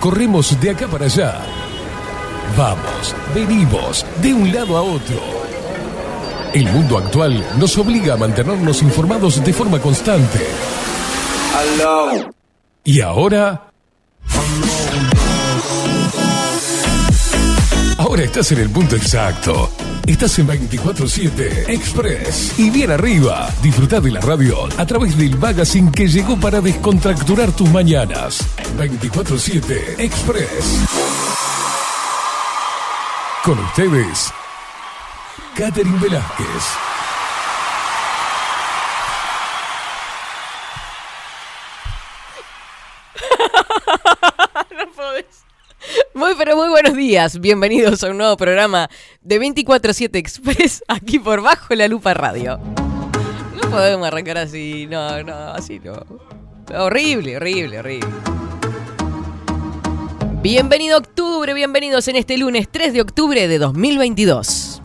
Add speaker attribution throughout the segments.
Speaker 1: Corremos de acá para allá. Vamos, venimos, de un lado a otro. El mundo actual nos obliga a mantenernos informados de forma constante. Y ahora... Ahora estás en el punto exacto. Estás en 24-7 Express. Y bien arriba, disfruta de la radio a través del magazine que llegó para descontracturar tus mañanas. 24-7 Express. Con ustedes, Catherine Velázquez.
Speaker 2: Muy, pero muy buenos días. Bienvenidos a un nuevo programa de 24-7 Express aquí por Bajo la Lupa Radio. No podemos arrancar así, no, no, así no. Horrible, horrible, horrible. Bienvenido a octubre, bienvenidos en este lunes 3 de octubre de 2022.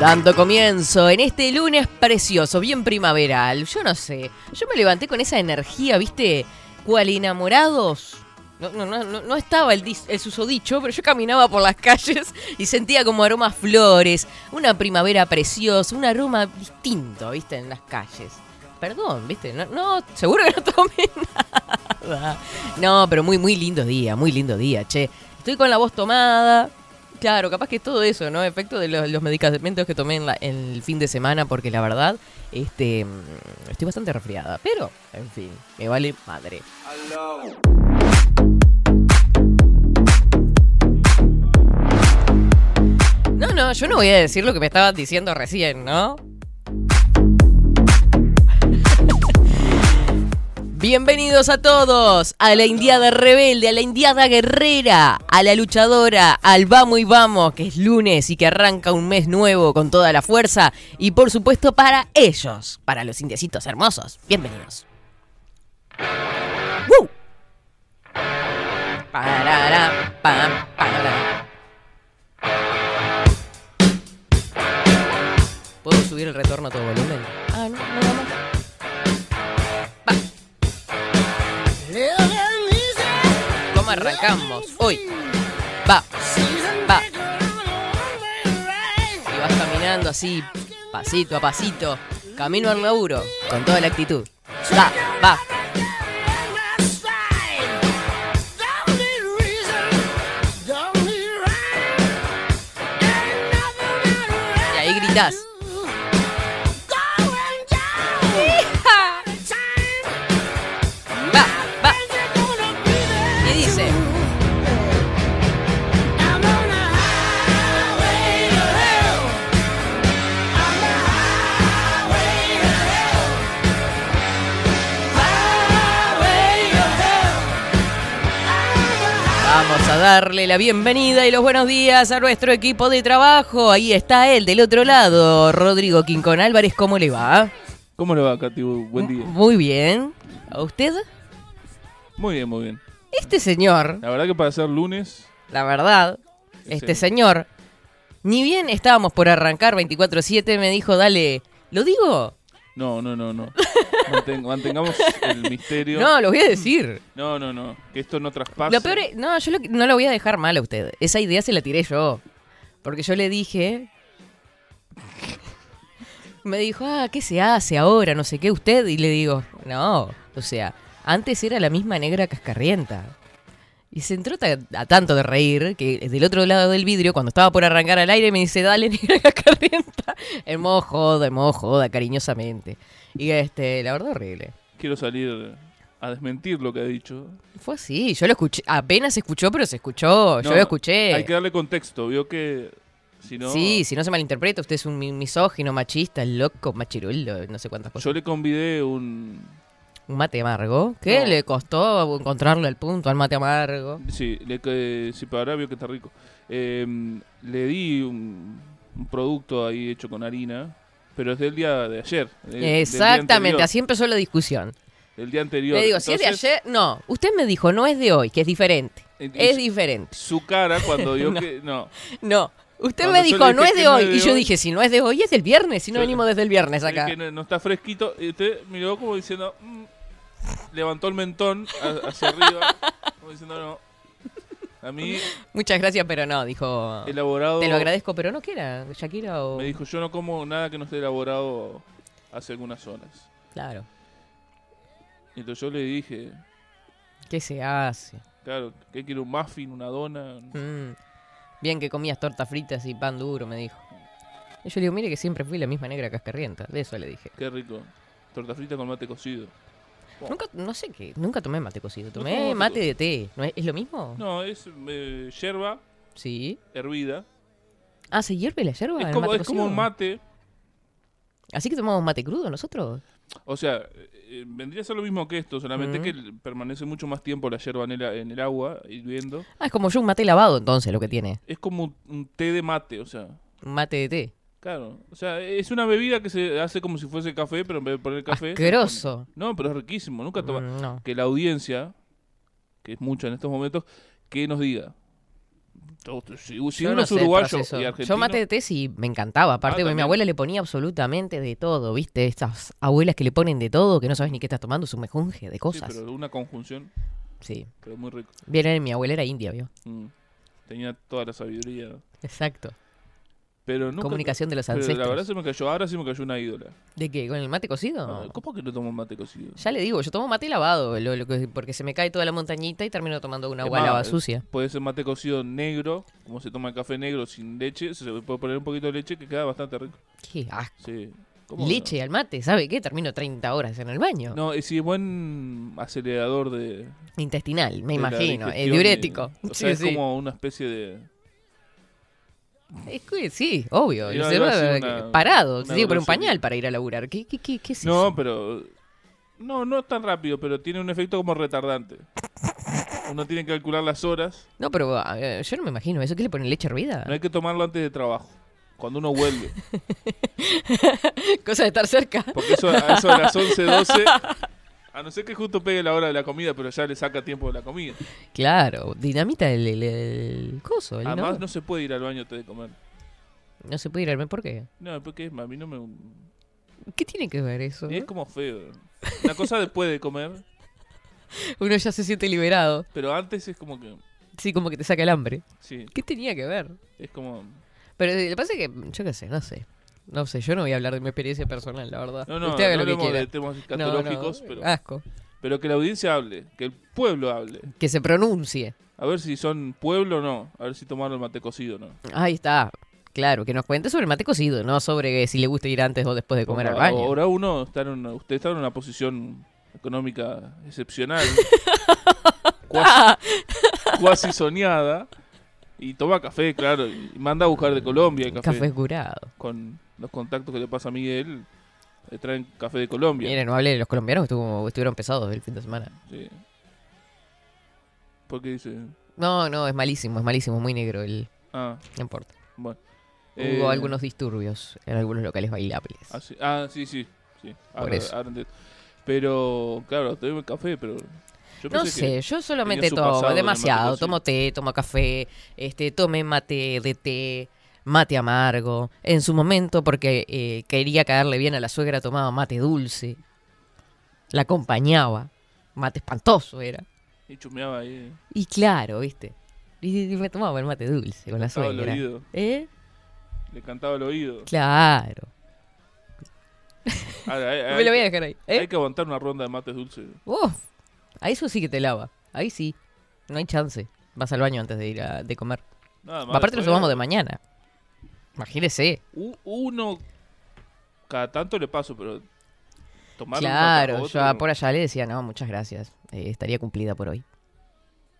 Speaker 2: Dando comienzo en este lunes precioso, bien primaveral. Yo no sé, yo me levanté con esa energía, ¿viste? Cual enamorados. No, no, no, no no estaba el, dis- el susodicho, pero yo caminaba por las calles y sentía como aromas flores, una primavera preciosa, un aroma distinto, ¿viste? En las calles. Perdón, ¿viste? No, no seguro que no tomé nada. No, pero muy, muy lindo día, muy lindo día, che. Estoy con la voz tomada, Claro, capaz que todo eso, ¿no? Efecto de los, los medicamentos que tomé en la- el fin de semana, porque la verdad, este, mm, estoy bastante resfriada. Pero, en fin, me vale madre. No, no, yo no voy a decir lo que me estabas diciendo recién, ¿no? Bienvenidos a todos a la indiada rebelde, a la indiada guerrera, a la luchadora, al vamos y vamos, que es lunes y que arranca un mes nuevo con toda la fuerza y por supuesto para ellos, para los indiecitos hermosos. Bienvenidos. ¡Woo! Parará, pam, parará. ¿Puedo subir el retorno a todo volumen? Ah, no, nada más. ¿Cómo arrancamos? Hoy. Va, va. Y vas caminando así, pasito a pasito, camino al laburo, con toda la actitud. Va, va. Y ahí gritás. Va, va. ¿Qué dice? Vamos a darle la bienvenida y los buenos días a nuestro equipo de trabajo. Ahí está él del otro lado, Rodrigo Quincón Álvarez. ¿Cómo le va?
Speaker 3: ¿Cómo le va, Katy? Bu- Buen día.
Speaker 2: Muy bien. ¿A usted?
Speaker 3: Muy bien, muy bien.
Speaker 2: Este señor,
Speaker 3: La verdad que para ser lunes,
Speaker 2: la verdad, este señor, ni bien estábamos por arrancar 24-7, me dijo, dale, ¿lo digo?
Speaker 3: no, no, no, no. Manten- mantengamos el misterio.
Speaker 2: No, lo voy a decir.
Speaker 3: no, no, no. Que esto no traspase.
Speaker 2: Lo peor es, no, yo lo- no lo voy a dejar mal a usted. Esa idea se la tiré yo. Porque yo le dije... Me dijo, ah, ¿qué se hace ahora? No sé qué usted. Y le digo, no, o sea, antes era la misma negra cascarrienta. Y se entró ta- a tanto de reír que del otro lado del vidrio, cuando estaba por arrancar al aire, me dice, dale, negra cascarrienta. En modo joda, en modo joda, cariñosamente. Y este, la verdad, horrible.
Speaker 3: Quiero salir a desmentir lo que ha dicho.
Speaker 2: Fue así, yo lo escuché, apenas se escuchó, pero se escuchó, Oh, yo
Speaker 3: No,
Speaker 2: lo escuché.
Speaker 3: Hay que darle contexto. Vio que si no.
Speaker 2: Sí, si no se malinterpreta, usted es un mi- misógino, machista, loco, machirulo, no sé cuántas cosas.
Speaker 3: Yo le convidé un.
Speaker 2: Un mate amargo. ¿Qué
Speaker 3: No.
Speaker 2: le costó encontrarle el punto al mate amargo?
Speaker 3: Sí, le que sí, para ahora vio que está rico. Eh, le di un, un producto ahí hecho con harina, pero es del día de ayer. eh, del día
Speaker 2: Exactamente,
Speaker 3: anterior,
Speaker 2: así empezó la discusión.
Speaker 3: Del día anterior.
Speaker 2: Le digo, si es de
Speaker 3: Entonces,
Speaker 2: ayer, no, usted me dijo, no es de hoy, que es diferente.
Speaker 3: Eh,
Speaker 2: Es
Speaker 3: y-
Speaker 2: diferente.
Speaker 3: su cara cuando vio que. No.
Speaker 2: No, usted
Speaker 3: Cuando
Speaker 2: me
Speaker 3: yo
Speaker 2: dijo,
Speaker 3: le
Speaker 2: no
Speaker 3: dije
Speaker 2: es
Speaker 3: que
Speaker 2: de
Speaker 3: no
Speaker 2: hoy.
Speaker 3: es de
Speaker 2: Y yo
Speaker 3: hoy.
Speaker 2: dije, si no es de hoy, es del viernes, si no
Speaker 3: Yo-
Speaker 2: venimos desde el viernes
Speaker 3: Es
Speaker 2: acá.
Speaker 3: que no, no está fresquito. Y usted miró como diciendo. "Mm, levantó el mentón a- hacia arriba, como diciendo no. A mí,
Speaker 2: Muchas gracias, pero no, dijo.
Speaker 3: elaborado.
Speaker 2: Te lo agradezco, pero no quiera, Shakira o.
Speaker 3: Me dijo, yo no como nada que no esté elaborado hace algunas horas.
Speaker 2: Claro.
Speaker 3: Y entonces yo le dije,
Speaker 2: ¿Qué se hace?
Speaker 3: claro, ¿qué quiero? ¿Un muffin? ¿Una dona?
Speaker 2: Mm. Bien que comías tortas fritas y pan duro, me dijo. Y yo le digo, mire que siempre fui la misma negra cascarrienta. De eso le dije.
Speaker 3: Qué rico. Torta frita con mate cocido.
Speaker 2: Nunca, no sé qué, nunca tomé mate cocido.
Speaker 3: tomo mate
Speaker 2: Tomé mate
Speaker 3: co-
Speaker 2: de té. ¿No es, es lo mismo?
Speaker 3: No, es eh, yerba
Speaker 2: Sí.
Speaker 3: hervida.
Speaker 2: Ah, ¿se hierve la yerba?
Speaker 3: Es
Speaker 2: en el
Speaker 3: como,
Speaker 2: mate
Speaker 3: es como
Speaker 2: cocido?
Speaker 3: un mate.
Speaker 2: ¿Así que tomamos mate crudo nosotros?
Speaker 3: O sea, eh, vendría a ser lo mismo que esto, solamente
Speaker 2: Mm.
Speaker 3: que l- permanece mucho más tiempo la yerba en el, a- en el agua hirviendo.
Speaker 2: Ah, es como yo un mate lavado entonces lo que tiene.
Speaker 3: Es como un, un té de mate, o sea.
Speaker 2: Un mate de té.
Speaker 3: Claro, o sea, es una bebida que se hace como si fuese café, pero en vez de poner café... se le pone-
Speaker 2: Asqueroso.
Speaker 3: No, pero es riquísimo, nunca toma...
Speaker 2: Mm, no.
Speaker 3: que la audiencia, que es mucha en estos momentos, que nos diga. Si, si
Speaker 2: Yo
Speaker 3: uno
Speaker 2: no
Speaker 3: es
Speaker 2: sé el
Speaker 3: uruguayo
Speaker 2: proceso.
Speaker 3: y
Speaker 2: Yo
Speaker 3: argentino,
Speaker 2: mate de té sí me encantaba. Aparte,
Speaker 3: Ah,
Speaker 2: porque mi
Speaker 3: también.
Speaker 2: abuela le ponía absolutamente de todo, ¿viste? Estas abuelas que le ponen de todo, que no sabes ni qué estás tomando, es un mejunje de
Speaker 3: sí,
Speaker 2: cosas.
Speaker 3: pero una conjunción,
Speaker 2: Sí.
Speaker 3: pero muy rico.
Speaker 2: Viene mi abuela era india, ¿vio?
Speaker 3: Mm. Tenía toda la sabiduría.
Speaker 2: Exacto.
Speaker 3: Pero nunca,
Speaker 2: Comunicación de los
Speaker 3: pero
Speaker 2: ancestros.
Speaker 3: la verdad se me cayó, ahora sí me cayó una ídola.
Speaker 2: ¿De qué? ¿Con el mate cocido?
Speaker 3: Ah, ¿Cómo que no tomo mate cocido?
Speaker 2: Ya le digo, yo tomo mate lavado, lo- lo que- porque se me cae toda la montañita y termino tomando una
Speaker 3: Es
Speaker 2: agua
Speaker 3: más,
Speaker 2: lava
Speaker 3: eh,
Speaker 2: sucia.
Speaker 3: Puede ser mate cocido negro, como se toma el café negro sin leche, se le puede poner un poquito de leche que queda bastante rico.
Speaker 2: Qué asco.
Speaker 3: Sí. ¿Cómo no?
Speaker 2: Leche al mate, ¿sabe qué? Termino 30 horas en el baño.
Speaker 3: No, es sí, buen acelerador de,
Speaker 2: Intestinal, me
Speaker 3: de la
Speaker 2: imagino. Es
Speaker 3: digestión y-
Speaker 2: diurético.
Speaker 3: o sea,
Speaker 2: Sí,
Speaker 3: es
Speaker 2: sí.
Speaker 3: como una especie de
Speaker 2: Es que sí, obvio.
Speaker 3: Iba-
Speaker 2: Se
Speaker 3: iba a
Speaker 2: va-
Speaker 3: decir una-
Speaker 2: parado,
Speaker 3: una
Speaker 2: se tiene que poner un
Speaker 3: grosería.
Speaker 2: pañal para ir a laburar. ¿Qué, qué, qué, qué es
Speaker 3: No,
Speaker 2: eso?
Speaker 3: pero. No, no es tan rápido, pero tiene un efecto como retardante. Uno tiene que calcular las horas.
Speaker 2: No, pero ah, eh, yo no me imagino eso. ¿Qué le ponen leche hervida?
Speaker 3: No hay que tomarlo antes de trabajo. Cuando uno vuelve.
Speaker 2: Cosa de estar cerca.
Speaker 3: Porque eso a eso de las 11, 12. A no ser que justo pegue la hora de la comida, pero ya le saca tiempo de la comida.
Speaker 2: Claro, dinamita el, el, el coso. El
Speaker 3: Además,
Speaker 2: inodoro.
Speaker 3: no se puede ir al baño antes de comer.
Speaker 2: no. se puede ir al baño. ¿Por qué?
Speaker 3: No, porque es, a mí no me.
Speaker 2: ¿Qué tiene que ver eso?
Speaker 3: Es como feo. La cosa después de comer,
Speaker 2: Uno ya se siente liberado.
Speaker 3: pero antes es como que.
Speaker 2: Sí, como que te saca el hambre.
Speaker 3: Sí,
Speaker 2: ¿Qué tenía que ver?
Speaker 3: es como.
Speaker 2: Pero eh, lo que pasa es que, yo qué sé, no sé. No sé, yo no voy a hablar de mi experiencia personal, la verdad.
Speaker 3: No, no,
Speaker 2: Usted haga
Speaker 3: no
Speaker 2: lo que
Speaker 3: hablemos de
Speaker 2: quiera.
Speaker 3: temas
Speaker 2: No, no,
Speaker 3: escatológicos, pero-
Speaker 2: Asco.
Speaker 3: pero que la audiencia hable, que el pueblo hable.
Speaker 2: Que se pronuncie.
Speaker 3: A ver si son pueblo o no. A ver si tomaron el mate cocido o no.
Speaker 2: Ahí está. Claro, que nos cuente sobre el mate cocido, no sobre si le gusta ir antes o después de comer al baño.
Speaker 3: Ahora uno, está en una- usted está en una posición económica excepcional. cuasi, cuasi soñada. Y toma café, claro. Y manda a buscar de Colombia el café.
Speaker 2: Café curado.
Speaker 3: Con los contactos que le pasa a Miguel, le traen café de Colombia.
Speaker 2: Miren, no hablé de los colombianos que estuvo- estuvieron pesados el fin de semana.
Speaker 3: Sí. Porque dice...
Speaker 2: No, no, es malísimo, es malísimo, es muy negro el.
Speaker 3: Ah,
Speaker 2: No importa.
Speaker 3: bueno.
Speaker 2: Hubo
Speaker 3: Eh,
Speaker 2: algunos disturbios en algunos locales bailables.
Speaker 3: Ah, sí, ah, sí, sí. sí.
Speaker 2: Por
Speaker 3: Ahora-
Speaker 2: eso.
Speaker 3: ahora entiendo. Pero, claro, tengo café, pero. Yo
Speaker 2: No
Speaker 3: ah, pensé que-
Speaker 2: sé, yo solamente
Speaker 3: su
Speaker 2: tomo
Speaker 3: pasado de mate
Speaker 2: demasiado.
Speaker 3: cocido.
Speaker 2: Tomo té, tomo café, este, tomé mate de té, mate amargo. En su momento, porque eh, quería caerle bien a la suegra, tomaba mate dulce. La acompañaba. Mate espantoso era.
Speaker 3: Y chumeaba ahí.
Speaker 2: Y claro, viste. Y, y me tomaba el mate dulce con la
Speaker 3: Cantaba al
Speaker 2: suegra.
Speaker 3: oído.
Speaker 2: ¿Eh?
Speaker 3: Le cantaba al oído.
Speaker 2: Claro.
Speaker 3: Ahora, Ah, hay,
Speaker 2: me
Speaker 3: hay
Speaker 2: lo voy a
Speaker 3: que-
Speaker 2: dejar ahí.
Speaker 3: hay
Speaker 2: ¿Eh?
Speaker 3: que aguantar una ronda de mates dulces.
Speaker 2: Uf, a eso sí que te lava. Ahí sí. No hay chance. Vas al baño antes de ir a, de comer.
Speaker 3: Nada más.
Speaker 2: Aparte, nos
Speaker 3: Oiga,
Speaker 2: tomamos de mañana. Imagínese.
Speaker 3: u- Uno. Cada tanto le paso, pero. Tomar uno
Speaker 2: Claro,
Speaker 3: tras
Speaker 2: yo
Speaker 3: otro,
Speaker 2: a por allá le decía, no, muchas gracias, eh, estaría cumplida por hoy.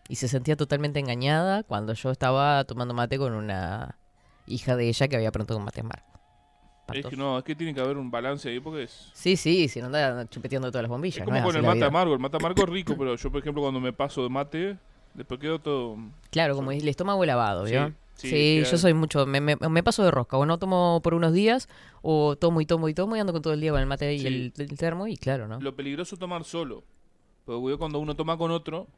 Speaker 2: Y se sentía totalmente engañada cuando yo estaba tomando mate con una hija de ella que había pronto con mate amargo.
Speaker 3: Es que
Speaker 2: Espantoso.
Speaker 3: no, es que tiene que haber un balance ahí porque es.
Speaker 2: Sí, sí, si no anda chupeteando todas las
Speaker 3: Es
Speaker 2: bombillas.
Speaker 3: como
Speaker 2: no es
Speaker 3: con
Speaker 2: así
Speaker 3: el
Speaker 2: la
Speaker 3: mate
Speaker 2: vida.
Speaker 3: amargo. El mate amargo es rico, pero yo, por ejemplo, cuando me paso de mate, después quedo todo.
Speaker 2: Claro, como el estómago lavado,
Speaker 3: Sí,
Speaker 2: ¿vio? Sí,
Speaker 3: sí, queda-
Speaker 2: yo soy mucho, me, me- me paso de rosca, o no tomo por unos días, o tomo y tomo y tomo y ando con todo el día con el mate y
Speaker 3: Sí.
Speaker 2: el, el termo y claro, ¿no?
Speaker 3: Lo peligroso es tomar solo. Porque güey, cuando uno toma con otro,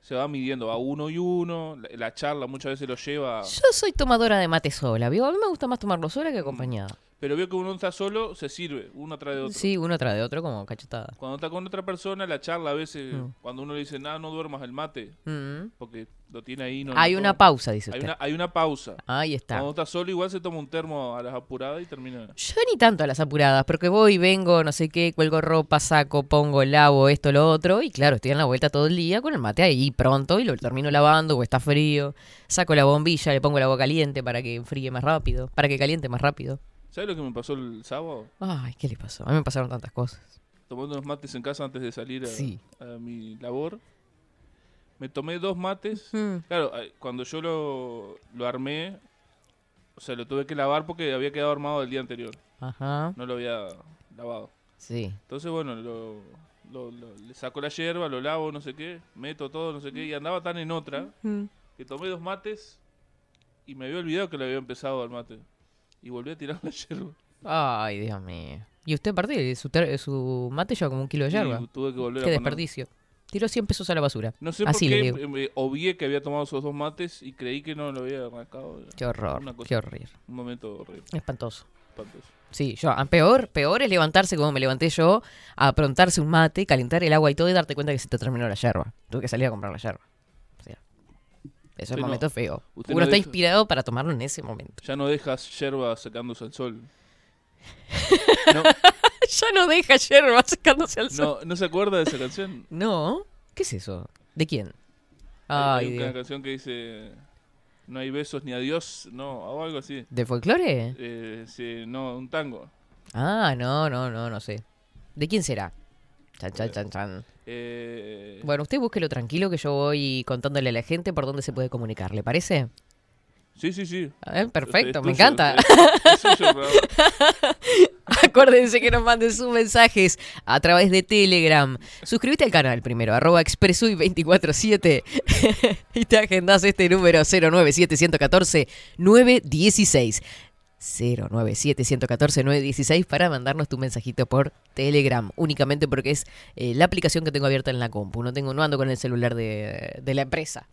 Speaker 3: se va midiendo a uno y uno. La, la charla muchas veces lo lleva.
Speaker 2: Yo soy tomadora de mate sola, ¿vio? A mí me gusta más tomarlo sola que acompañada.
Speaker 3: Pero veo que uno está solo, se sirve, uno atrás de otro.
Speaker 2: Sí, uno tras de otro como cachetada.
Speaker 3: Cuando está con otra persona, la charla a veces,
Speaker 2: Mm.
Speaker 3: cuando uno le dice, nada, no duermas el mate,
Speaker 2: Mm.
Speaker 3: porque lo tiene ahí. No,
Speaker 2: Hay
Speaker 3: no-
Speaker 2: una pausa, dice
Speaker 3: Hay
Speaker 2: usted.
Speaker 3: una, hay una pausa.
Speaker 2: Ahí está.
Speaker 3: Cuando está solo, igual se toma un termo a las apuradas y termina.
Speaker 2: Yo ni tanto a las apuradas, porque voy, vengo, no sé qué, cuelgo ropa, saco, pongo, lavo, esto, lo otro, y claro, estoy en la vuelta todo el día con el mate ahí pronto y lo termino lavando o está frío, saco la bombilla, le pongo el agua caliente para que enfríe más rápido, para que caliente más rápido.
Speaker 3: ¿Sabes lo que me pasó el sábado?
Speaker 2: Ay, ¿qué le pasó? A mí me pasaron tantas cosas.
Speaker 3: Tomando unos mates en casa antes de salir a,
Speaker 2: Sí.
Speaker 3: a mi labor. Me tomé dos mates.
Speaker 2: Mm.
Speaker 3: Claro, eh, cuando yo lo, lo armé, o sea, lo tuve que lavar porque había quedado armado el día anterior.
Speaker 2: Ajá,
Speaker 3: No lo había lavado.
Speaker 2: sí.
Speaker 3: Entonces, bueno, lo, lo- lo- le saco la hierba, lo lavo, no sé qué, meto todo, no sé qué, y andaba tan en otra
Speaker 2: Mm.
Speaker 3: que tomé dos mates y me había olvidado que le había empezado al mate. Y volví a tirar la hierba.
Speaker 2: Ay, Dios mío. Y usted aparte, de su, ter- eh, su mate lleva como un kilo de yerba.
Speaker 3: Y tuve que volver a
Speaker 2: Qué
Speaker 3: poner.
Speaker 2: desperdicio. Tiró 100 pesos a la basura.
Speaker 3: No sé
Speaker 2: Así
Speaker 3: por
Speaker 2: le
Speaker 3: qué
Speaker 2: digo.
Speaker 3: eh, me obvié que había tomado esos dos mates y creí que no lo había arrancado.
Speaker 2: Qué
Speaker 3: Una
Speaker 2: horror,
Speaker 3: cosa.
Speaker 2: qué horror.
Speaker 3: Un momento horrible,
Speaker 2: Espantoso.
Speaker 3: espantoso.
Speaker 2: Sí, yo, ah, peor, peor es levantarse como me levanté yo, aprontarse un mate, calentar el agua y todo y darte cuenta que se te terminó la yerba. Tuve que salir a comprar la yerba. O sea, eso
Speaker 3: Usted
Speaker 2: es
Speaker 3: no-
Speaker 2: un momento feo.
Speaker 3: usted
Speaker 2: Uno
Speaker 3: no
Speaker 2: está
Speaker 3: dijo-
Speaker 2: inspirado para tomarlo en ese momento.
Speaker 3: Ya no dejas yerba secándose al sol. No,
Speaker 2: ya no deja yerba secándose al sol.
Speaker 3: no, ¿no se acuerda de esa canción?
Speaker 2: No. ¿Qué es eso? ¿De quién?
Speaker 3: Hay-
Speaker 2: Ay,
Speaker 3: hay una
Speaker 2: Dios.
Speaker 3: canción que dice No hay besos ni adiós, no, o algo así.
Speaker 2: ¿De folclore?
Speaker 3: Eh, sí, no, un tango.
Speaker 2: Ah, no, no, no, no sé. ¿De quién será? Chan, chan, chan, chan.
Speaker 3: Eh,
Speaker 2: Bueno, usted búsquelo tranquilo que yo voy contándole a la gente por dónde se puede comunicar, ¿le parece?
Speaker 3: Sí, sí, sí.
Speaker 2: Eh, perfecto,
Speaker 3: Es
Speaker 2: me
Speaker 3: tuyo,
Speaker 2: encanta.
Speaker 3: es- es suyo, bravo.
Speaker 2: Acuérdense que nos manden sus mensajes a través de Telegram. Suscríbete al canal primero, arroba expresui 247 y te agendas este número 097-114-916. 097-114-916 para mandarnos tu mensajito por Telegram, únicamente porque es eh, la aplicación que tengo abierta en la compu. No, tengo, no ando con el celular de, de la empresa.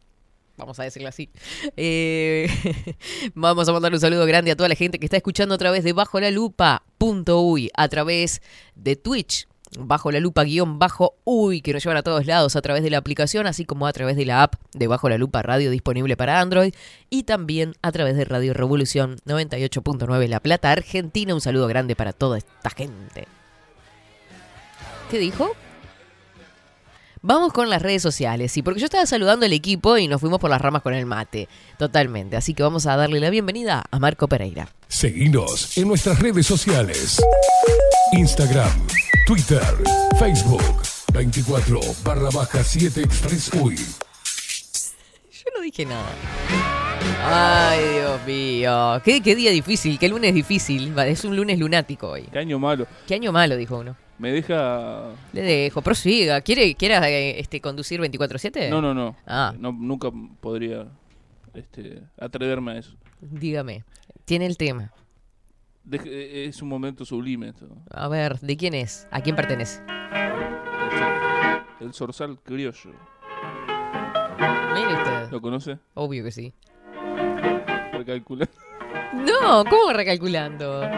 Speaker 2: Vamos a decirlo así. Eh, Vamos a mandar un saludo grande a toda la gente que está escuchando a través de bajo la lupa.uy, a través de Twitch, bajo la lupa guión bajo uy, que nos llevan a todos lados a través de la aplicación, así como a través de la app de bajo la lupa radio disponible para Android y también a través de Radio Revolución 98.9 La Plata, Argentina. Un saludo grande para toda esta gente. ¿Qué dijo? Vamos con las redes sociales, sí, porque yo estaba saludando al equipo y nos fuimos por las ramas con el mate. Totalmente. Así que vamos a darle la bienvenida a Marco Pereira.
Speaker 1: Seguinos en nuestras redes sociales. Instagram, Twitter, Facebook. 24 barra baja 7 Express Uy.
Speaker 2: Yo no dije nada. Ay, Dios mío. Qué, qué día difícil, qué lunes difícil. Va, Es un lunes lunático hoy.
Speaker 3: Qué año malo.
Speaker 2: Qué año malo, dijo uno.
Speaker 3: Me deja...
Speaker 2: Le dejo, prosiga. ¿Quiere, ¿Quieras eh, este, conducir 24-7?
Speaker 3: No, no, no.
Speaker 2: Ah.
Speaker 3: No, Nunca podría este, atreverme a eso.
Speaker 2: Dígame. Tiene el tema.
Speaker 3: Deje- eh, es un momento sublime esto.
Speaker 2: A ver, ¿de quién es? ¿A quién pertenece?
Speaker 3: El zorzal criollo.
Speaker 2: Mire usted.
Speaker 3: ¿Lo conoce?
Speaker 2: Obvio que sí.
Speaker 3: Recalcula.
Speaker 2: No, ¿cómo recalculando?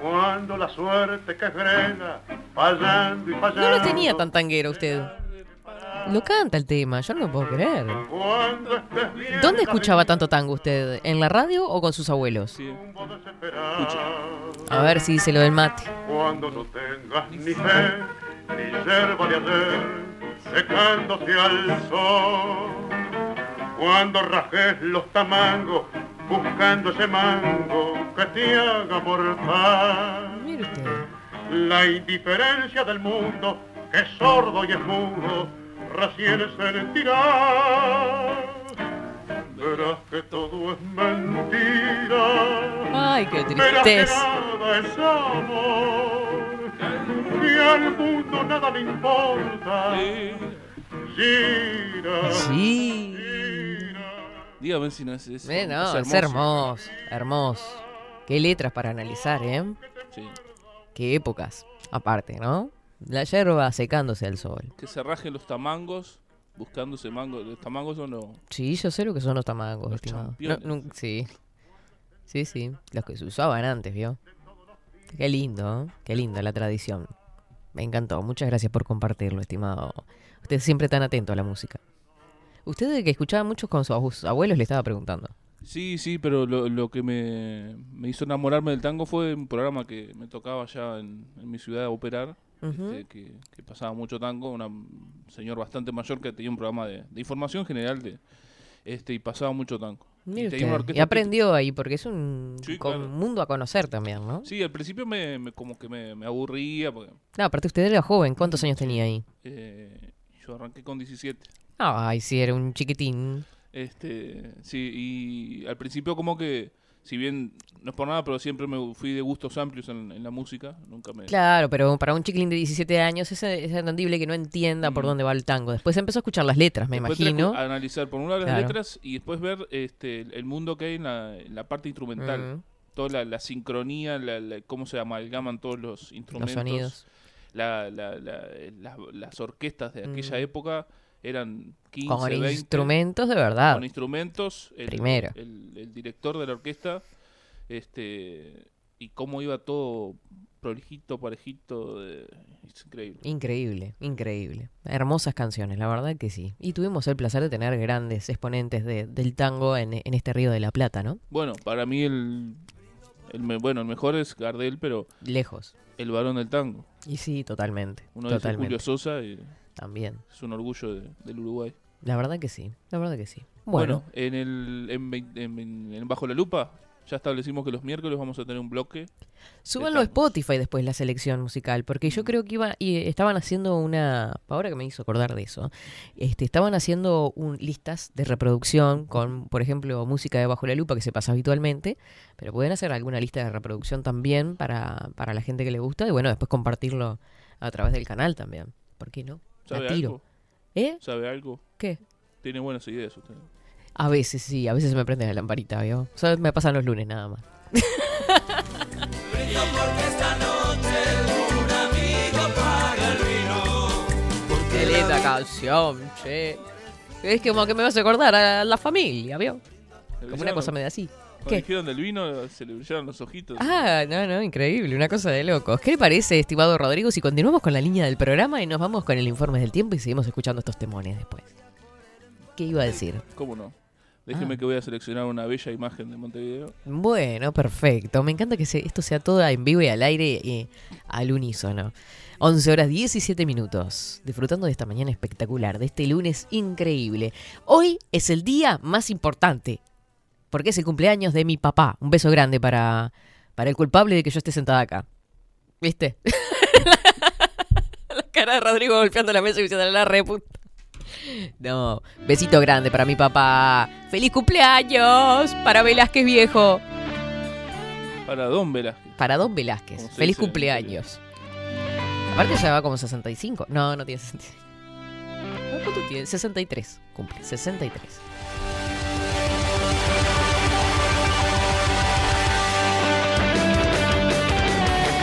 Speaker 4: Cuando la suerte que frena, fallando y fallando.
Speaker 2: No lo tenía tan tanguero usted. Lo canta el tema, yo no lo puedo creer.
Speaker 4: Cuando estés bien
Speaker 2: ¿Dónde escuchaba tanto tango usted? ¿En la radio o con sus abuelos?
Speaker 3: Sí.
Speaker 4: rumbo desesperado,
Speaker 2: A ver si dice lo del mate.
Speaker 4: Cuando no tengas ni fe, ni yerba de hacer, secándose al sol. Cuando rajes los tamangos, buscando ese mango que te haga mortal.
Speaker 2: Mire usted.
Speaker 4: La indiferencia del mundo, que es sordo y es mudo, recién sentirá. Verás que todo es mentira.
Speaker 2: Ay, qué
Speaker 4: Verás que
Speaker 2: tristeza.
Speaker 4: nada es amor. Y al mundo nada le importa. Gira,
Speaker 2: Sí.
Speaker 4: gira.
Speaker 3: Dígame si no es eso.
Speaker 2: Eh, no, es hermoso, hermoso. Qué letras para analizar, ¿eh?
Speaker 3: Sí.
Speaker 2: Qué épocas. Aparte, ¿no? La hierba secándose al sol.
Speaker 3: Que se rajen los tamangos buscándose mangos. Los tamangos son los...
Speaker 2: Sí, yo sé lo que son los tamagos, estimado. No,
Speaker 3: championes.
Speaker 2: nun- sí. Sí, sí. Los que se usaban antes, ¿vio? Qué lindo, ¿eh? qué linda la tradición. Me encantó. Muchas gracias por compartirlo, estimado. Usted siempre tan atento a la música. Usted que escuchaba mucho con sus abuelos le estaba preguntando.
Speaker 3: Sí, sí, pero lo, lo que me, me hizo enamorarme del tango fue un programa que me tocaba allá en, en mi ciudad operar,
Speaker 2: Ujú.
Speaker 3: este, que, que pasaba mucho tango, una- un señor bastante mayor que tenía un programa de, de información general de este y pasaba mucho tango.
Speaker 2: Mire
Speaker 3: y tenía una
Speaker 2: usted,
Speaker 3: orquesta
Speaker 2: Y aprendió ahí, porque es un
Speaker 3: Sí,
Speaker 2: con-
Speaker 3: claro.
Speaker 2: mundo a conocer también, ¿no?
Speaker 3: que- Sí, al principio me, me- como que me, me aburría, porque
Speaker 2: No, aparte usted era joven. ¿Cuántos años tenía ahí?
Speaker 3: eh, yo arranqué con 17.
Speaker 2: Ay, sí, era un chiquitín.
Speaker 3: Este, sí, y al principio como que, si bien no es por nada, pero siempre me fui de gustos amplios en, en la música, nunca me...
Speaker 2: Claro, pero para un chiquilín de 17 años es, es entendible que no entienda por
Speaker 3: Mm.
Speaker 2: dónde va el tango. Después empezó a escuchar las letras, me
Speaker 3: Después tenés que
Speaker 2: imagino.
Speaker 3: Analizar por un lado las
Speaker 2: Claro.
Speaker 3: letras y después ver este, el el mundo que hay en la, en la parte instrumental.
Speaker 2: Mm,
Speaker 3: Toda la, la sincronía, la- la- cómo se amalgaman todos los
Speaker 2: los
Speaker 3: instrumentos.
Speaker 2: sonidos.
Speaker 3: la- la- la- eh, las, las orquestas de aquella
Speaker 2: Mm.
Speaker 3: época eran 15,
Speaker 2: Con
Speaker 3: 20,
Speaker 2: instrumentos de verdad.
Speaker 3: Con instrumentos. El,
Speaker 2: Primero.
Speaker 3: El, el director de la orquesta. este Y cómo iba todo prolijito, parejito. eh, es increíble.
Speaker 2: Increíble, increíble. Hermosas canciones, la verdad que sí. Y tuvimos el placer de tener grandes exponentes de- del tango en, en este Río de la Plata, ¿no?
Speaker 3: Bueno, para mí el, el me- bueno, el mejor es Gardel, pero
Speaker 2: Lejos.
Speaker 3: el varón del tango.
Speaker 2: Y sí, totalmente.
Speaker 3: Uno dice
Speaker 2: totalmente.
Speaker 3: Julio Sosa y
Speaker 2: También.
Speaker 3: es un orgullo de- del Uruguay.
Speaker 2: La verdad que sí, la verdad que sí. Bueno,
Speaker 3: Bueno, en el en, vein- en- en- en Bajo la Lupa ya establecimos que los miércoles vamos a tener un bloque.
Speaker 2: súbanlo a
Speaker 3: estamos.
Speaker 2: Spotify después la selección musical, porque
Speaker 3: Mm.
Speaker 2: yo creo que iba y estaban haciendo una, ahora que me hizo acordar de eso, este, estaban haciendo un, listas de reproducción con, por ejemplo, música de Bajo la Lupa que se pasa habitualmente, pero pueden hacer alguna lista de reproducción también para, para la gente que le gusta y bueno, después compartirlo a través del canal también. ¿Por qué no? La
Speaker 3: ¿Sabe
Speaker 2: tiro.
Speaker 3: algo?
Speaker 2: ¿Eh?
Speaker 3: ¿Sabe algo?
Speaker 2: ¿Qué?
Speaker 3: Tiene buenas ideas usted.
Speaker 2: A veces sí, a veces se me prende la lamparita, ¿vio? Solo me pasan los lunes nada más. Qué linda canción, che. Es como que me vas a acordar a la familia, ¿vio?
Speaker 3: Le
Speaker 2: Como una
Speaker 3: brillaron-
Speaker 2: cosa medio así.
Speaker 3: cuando
Speaker 2: ¿qué?
Speaker 3: dijeron del vino se le brillaron los ojitos.
Speaker 2: Ah, no, no, increíble, una cosa de locos. ¿Qué le parece, estimado Rodrigo, si continuamos con la línea del programa y nos vamos con el informe del tiempo y seguimos escuchando estos temones después? ¿Qué iba a decir?
Speaker 3: ¿Cómo no? Déjeme
Speaker 2: Ah.
Speaker 3: que voy a seleccionar una bella imagen de Montevideo.
Speaker 2: Bueno, perfecto. Me encanta que se- esto sea todo en vivo y al aire y al unísono. 11 horas 17 minutos. Disfrutando de esta mañana espectacular, de este lunes increíble. Hoy es el día más importante. Porque es el cumpleaños de mi papá. Un beso grande para, para el culpable de que yo esté sentada acá. ¿Viste? la cara de Rodrigo golpeando la mesa y diciendo la reputa. No, besito grande para mi papá. ¡Feliz cumpleaños! Para Velázquez Viejo.
Speaker 3: Para Don Velázquez.
Speaker 2: Para Don Velázquez.
Speaker 3: Como se
Speaker 2: Feliz
Speaker 3: dice en
Speaker 2: cumpleaños. Aparte ya va como 65. No, no tiene 65. No, ¿Cuánto tiene? 63. Cumple. 63.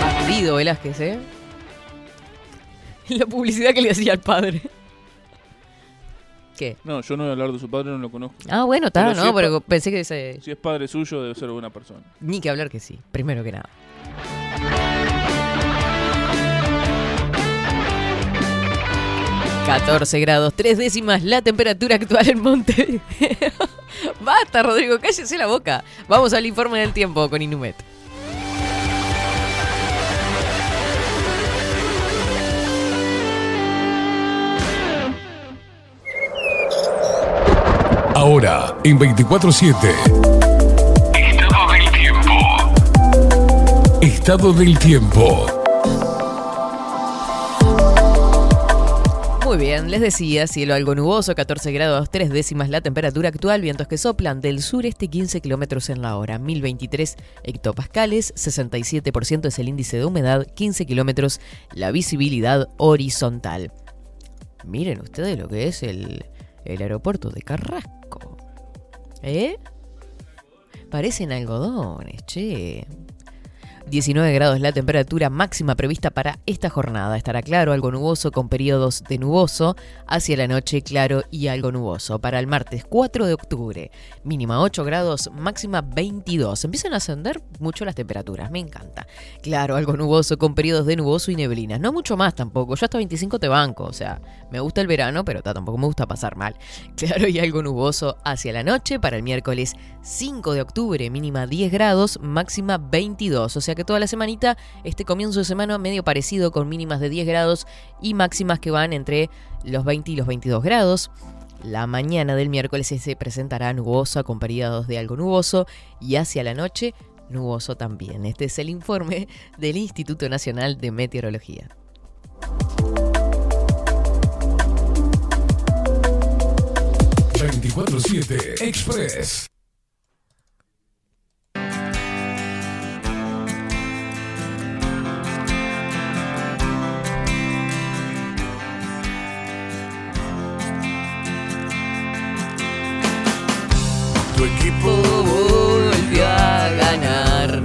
Speaker 2: Bandido Velázquez, ¿eh? La publicidad que le hacía al padre. ¿Qué?
Speaker 3: No, yo no voy a hablar de su padre, no lo conozco.
Speaker 2: Ah, bueno, está,
Speaker 3: Pero
Speaker 2: no,
Speaker 3: si es pa-
Speaker 2: pero pensé que se...
Speaker 3: Si es padre suyo, debe ser buena persona.
Speaker 2: Ni que hablar que sí, primero que nada. ...14 grados, tres décimas la temperatura actual en Montevideo. Basta, Rodrigo, cállese la boca. Vamos al informe del tiempo con Inumet.
Speaker 1: Ahora, en 24-7. Estado del tiempo.
Speaker 2: Muy bien, les decía, cielo algo nuboso, 14 grados, tres décimas la temperatura actual, vientos que soplan del sureste 15 kilómetros en la hora, 1023 hectopascales, 67% es el índice de humedad, 15 kilómetros la visibilidad horizontal. Miren ustedes lo que es el, el aeropuerto de Carrasco. ¿Eh? Parecen algodones, che. 19 grados la temperatura máxima prevista para esta jornada. Estará claro, algo nuboso con periodos de nuboso. Hacia la noche, claro y algo nuboso. Para el martes 4 de octubre, mínima 8 grados, máxima 22. Empiezan a ascender mucho las temperaturas, me encanta. Claro, algo nuboso con periodos de nuboso y neblinas. No mucho más tampoco. Yo hasta 25 te banco. O sea, me gusta el verano, pero ta, tampoco me gusta pasar mal. Claro y algo nuboso hacia la noche. Para el miércoles 5 de octubre, mínima 10 grados, máxima 22. O sea que toda la semanita, este comienzo de semana medio parecido con mínimas de 10 grados y máximas que van entre los 20 y los 22 grados. La mañana del miércoles se presentará nubosa con periodos de algo nuboso y hacia la noche nuboso también. Este es el informe del Instituto Nacional de Meteorología.
Speaker 1: ...24-7 Express.
Speaker 2: Tu equipo volvió a ganar.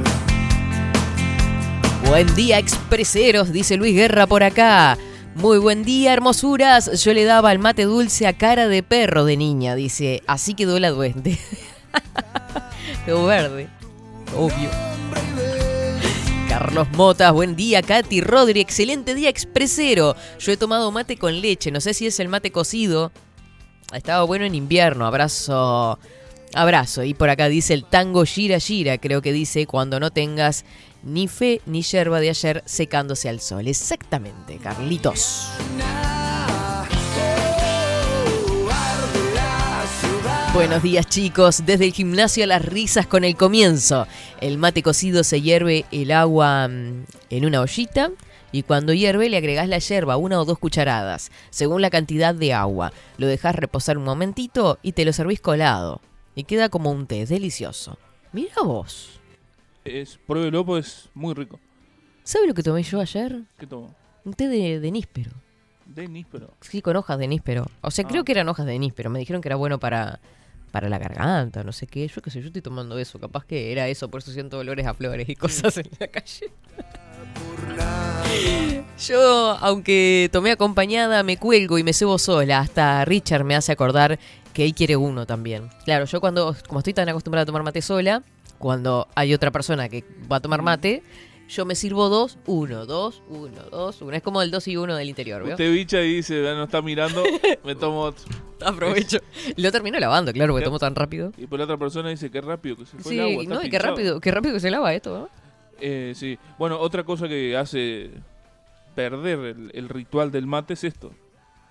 Speaker 2: Buen día, expreseros, dice Luis Guerra por acá. Muy buen día, hermosuras. Yo le daba el mate dulce a cara de perro de niña, dice. Así quedó la duende. Lo verde, obvio. Carlos Motas, buen día. Katy Rodri, excelente día, expresero. Yo he tomado mate con leche. No sé si es el mate cocido. Estaba bueno en invierno. Abrazo. Abrazo. Y por acá dice el tango gira gira, creo que dice cuando no tengas ni fe ni yerba de ayer secándose al sol. Exactamente, Carlitos. Buenos días chicos, desde el gimnasio a las risas con el comienzo. El mate cocido se hierve el agua mm, en una ollita y cuando hierve le agregás la yerba, una o dos cucharadas, según la cantidad de agua. Lo dejás reposar un momentito y te lo servís colado. Y queda como un té, es delicioso. Mira vos,
Speaker 3: Es, pruébelo, pues es muy rico.
Speaker 2: ¿sabes lo que tomé yo ayer?
Speaker 3: ¿Qué tomo?
Speaker 2: Un té de, de níspero.
Speaker 3: Denis, pero.
Speaker 2: Sí, con hojas de níspero. O sea,
Speaker 3: Ah.
Speaker 2: creo que eran hojas de níspero. Me dijeron que era bueno para, para la garganta, no sé qué. Yo qué sé, yo estoy tomando eso. Capaz que era eso, por eso siento dolores a flores y cosas en la calle. Yo, aunque tomé acompañada, me cuelgo y me cebo sola. Hasta Richard me hace acordar que él quiere uno también. Claro, yo cuando, como estoy tan acostumbrada a tomar mate sola, cuando hay otra persona que va a tomar mate, yo me sirvo dos, uno, dos, uno, dos, uno. Es como el dos y uno del interior, ¿veo?
Speaker 3: Usted bicha y dice, "Ah, no está mirando, me tomo otro.
Speaker 2: Aprovecho. Lo termino lavando, claro, porque tomo tan rápido.
Speaker 3: Y por la otra persona dice, qué rápido que se fue
Speaker 2: Sí,
Speaker 3: el agua. está
Speaker 2: no, y qué
Speaker 3: pinchado".
Speaker 2: rápido, qué rápido que se lava esto, ¿no?
Speaker 3: Eh, sí. Bueno, otra cosa que hace perder el, el ritual del mate es esto.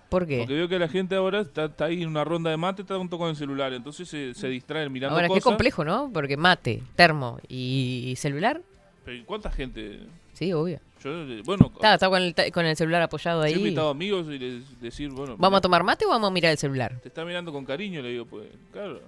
Speaker 2: ¿Por qué?
Speaker 3: Porque veo que la gente ahora está, está ahí en una ronda de mate, está junto con el celular, entonces se, se distraen mirando
Speaker 2: Ahora, qué
Speaker 3: cosas.
Speaker 2: complejo, ¿no? Porque mate, termo y celular.
Speaker 3: Pero ¿y ¿cuánta gente?
Speaker 2: Sí, obvio.
Speaker 3: Yo, eh, bueno,
Speaker 2: Está, está con, el, ta- con el celular apoyado
Speaker 3: yo he
Speaker 2: ahí.
Speaker 3: invitado amigos y les decir, bueno,
Speaker 2: ¿Vamos a
Speaker 3: mirá,
Speaker 2: tomar mate o vamos a mirar el celular?
Speaker 3: te está mirando con cariño, le digo, pues, claro,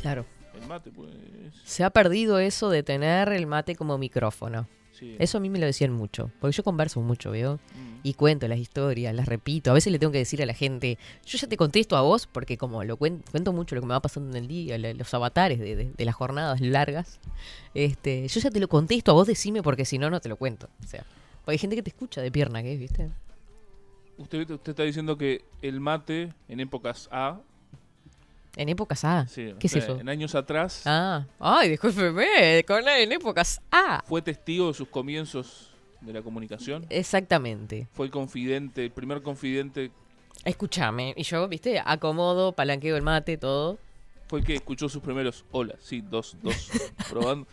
Speaker 2: Claro.
Speaker 3: el mate, pues, es-
Speaker 2: Se ha perdido eso de tener el mate como micrófono.
Speaker 3: sí.
Speaker 2: Eso a mí me lo decían mucho. Porque yo converso mucho, ¿veo?
Speaker 3: Mm.
Speaker 2: y cuento las historias, las repito. A veces le tengo que decir a la gente, yo ya te contesto a vos, porque como lo cuen- cuento mucho lo que me va pasando en el día, la- los avatares de, de- de las jornadas largas, este, yo ya te lo contesto a vos, decime, porque si no, no te lo cuento. O sea, porque hay gente que te escucha de pierna, ¿qué? ¿Viste?
Speaker 3: Usted, usted está diciendo que el mate en épocas A,
Speaker 2: En épocas A.
Speaker 3: sí, o
Speaker 2: ¿Qué es
Speaker 3: sea,
Speaker 2: eso?
Speaker 3: en años atrás,
Speaker 2: Ah, ay, discúlpeme, con la- en épocas A.
Speaker 3: fue testigo de sus comienzos de la comunicación.
Speaker 2: Exactamente.
Speaker 3: Fue el confidente, el primer confidente
Speaker 2: Escúchame. Y yo, viste, acomodo, palanqueo el mate, todo.
Speaker 3: fue el que escuchó sus primeros hola, sí, dos, dos, probando.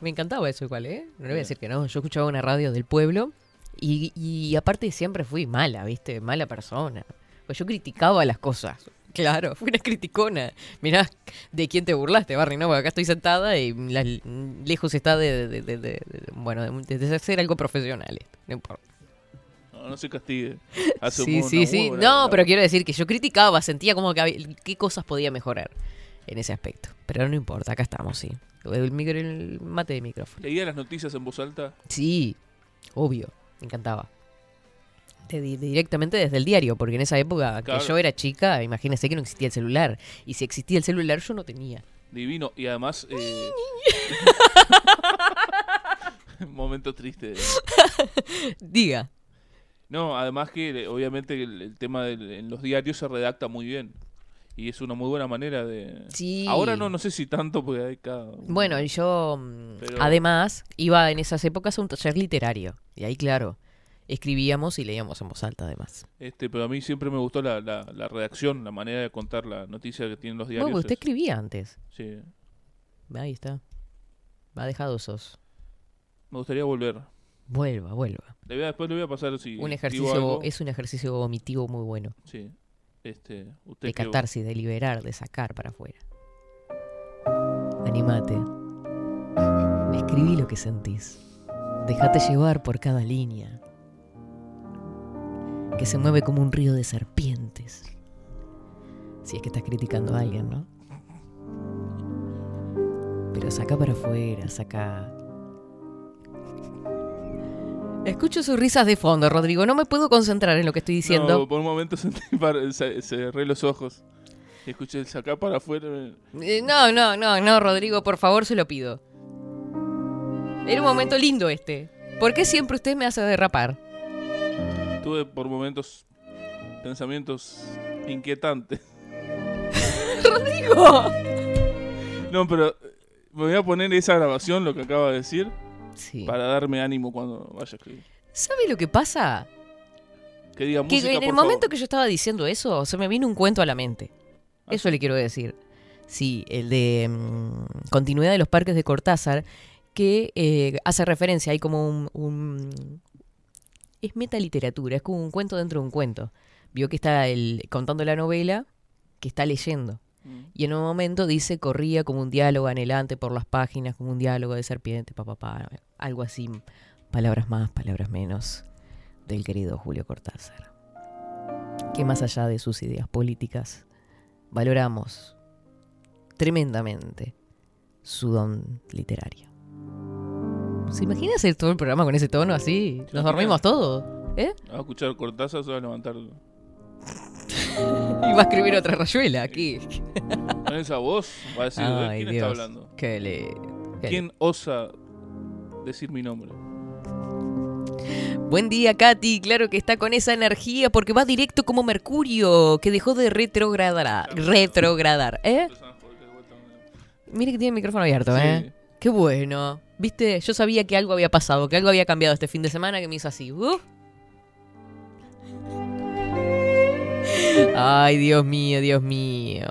Speaker 2: Me encantaba eso igual, ¿eh? No le voy a
Speaker 3: Bien.
Speaker 2: decir que no. Yo escuchaba una radio del pueblo y, y aparte siempre fui mala, ¿viste? Mala persona. Pues yo criticaba las cosas. Claro, fui una criticona. Mirá, ¿de quién te burlaste, Barry? No, porque acá estoy sentada y la- lejos está de, de- de- de- de- bueno, de, de hacer algo profesional. esto, No importa.
Speaker 3: No, no se castigue. Hace
Speaker 2: Sí,
Speaker 3: una
Speaker 2: sí, sí.
Speaker 3: buena-
Speaker 2: No, pero quiero decir que yo criticaba, sentía como que había- qué cosas podía mejorar en ese aspecto. Pero no importa, acá estamos, sí. El, micro, el mate de micrófono.
Speaker 3: Leía las noticias en voz alta.
Speaker 2: Sí, obvio, me encantaba. Te di- directamente desde el diario, porque en esa época
Speaker 3: Claro.
Speaker 2: que yo era chica, imagínense que no existía el celular. Y si existía el celular, yo no tenía.
Speaker 3: Divino. Y además. eh, Momento triste.
Speaker 2: Diga.
Speaker 3: No, además que eh, obviamente el, el tema del- en los diarios se redacta muy bien. Y es una muy buena manera de...
Speaker 2: Sí.
Speaker 3: Ahora no, no sé si tanto porque hay cada... uno.
Speaker 2: Bueno, y yo mm,
Speaker 3: Pero-
Speaker 2: además iba en esas épocas a un taller literario. Y ahí, claro, escribíamos y leíamos en voz alta además.
Speaker 3: Este, pero a mí siempre me gustó la, la, la redacción, la manera de contar la noticia que tienen los diarios.
Speaker 2: Bueno, usted
Speaker 3: es-
Speaker 2: escribía antes.
Speaker 3: sí.
Speaker 2: Ahí está. Va dejado sos.
Speaker 3: Me gustaría volver.
Speaker 2: Vuelva, vuelva.
Speaker 3: Le voy a- después le voy a pasar si...
Speaker 2: un
Speaker 3: escribo
Speaker 2: ejercicio, e
Speaker 3: algo.
Speaker 2: es un ejercicio vomitivo muy bueno.
Speaker 3: Sí. Este, usted
Speaker 2: De
Speaker 3: que-
Speaker 2: catarsis, de liberar, de sacar para afuera. Animate. Escribí lo que sentís. Déjate llevar por cada línea. Que se mueve como un río de serpientes. Si es que estás criticando a alguien, ¿no? Pero saca para afuera, saca. Escucho sus risas de fondo, Rodrigo. No me puedo concentrar en lo que estoy diciendo.
Speaker 3: No, por un momento sentí para- ce- cerré los ojos. Y escuché el sacar para afuera.
Speaker 2: Eh, No, no, no, no, Rodrigo, por favor, se lo pido. Era un momento lindo este. ¿Por qué siempre usted me hace derrapar?
Speaker 3: Tuve por momentos pensamientos inquietantes.
Speaker 2: ¡Rodrigo!
Speaker 3: No, pero eh, me voy a poner esa grabación, lo que acaba de decir,
Speaker 2: Sí.
Speaker 3: para darme ánimo cuando vaya a escribir.
Speaker 2: ¿Sabe lo que pasa?
Speaker 3: Que diga
Speaker 2: Que
Speaker 3: música,
Speaker 2: en el
Speaker 3: por
Speaker 2: momento
Speaker 3: favor.
Speaker 2: que yo estaba diciendo eso, se me vino un cuento a la mente.
Speaker 3: Ah,
Speaker 2: Eso le quiero decir. Sí, el de mm, continuidad de los parques de Cortázar, que eh, hace referencia, hay como un, un- Es metaliteratura, es como un cuento dentro de un cuento. Vio que está el, contando la novela, que está leyendo.
Speaker 3: Mm.
Speaker 2: Y en un momento dice, corría como un diálogo anhelante por las páginas, como un diálogo de serpiente, papá, algo así, palabras más, palabras menos, del querido Julio Cortázar. Que más allá de sus ideas políticas, valoramos tremendamente su don literario. ¿Se imagina hacer todo el programa con ese tono así? Nos dormimos todos. ¿eh?
Speaker 3: A escuchar Cortázar se va a levantar
Speaker 2: Y va a escribir otra rayuela aquí.
Speaker 3: con esa voz. Va a decir, "Eh,
Speaker 2: Ay,
Speaker 3: ¿quién está
Speaker 2: Dios.
Speaker 3: hablando?
Speaker 2: Qué le- qué
Speaker 3: ¿Quién osa decir mi nombre?
Speaker 2: Buen día, Katy. Claro que está con esa energía porque va directo como Mercurio, que dejó de retrogradar. Retrogradar, ¿eh? Mire que tiene el micrófono abierto, ¿eh? Qué bueno. Viste, yo sabía que algo había pasado, que algo había cambiado este fin de semana que me hizo así. ¡Uf! Ay, Dios mío, Dios mío.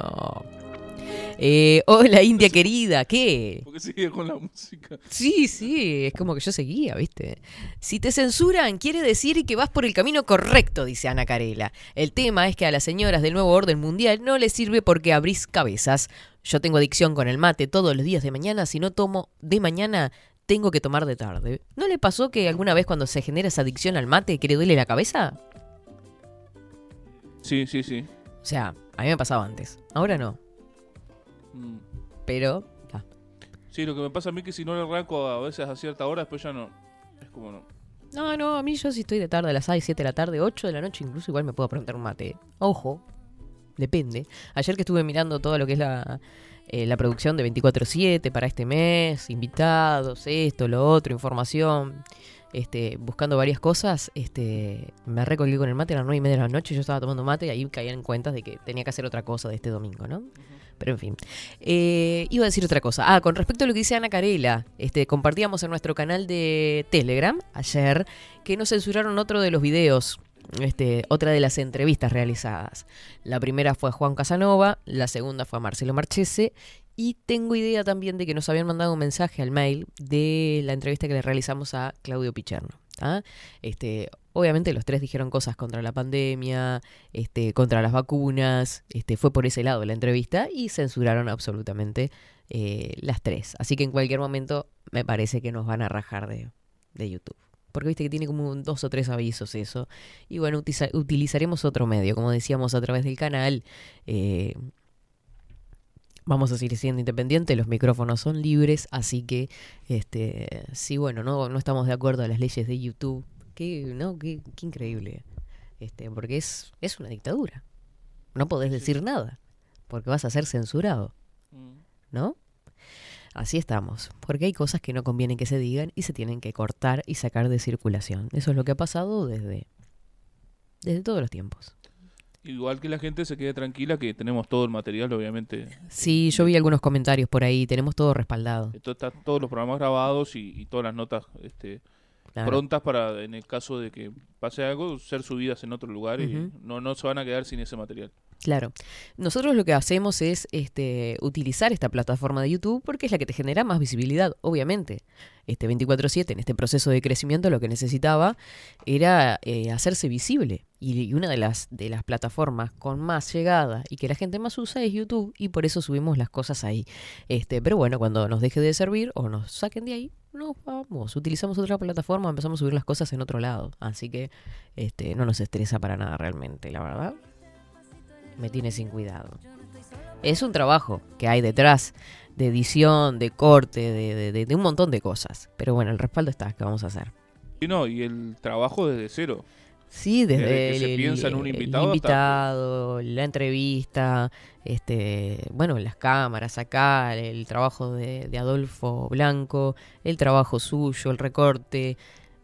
Speaker 2: Eh, hola, India querida. ¿Qué?
Speaker 3: Porque sigue con la música.
Speaker 2: Sí, sí, es como que yo seguía, ¿viste? Si te censuran, quiere decir que vas por el camino correcto, dice Ana Carela. El tema es que a las señoras del nuevo orden mundial no les sirve porque abrís cabezas. Yo tengo adicción con el mate todos los días de mañana, si no tomo de mañana, tengo que tomar de tarde. ¿No le pasó que alguna vez cuando se genera esa adicción al mate, que le duele la cabeza?
Speaker 3: Sí, sí, sí.
Speaker 2: O sea, a mí me pasaba antes, ahora no,
Speaker 3: Mm.
Speaker 2: pero... ah,
Speaker 3: Sí, lo que me pasa a mí es que si no le arranco a veces a cierta hora, después ya no. Es como no.
Speaker 2: No, no, a mí yo si estoy de tarde a las 6, 7 de la tarde, 8 de la noche, incluso igual me puedo preguntar un mate. Ojo, depende. Ayer que estuve mirando todo lo que es la, eh, la producción de 24-7 para este mes, invitados, esto, lo otro, información, este, buscando varias cosas, este, me recolgué con el mate a las 9 y media de la noche, yo estaba tomando mate y ahí caían en cuentas de que tenía que hacer otra cosa de este domingo, ¿no? Pero en fin. Eh, iba a decir otra cosa. Ah, con respecto a lo que dice Ana Carela, este, compartíamos en nuestro canal de Telegram ayer que nos censuraron otro de los videos, este, otra de las entrevistas realizadas. La primera fue a Juan Casanova, la segunda fue a Marcelo Marchese. Y tengo idea también de que nos habían mandado un mensaje al mail de la entrevista que le realizamos a Claudio Picherno. ¿ah? Este, obviamente los tres dijeron cosas contra la pandemia, este, contra las vacunas, este, fue por ese lado la entrevista y censuraron absolutamente eh, las tres. Así que en cualquier momento me parece que nos van a rajar de, de YouTube. Porque viste que tiene como un dos o tres avisos eso. Y bueno, utiza- utilizaremos otro medio, como decíamos a través del canal. eh, vamos a seguir siendo independientes, los micrófonos son libres, así que este, sí, bueno, no, no estamos de acuerdo a las leyes de YouTube. Qué, no, qué, qué increíble. Este, porque es, es una dictadura. No podés decir nada, porque vas a ser censurado,
Speaker 3: Mm.
Speaker 2: ¿no? Así estamos, porque hay cosas que no convienen que se digan y se tienen que cortar y sacar de circulación. Eso es lo que ha pasado desde, desde todos los tiempos.
Speaker 3: Igual que la gente se quede tranquila que tenemos todo el material, obviamente.
Speaker 2: Sí, yo vi algunos comentarios por ahí, tenemos todo respaldado.
Speaker 3: Esto está todos los programas grabados y, y todas las notas este,
Speaker 2: Claro.
Speaker 3: prontas para, en el caso de que pase algo, ser subidas en otro lugar y
Speaker 2: Ujú.
Speaker 3: no, no se van a quedar sin ese material.
Speaker 2: Claro. Nosotros lo que hacemos es este, utilizar esta plataforma de YouTube porque es la que te genera más visibilidad, obviamente. Este 24-7, en este proceso de crecimiento, lo que necesitaba era eh, hacerse visible. Y, y una de las, de las plataformas con más llegada y que la gente más usa es YouTube y por eso subimos las cosas ahí. Este, pero bueno, cuando nos deje de servir o nos saquen de ahí, nos vamos. Utilizamos otra plataforma, empezamos a subir las cosas en otro lado. Así que este, no nos estresa para nada realmente, la verdad me tiene sin cuidado. Es un trabajo que hay detrás de edición, de corte, de, de- de- de un montón de cosas. Pero bueno, el respaldo está, ¿qué vamos a hacer?
Speaker 3: Y no, y el trabajo desde cero.
Speaker 2: Sí, desde,
Speaker 3: Desde que se
Speaker 2: el,
Speaker 3: piensa en un
Speaker 2: el- el
Speaker 3: invitado hasta-
Speaker 2: invitado, la entrevista, este, bueno, las cámaras acá, el trabajo de, de Adolfo Blanco, el trabajo suyo, el recorte.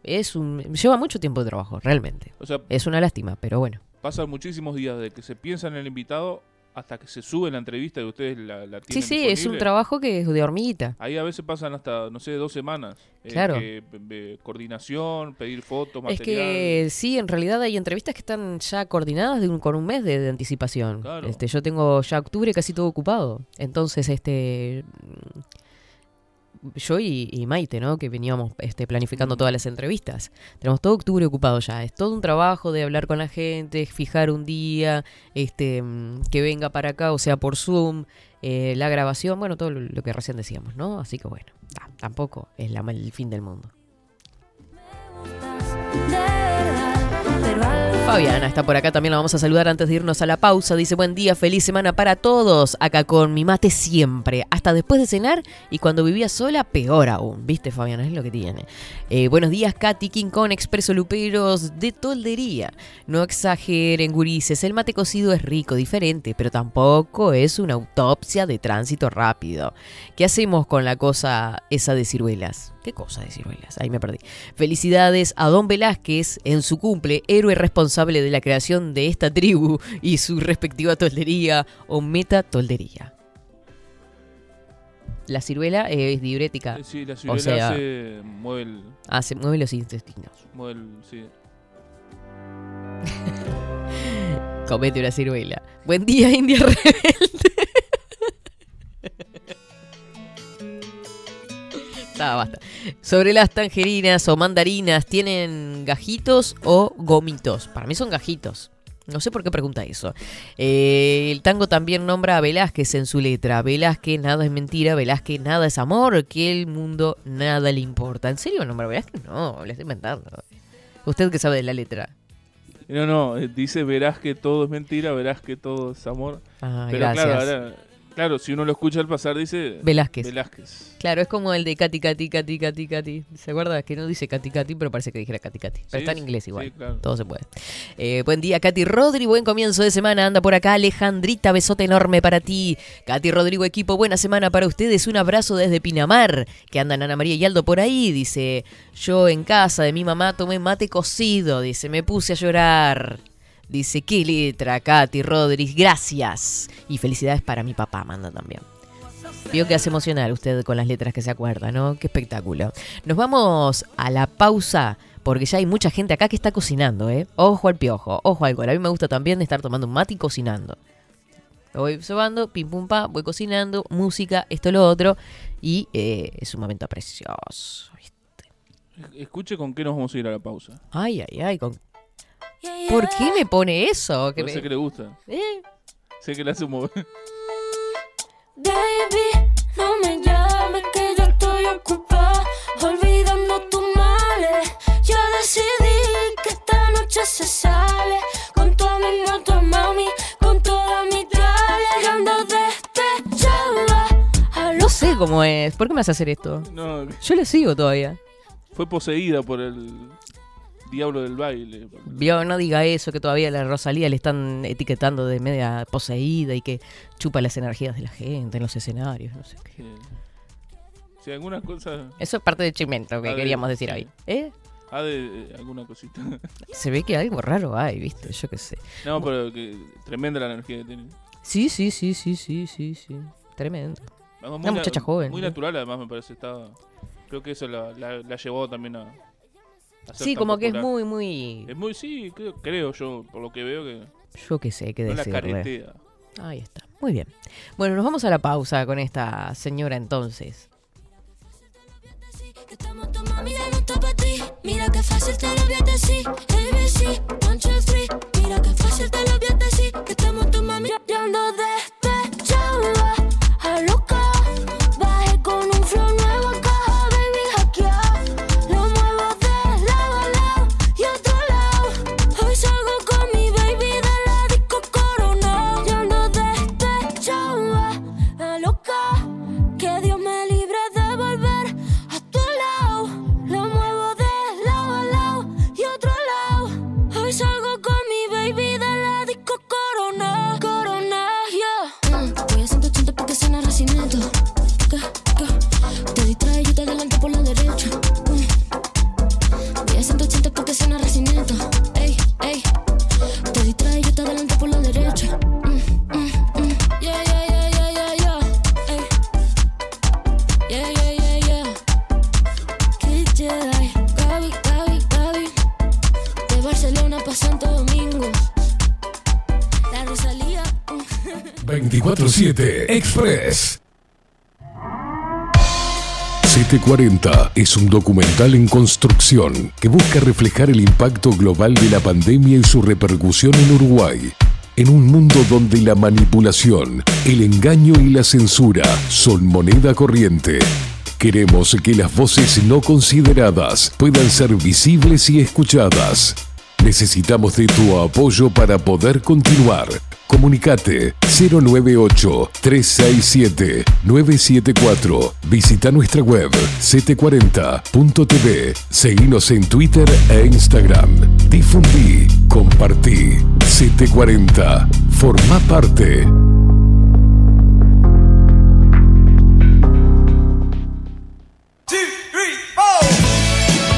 Speaker 2: Es un lleva mucho tiempo de trabajo, realmente.
Speaker 3: O sea,
Speaker 2: Es una lástima, pero bueno.
Speaker 3: pasan muchísimos días desde que se piensa en el invitado hasta que se sube la entrevista y ustedes la, la
Speaker 2: Sí,
Speaker 3: tienen
Speaker 2: sí, es un
Speaker 3: disponible.
Speaker 2: trabajo que es de hormiguita.
Speaker 3: Ahí a veces pasan hasta, no sé, dos semanas. eh,
Speaker 2: Claro.
Speaker 3: que, be- be- coordinación, pedir fotos,
Speaker 2: Es
Speaker 3: material.
Speaker 2: que sí, en realidad hay entrevistas que están ya coordinadas de un- con un mes de, de anticipación.
Speaker 3: Claro.
Speaker 2: Este, yo tengo ya octubre casi todo ocupado. Entonces, este mm, yo y, y Maite, ¿no? Que veníamos este,
Speaker 3: Mm.
Speaker 2: planificando todas las entrevistas. Tenemos todo octubre ocupado ya. Es todo un trabajo de hablar con la gente, fijar un día, este, mm, que venga para acá, o sea, por Zoom, eh, la grabación, bueno, todo lo, lo que recién decíamos, ¿no? Así que bueno, ta- tampoco es la, el fin del mundo. Fabiana está por acá, también la vamos a saludar antes de irnos a la pausa. Dice, buen día, feliz semana para todos. Acá con mi mate siempre, hasta después de cenar y cuando vivía sola, peor aún. Viste, Fabiana, es lo que tiene. Eh, buenos días, Katy, King Kong, Expreso Luperos, de Toldería. No exageren, gurises, el mate cocido es rico, diferente, pero tampoco es una autopsia de tránsito rápido. ¿Qué hacemos con la cosa esa de ciruelas? ¿Qué cosa de ciruelas? Ahí me perdí. Felicidades a Don Velázquez en su cumple, héroe responsable de la creación de esta tribu y su respectiva toldería o meta toldería. La ciruela eh, es diurética,
Speaker 3: Eh, Sí, la ciudad
Speaker 2: sea-
Speaker 3: hace, mueve el,
Speaker 2: hace, mueve los intestinos.
Speaker 3: mueve el- sí.
Speaker 2: Comete una ciruela. Buen día, India Rebelde. Ah, basta. Sobre las tangerinas o mandarinas, ¿tienen gajitos o gomitos? Para mí son gajitos. No sé por qué pregunta eso. Eh, el tango también nombra a Velázquez en su letra. Velázquez nada es mentira, Velázquez nada es amor, que el mundo nada le importa. ¿En serio nombra a Velázquez? No, le estoy inventando. Usted que sabe de la letra.
Speaker 3: No, no, eh, dice verás que todo es mentira, verás que todo es amor.
Speaker 2: Ah,
Speaker 3: Pero
Speaker 2: gracias.
Speaker 3: claro, ahora- claro, si uno lo escucha al pasar dice
Speaker 2: Velázquez.
Speaker 3: Velázquez.
Speaker 2: Claro, es como el de Katy, Katy, Katy, Katy, Katy. ¿Se acuerda? Que no dice Katy, Katy, pero parece que dijera Katy, Katy.
Speaker 3: Sí,
Speaker 2: Pero está en
Speaker 3: sí,
Speaker 2: inglés
Speaker 3: sí,
Speaker 2: igual.
Speaker 3: claro.
Speaker 2: Todo se puede. Eh, buen día, Katy Rodri. Buen comienzo de semana. Anda por acá, Alejandrita. Besote enorme para ti. Katy Rodrigo, equipo. Buena semana para ustedes. Un abrazo desde Pinamar. Que andan Ana María y Aldo por ahí. Dice, yo en casa de mi mamá tomé mate cocido. Dice, me puse a llorar. Dice, qué letra, Katy Rodríguez, gracias. Y felicidades para mi papá, manda también. Vio que hace emocionar usted con las letras que se acuerda, ¿no? Qué espectáculo. Nos vamos a la pausa porque ya hay mucha gente acá que está cocinando, ¿eh? Ojo al piojo, ojo al gol. A mí me gusta también estar tomando un mate y cocinando. Lo voy observando, pim pum pa, voy cocinando, música, esto, lo otro. Y eh, es un momento precioso. ¿viste?
Speaker 3: Escuche con qué nos vamos a ir a la pausa.
Speaker 2: Ay, ay, ay. con- ¿Por qué me pone eso? Que
Speaker 3: Parece
Speaker 2: me-
Speaker 3: que le gusta.
Speaker 2: ¿Eh?
Speaker 3: Sé que le hace mover.
Speaker 5: Baby, no me llames que yo estoy ocupada olvidando tus males. Yo decidí que esta noche se sale con toda mi moto, mami, con toda mi trale. Ando despechada a
Speaker 2: No
Speaker 5: los
Speaker 2: sé cómo es. ¿Por qué me hace hacer esto?
Speaker 3: No,
Speaker 2: Yo le sigo todavía.
Speaker 3: fue poseída por el diablo del baile.
Speaker 2: Vio, no diga eso, que todavía a la Rosalía le están etiquetando de media poseída y que chupa las energías de la gente en los escenarios, no sé qué.
Speaker 3: Eh, Si alguna cosa.
Speaker 2: Eso es parte del chimento que
Speaker 3: Está bien,
Speaker 2: queríamos decir
Speaker 3: sí.
Speaker 2: hoy. ¿Eh?
Speaker 3: Ha de eh, alguna cosita.
Speaker 2: Se ve que algo raro hay, ¿viste? Yo qué sé.
Speaker 3: No, pero que tremenda la energía que tiene.
Speaker 2: Sí, sí, sí, sí, sí, sí, sí. Tremendo.
Speaker 3: Además, na-
Speaker 2: Una muchacha joven, ¿eh?
Speaker 3: Muy
Speaker 2: ¿no?
Speaker 3: natural, además, me parece. Está... Creo que eso la, la- la llevó también a. a ser
Speaker 2: Sí,
Speaker 3: tan
Speaker 2: como que es
Speaker 3: popular.
Speaker 2: muy, muy.
Speaker 3: Es muy, sí, creo, creo yo, por lo que veo que
Speaker 2: Yo qué sé qué
Speaker 3: no la
Speaker 2: decirle.
Speaker 3: caretea.
Speaker 2: Ahí está. Muy bien. Bueno, nos vamos a la pausa con esta señora entonces.
Speaker 5: Que estamos tu mami ya no está pa' ti. Mira qué fácil te lo voy a decir. ABC, one, two, three. Mira qué fácil te lo voy a decir. Que estamos tu mami. Yo, yo ando despechada, a loca. Bajé con un flow nuevo caja, baby, hackeado. Lo muevo de lado a lado y otro lado. Hoy salgo con mi baby de la disco corona. Yo ando despechada, a loca. Que Dios me libre de volver a tu lado. Lo muevo de lado a lado y otro lado. Hoy salgo con mi baby de la disco Corona. Corona, yeah. Mm, voy a 180 porque suena Racinito. Ga, ga. Te distrae, yo te adelanto por la derecha. Mm. Voy a 180 porque suena Racinito. Ey, ey. Te distrae, yo te adelanto por la derecha. Mm, mm, mm. Yeah, yeah, yeah, yeah, yeah, yeah. Ey. Yeah, yeah, yeah, yeah. Qué Jedi. Gaby, Gaby, Gaby. De Barcelona pa' Santo Domingo. La Rosalía. mm.
Speaker 1: 24-7 Express. 740 es un documental en construcción que busca reflejar el impacto global de la pandemia y su repercusión en Uruguay. En un mundo donde la manipulación, el engaño y la censura son moneda corriente. Queremos que las voces no consideradas puedan ser visibles y escuchadas. Necesitamos de tu apoyo para poder continuar. Comunicate 098-367-974. Visita nuestra web ct40.tv. Seguinos en Twitter e Instagram. Difundí, compartí. CT40. Forma parte.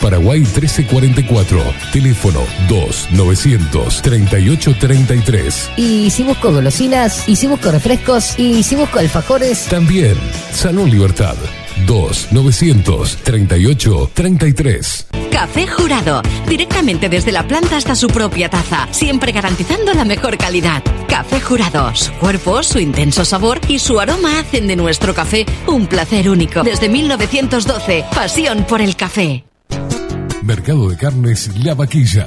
Speaker 1: Paraguay 1344, teléfono 2-900-3833.
Speaker 6: y si busco golosinas, y si busco refrescos, y si busco alfajores,
Speaker 1: También Salón Libertad 2-900-3833.
Speaker 7: Café Jurado, directamente desde la planta hasta su propia taza, siempre garantizando la mejor calidad. Café Jurado, su cuerpo, su intenso sabor y su aroma hacen de nuestro café un placer único. Desde 1912, pasión por el café.
Speaker 1: Mercado de Carnes La Vaquilla.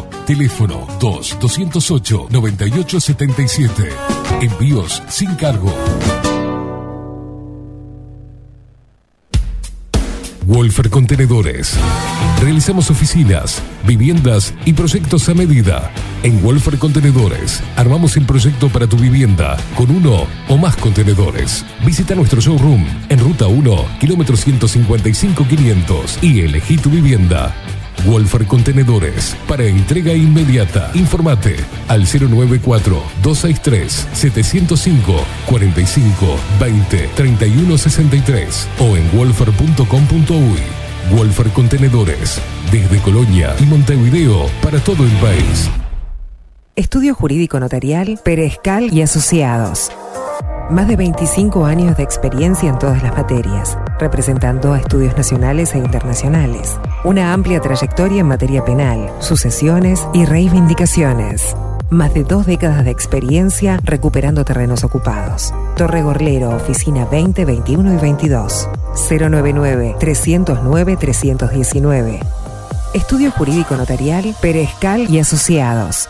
Speaker 1: Teléfono 2-208-9877. Envíos sin cargo. Wolfer Contenedores. Realizamos oficinas, viviendas y proyectos a medida. En Wolfer Contenedores armamos el proyecto para tu vivienda con uno o más contenedores. Visita nuestro showroom en Ruta 1, kilómetro 155-500 y elegí tu vivienda. Wolfer Contenedores para entrega inmediata. Informate al 094 263 705 45 20 31 63 o en wolfer.com.uy. Wolfer Contenedores desde Colonia y Montevideo para todo el país.
Speaker 8: Estudio Jurídico Notarial, Perezcal y Asociados. Más de 25 años de experiencia en todas las materias, representando a estudios nacionales e internacionales. Una amplia trayectoria en materia penal, sucesiones y reivindicaciones. más de dos décadas de experiencia recuperando terrenos ocupados. Torre Gorlero, Oficina 20, 21 y 22. 099-309-319. Estudio Jurídico Notarial, Perezcal y Asociados.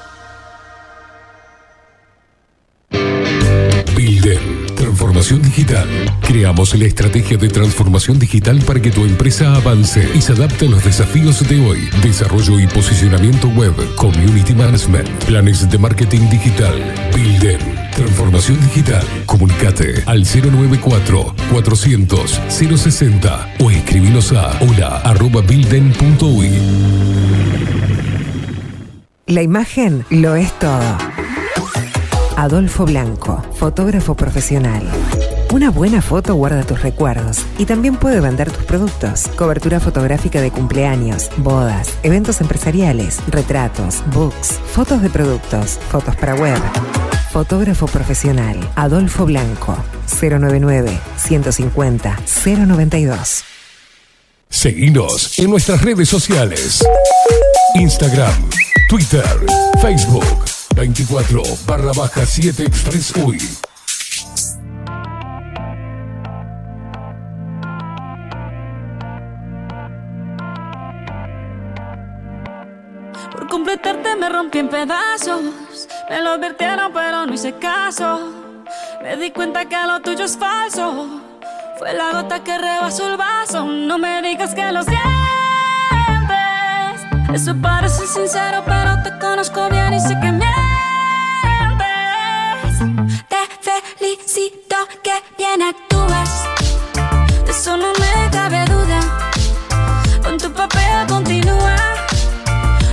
Speaker 1: Builden, transformación digital. Creamos la estrategia de transformación digital para que tu empresa avance y se adapte a los desafíos de hoy. Desarrollo y posicionamiento web, community management, planes de marketing digital. Builden, transformación digital. Comunicate al 094-400-060 o escribinos a hola arroba builden.uy.
Speaker 8: La imagen lo es todo. Adolfo Blanco, fotógrafo profesional. Una buena foto guarda tus recuerdos y también puede vender tus productos. Cobertura fotográfica de cumpleaños, bodas, eventos empresariales, retratos, books, fotos de productos, fotos para web. Fotógrafo profesional Adolfo Blanco 099 150 092.
Speaker 1: Seguinos en nuestras redes sociales. Instagram, Twitter, Facebook. 24 barra baja 7 Express Uy.
Speaker 9: Por completarte me rompí en pedazos. Me lo advirtieron, pero no hice caso. Me di cuenta que lo tuyo es falso. Fue la gota que rebasó el vaso. No me digas que lo sientes. Eso parece sincero, pero te conozco bien y sé que mientes. Te felicito que bien actúas. De eso no me cabe duda. Con tu papel continúa.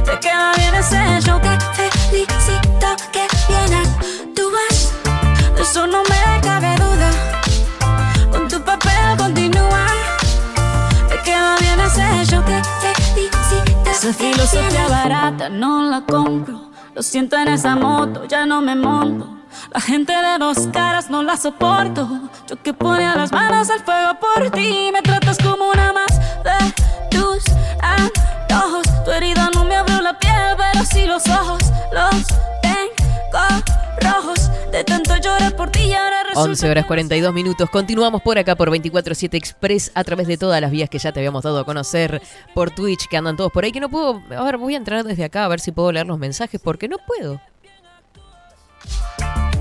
Speaker 9: Te queda bien ese show que felicito que vienes Tú vas, de eso no me cabe duda Con tu papel continúa Te queda bien ese show que felicito Esa filosofía barata no la compro Lo siento en esa moto, ya no me monto la gente de dos caras no la soporto. Yo que ponía las manos al fuego por ti. Me tratas como una más de tus antojos. Tu herida no me abrió la piel, pero sí los ojos. Los tengo rojos. De tanto llorar por ti y ahora resulta.
Speaker 2: 11 horas 42 minutos. Continuamos por acá por 247 Express a través de todas las vías que ya te habíamos dado a conocer por Twitch, que andan todos por ahí. Que no puedo. A ver, voy a entrar desde acá a ver si puedo leer los mensajes porque no puedo.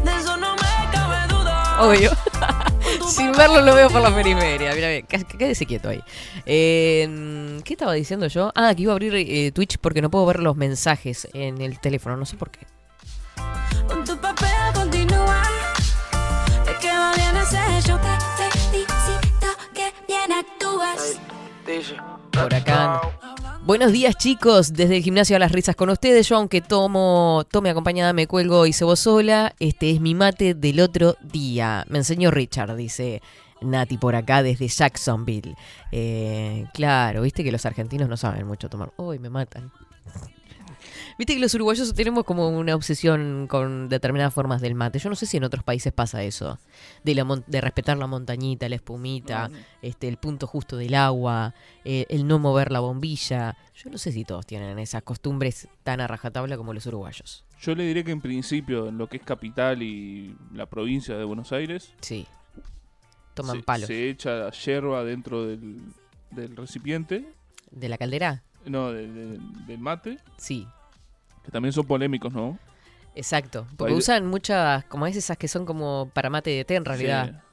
Speaker 9: De eso no me cabe duda.
Speaker 2: Obvio. Sin verlo lo veo por la periferia. Mira, mira, cá- quédese quieto ahí. Eh, ¿Qué estaba diciendo yo? Ah, que iba a abrir eh, Twitch porque no puedo ver los mensajes en el teléfono, no sé por qué.
Speaker 9: Con tu papel continúa. Te queda bien ese show que felicito que bien actúas.
Speaker 2: Por acá. Buenos días chicos, desde el gimnasio a las risas con ustedes. Yo aunque tomo, tome acompañada, me cuelgo y cebo sola. Este es mi mate del otro día. Me enseñó Richard, dice Nati por acá desde Jacksonville. Eh, claro, viste que los argentinos no saben mucho tomar. Uy, me matan. Viste que los uruguayos tenemos como una obsesión con determinadas formas del mate. Yo no sé si en otros países pasa eso. De, la mon- de respetar la montañita, la espumita, este, el punto justo del agua, eh, el no mover la bombilla. Yo no sé si todos tienen esas costumbres tan a rajatabla como los uruguayos.
Speaker 3: Yo le diré que en principio, en lo que es capital y la provincia de Buenos Aires,
Speaker 2: Sí. Toman
Speaker 3: se,
Speaker 2: palos.
Speaker 3: se echa la yerba dentro del, del recipiente,
Speaker 2: ¿De la caldera?
Speaker 3: no, de- de- del mate,
Speaker 2: Sí.
Speaker 3: que también son polémicos, ¿no?
Speaker 2: Exacto. Porque
Speaker 3: Ahí-
Speaker 2: usan muchas, como es esas que son como para mate de té en realidad.
Speaker 3: Sí. Ah.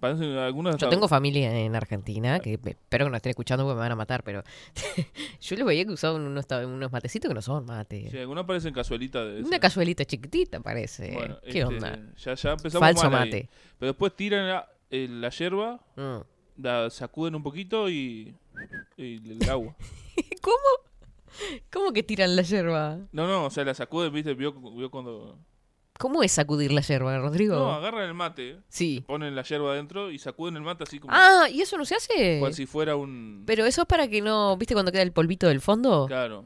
Speaker 3: Parecen algunas
Speaker 2: Yo
Speaker 3: hasta-
Speaker 2: tengo familia en Argentina, que me- espero que no estén escuchando porque me van a matar, pero yo los veía que usaban unos, ta- unos matecitos que no son mate.
Speaker 3: sí, algunas parecen cazuelitas de
Speaker 2: Una
Speaker 3: esas.
Speaker 2: casuelita chiquitita parece. ¿eh?
Speaker 3: Bueno,
Speaker 2: ¿Qué
Speaker 3: este,
Speaker 2: onda?
Speaker 3: Ya, ya empezamos
Speaker 2: Falso
Speaker 3: mal ahí.
Speaker 2: mate.
Speaker 3: Pero después tiran la, eh, la yerba,
Speaker 2: Mm.
Speaker 3: la sacuden un poquito y, y el agua.
Speaker 2: ¿Cómo? ¿Cómo que tiran la yerba?
Speaker 3: No, no, o sea, la sacuden, viste, vio, vio cuando...
Speaker 2: ¿Cómo es sacudir la yerba, Rodrigo?
Speaker 3: No, agarran el mate,
Speaker 2: sí.
Speaker 3: ponen la yerba adentro y sacuden el mate así como...
Speaker 2: Ah, ¿y eso no se hace?
Speaker 3: Cual si fuera un...
Speaker 2: Pero eso es para que no, ¿viste cuando queda el polvito del fondo?
Speaker 3: Claro,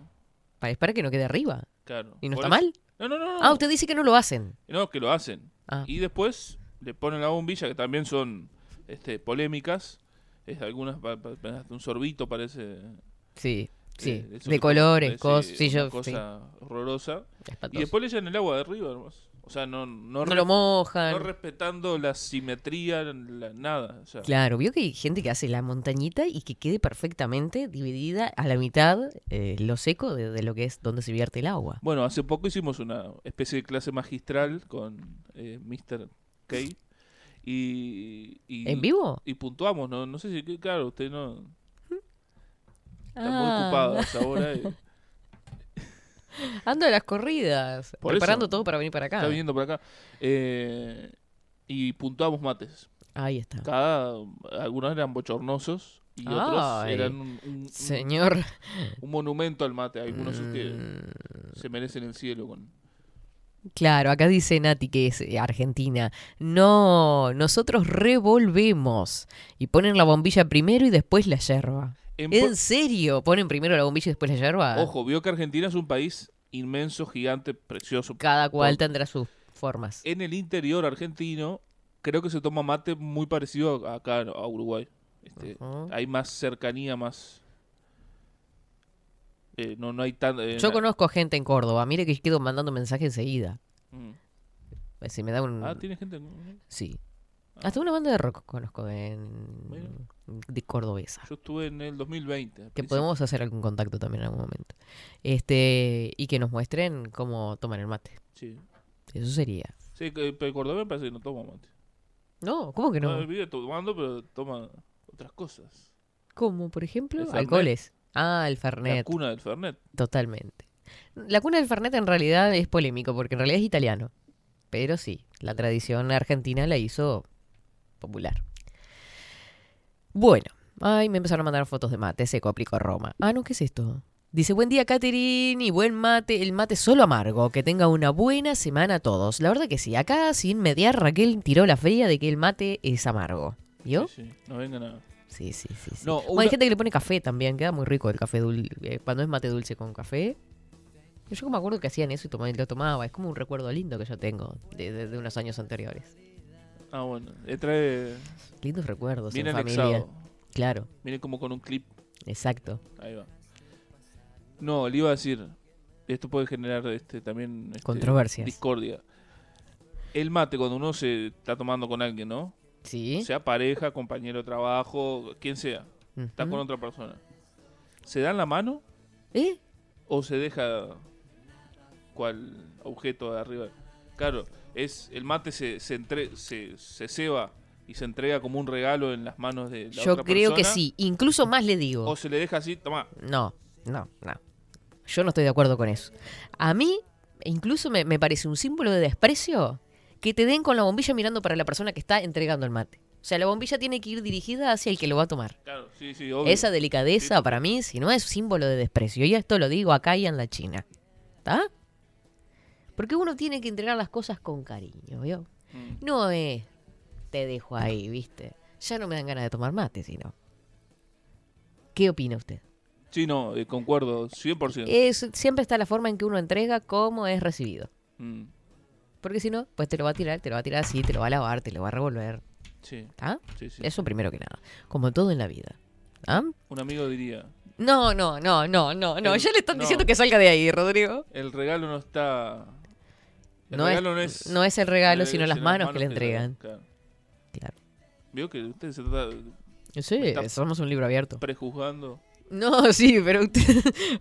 Speaker 2: Para, es para que no quede arriba.
Speaker 3: claro.
Speaker 2: ¿Y no
Speaker 3: Por
Speaker 2: está
Speaker 3: eso-
Speaker 2: mal?
Speaker 3: No, no, no. no.
Speaker 2: Ah, usted dice que no lo hacen.
Speaker 3: No, que lo hacen.
Speaker 2: Ah.
Speaker 3: Y después le ponen la bombilla, que también son este, polémicas. Es, algunas pa- pa- pa- hasta un sorbito parece...
Speaker 2: Sí. Sí,
Speaker 3: Eh, eso
Speaker 2: de
Speaker 3: que
Speaker 2: colores,
Speaker 3: te-
Speaker 2: cosas,
Speaker 3: sí,
Speaker 2: sí,
Speaker 3: una
Speaker 2: yo-
Speaker 3: cosa horrorosa.
Speaker 2: espantoso.
Speaker 3: Y después le echan el agua de arriba, nomás. O sea, no, no,
Speaker 2: No lo
Speaker 3: re-
Speaker 2: mojan.
Speaker 3: no respetando la simetría, la- nada. o sea,
Speaker 2: Claro, vio que hay gente que hace la montañita y que quede perfectamente dividida a la mitad eh, lo seco de, de lo que es donde se vierte el agua.
Speaker 3: Bueno, hace poco hicimos una especie de clase magistral con eh, Mr. K. Y, y-
Speaker 2: ¿En vivo?
Speaker 3: Y puntuamos, ¿no? No sé si, que- claro, usted no. Está muy
Speaker 2: Ah.
Speaker 3: ocupado eh, a esa hora. y
Speaker 2: Ando a las corridas,
Speaker 3: Por
Speaker 2: preparando
Speaker 3: eso.
Speaker 2: todo para venir para acá.
Speaker 3: Está viniendo por acá. Eh, y puntuamos mates.
Speaker 2: Ahí está.
Speaker 3: Cada, algunos eran bochornosos y otros
Speaker 2: Ay.
Speaker 3: eran un, un- un-
Speaker 2: Señor,
Speaker 3: un monumento al mate. Algunos que
Speaker 2: Mm.
Speaker 3: se merecen el cielo. Con...
Speaker 2: claro, acá dice Nati que es eh, argentina. No, nosotros revolvemos y ponen la bombilla primero y después la yerba.
Speaker 3: En Pu-
Speaker 2: ¿En serio? ¿Ponen primero la bombilla y después la yerba?
Speaker 3: Ojo, vio que Argentina es un país inmenso, gigante, precioso.
Speaker 2: Cada cual
Speaker 3: Por-
Speaker 2: tendrá sus formas.
Speaker 3: En el interior argentino, creo que se toma mate muy parecido a- acá a Uruguay. Este,
Speaker 2: Ujú.
Speaker 3: Hay más cercanía, más. eh, no, no hay tan. eh,
Speaker 2: Yo
Speaker 3: na-
Speaker 2: conozco gente en Córdoba, mire que quedo mandando mensajes enseguida.
Speaker 3: Mm.
Speaker 2: Si me da un...
Speaker 3: Ah, tiene Ah. gente. en-
Speaker 2: Sí. Hasta una banda de rock conozco en...
Speaker 3: Mira.
Speaker 2: de cordobesa.
Speaker 3: Yo estuve en el 2020. al
Speaker 2: Que
Speaker 3: principio.
Speaker 2: podemos hacer algún contacto también en algún momento. Este, y que nos muestren cómo toman el mate.
Speaker 3: Sí,
Speaker 2: Eso sería.
Speaker 3: sí que- eh, pero el cordobés parece que no toma mate.
Speaker 2: No, ¿cómo que
Speaker 3: No.
Speaker 2: no?
Speaker 3: vive tomando, pero toma otras cosas.
Speaker 2: ¿Cómo, por ejemplo?
Speaker 3: El Fernet.
Speaker 2: Alcoholes. Ah, el
Speaker 3: La
Speaker 2: Fernet.
Speaker 3: cuna del Fernet.
Speaker 2: Totalmente. La cuna del Fernet en realidad es polémico, porque en realidad es italiano. Pero sí, la tradición argentina la hizo popular. Bueno, ay, me empezaron a mandar fotos de mate seco, aplico a Roma. Ah, no, ¿qué es esto? Dice, buen día, Catherine, y buen mate, el mate solo amargo, que tenga una buena semana a todos. La verdad que sí, acá sin mediar Raquel tiró la fría de que el mate es amargo. ¿Vio?
Speaker 3: Sí, sí, no vengan a.
Speaker 2: Sí, sí, sí. sí.
Speaker 3: No,
Speaker 2: Bueno,
Speaker 3: una-
Speaker 2: hay gente que le pone café también, queda muy rico el café dulce. eh, cuando es mate dulce con café. Yo me acuerdo que hacían eso y tomaba- lo tomaba. Es como un recuerdo lindo que yo tengo de, de- de unos años anteriores.
Speaker 3: Ah, bueno. eh, Trae.
Speaker 2: Lindos recuerdos
Speaker 3: Viene
Speaker 2: en familia.
Speaker 3: anexado.
Speaker 2: Claro,
Speaker 3: Viene como con un clip.
Speaker 2: exacto.
Speaker 3: Ahí va. No, le iba a decir. Esto puede generar este, también. este,
Speaker 2: Controversias.
Speaker 3: Discordia. El mate, cuando uno se está tomando con alguien, ¿no?
Speaker 2: Sí.
Speaker 3: Sea pareja, compañero de trabajo, quien sea. Está
Speaker 2: Ujú.
Speaker 3: con otra persona. ¿Se dan la mano
Speaker 2: ¿Eh?
Speaker 3: o se deja cual objeto de arriba? Claro, es el mate se, se, entre- se, se ceba y se entrega como un regalo en las manos de la
Speaker 2: Yo
Speaker 3: otra
Speaker 2: creo que
Speaker 3: persona,
Speaker 2: sí. Incluso más le digo.
Speaker 3: O se le deja así, toma.
Speaker 2: No, no, no. Yo no estoy de acuerdo con eso. A mí, incluso me, me parece un símbolo de desprecio que te den con la bombilla mirando para la persona que está entregando el mate. O sea, la bombilla tiene que ir dirigida hacia el que lo va a tomar.
Speaker 3: Claro, sí, sí, obvio.
Speaker 2: Esa delicadeza para mí, si no, es símbolo de desprecio. Y esto lo digo acá y en la China. ¿Está? Porque uno tiene que entregar las cosas con cariño, ¿vio?
Speaker 3: Mm.
Speaker 2: No es, te dejo ahí, ¿viste? Ya no me dan ganas de tomar mate, sino. ¿Qué opina usted?
Speaker 3: Sí, no, eh, concuerdo, 100%.
Speaker 2: es, siempre está la forma en que uno entrega cómo es recibido.
Speaker 3: Mm,
Speaker 2: Porque si no, pues te lo va a tirar, te lo va a tirar así, te lo va a lavar, te lo va a revolver.
Speaker 3: sí,
Speaker 2: ¿Ah?
Speaker 3: sí, sí.
Speaker 2: Eso primero que nada. Como todo en la vida. ¿Ah?
Speaker 3: Un amigo diría,
Speaker 2: No, no, no, no, no, no.
Speaker 3: El-
Speaker 2: Ya le están
Speaker 3: no.
Speaker 2: diciendo que salga de ahí, Rodrigo.
Speaker 3: el regalo no está... El
Speaker 2: No es-
Speaker 3: regalo no es...
Speaker 2: no es el regalo,
Speaker 3: eh,
Speaker 2: sino las manos que le entregan.
Speaker 3: claro.
Speaker 2: Claro.
Speaker 3: Veo que usted se trata de-
Speaker 2: Sí,
Speaker 3: Está-
Speaker 2: somos un libro abierto.
Speaker 3: prejuzgando.
Speaker 2: No, sí, pero usted,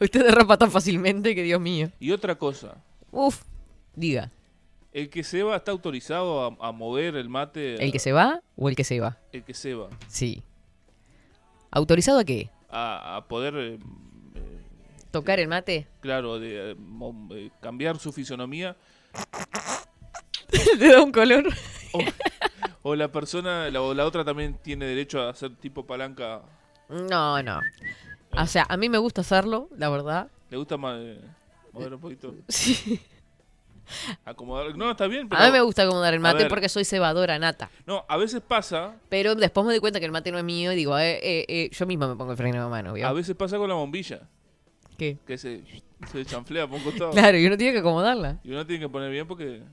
Speaker 2: usted derrapa tan fácilmente que Dios mío.
Speaker 3: Y otra cosa,
Speaker 2: Uf, diga,
Speaker 3: el que se va está autorizado a, a mover el mate...
Speaker 2: ¿el que se va o el que se va?
Speaker 3: El que se va.
Speaker 2: Sí. ¿Autorizado a qué?
Speaker 3: A, a poder, eh,
Speaker 2: ¿Tocar el mate?
Speaker 3: claro, de, eh, mo- eh, cambiar su fisonomía.
Speaker 2: ¿Le da un color?
Speaker 3: O, o la persona, la, o la otra también tiene derecho a hacer tipo palanca.
Speaker 2: No, no. O sea, a mí me gusta hacerlo, la verdad.
Speaker 3: ¿Le gusta más eh, mover un poquito?
Speaker 2: Sí.
Speaker 3: Acomodar. No, está bien, pero.
Speaker 2: A mí me gusta acomodar el mate
Speaker 3: ver.
Speaker 2: porque soy cebadora nata.
Speaker 3: No, a veces pasa.
Speaker 2: Pero después me doy cuenta que el mate no es mío y digo, eh, eh, eh, yo misma me pongo el freno de mano,
Speaker 3: A
Speaker 2: ¿vio?
Speaker 3: veces pasa con la bombilla.
Speaker 2: ¿Qué?
Speaker 3: Que se, se chanflea por un costado.
Speaker 2: Claro, y uno tiene que acomodarla.
Speaker 3: Y uno tiene que poner bien porque.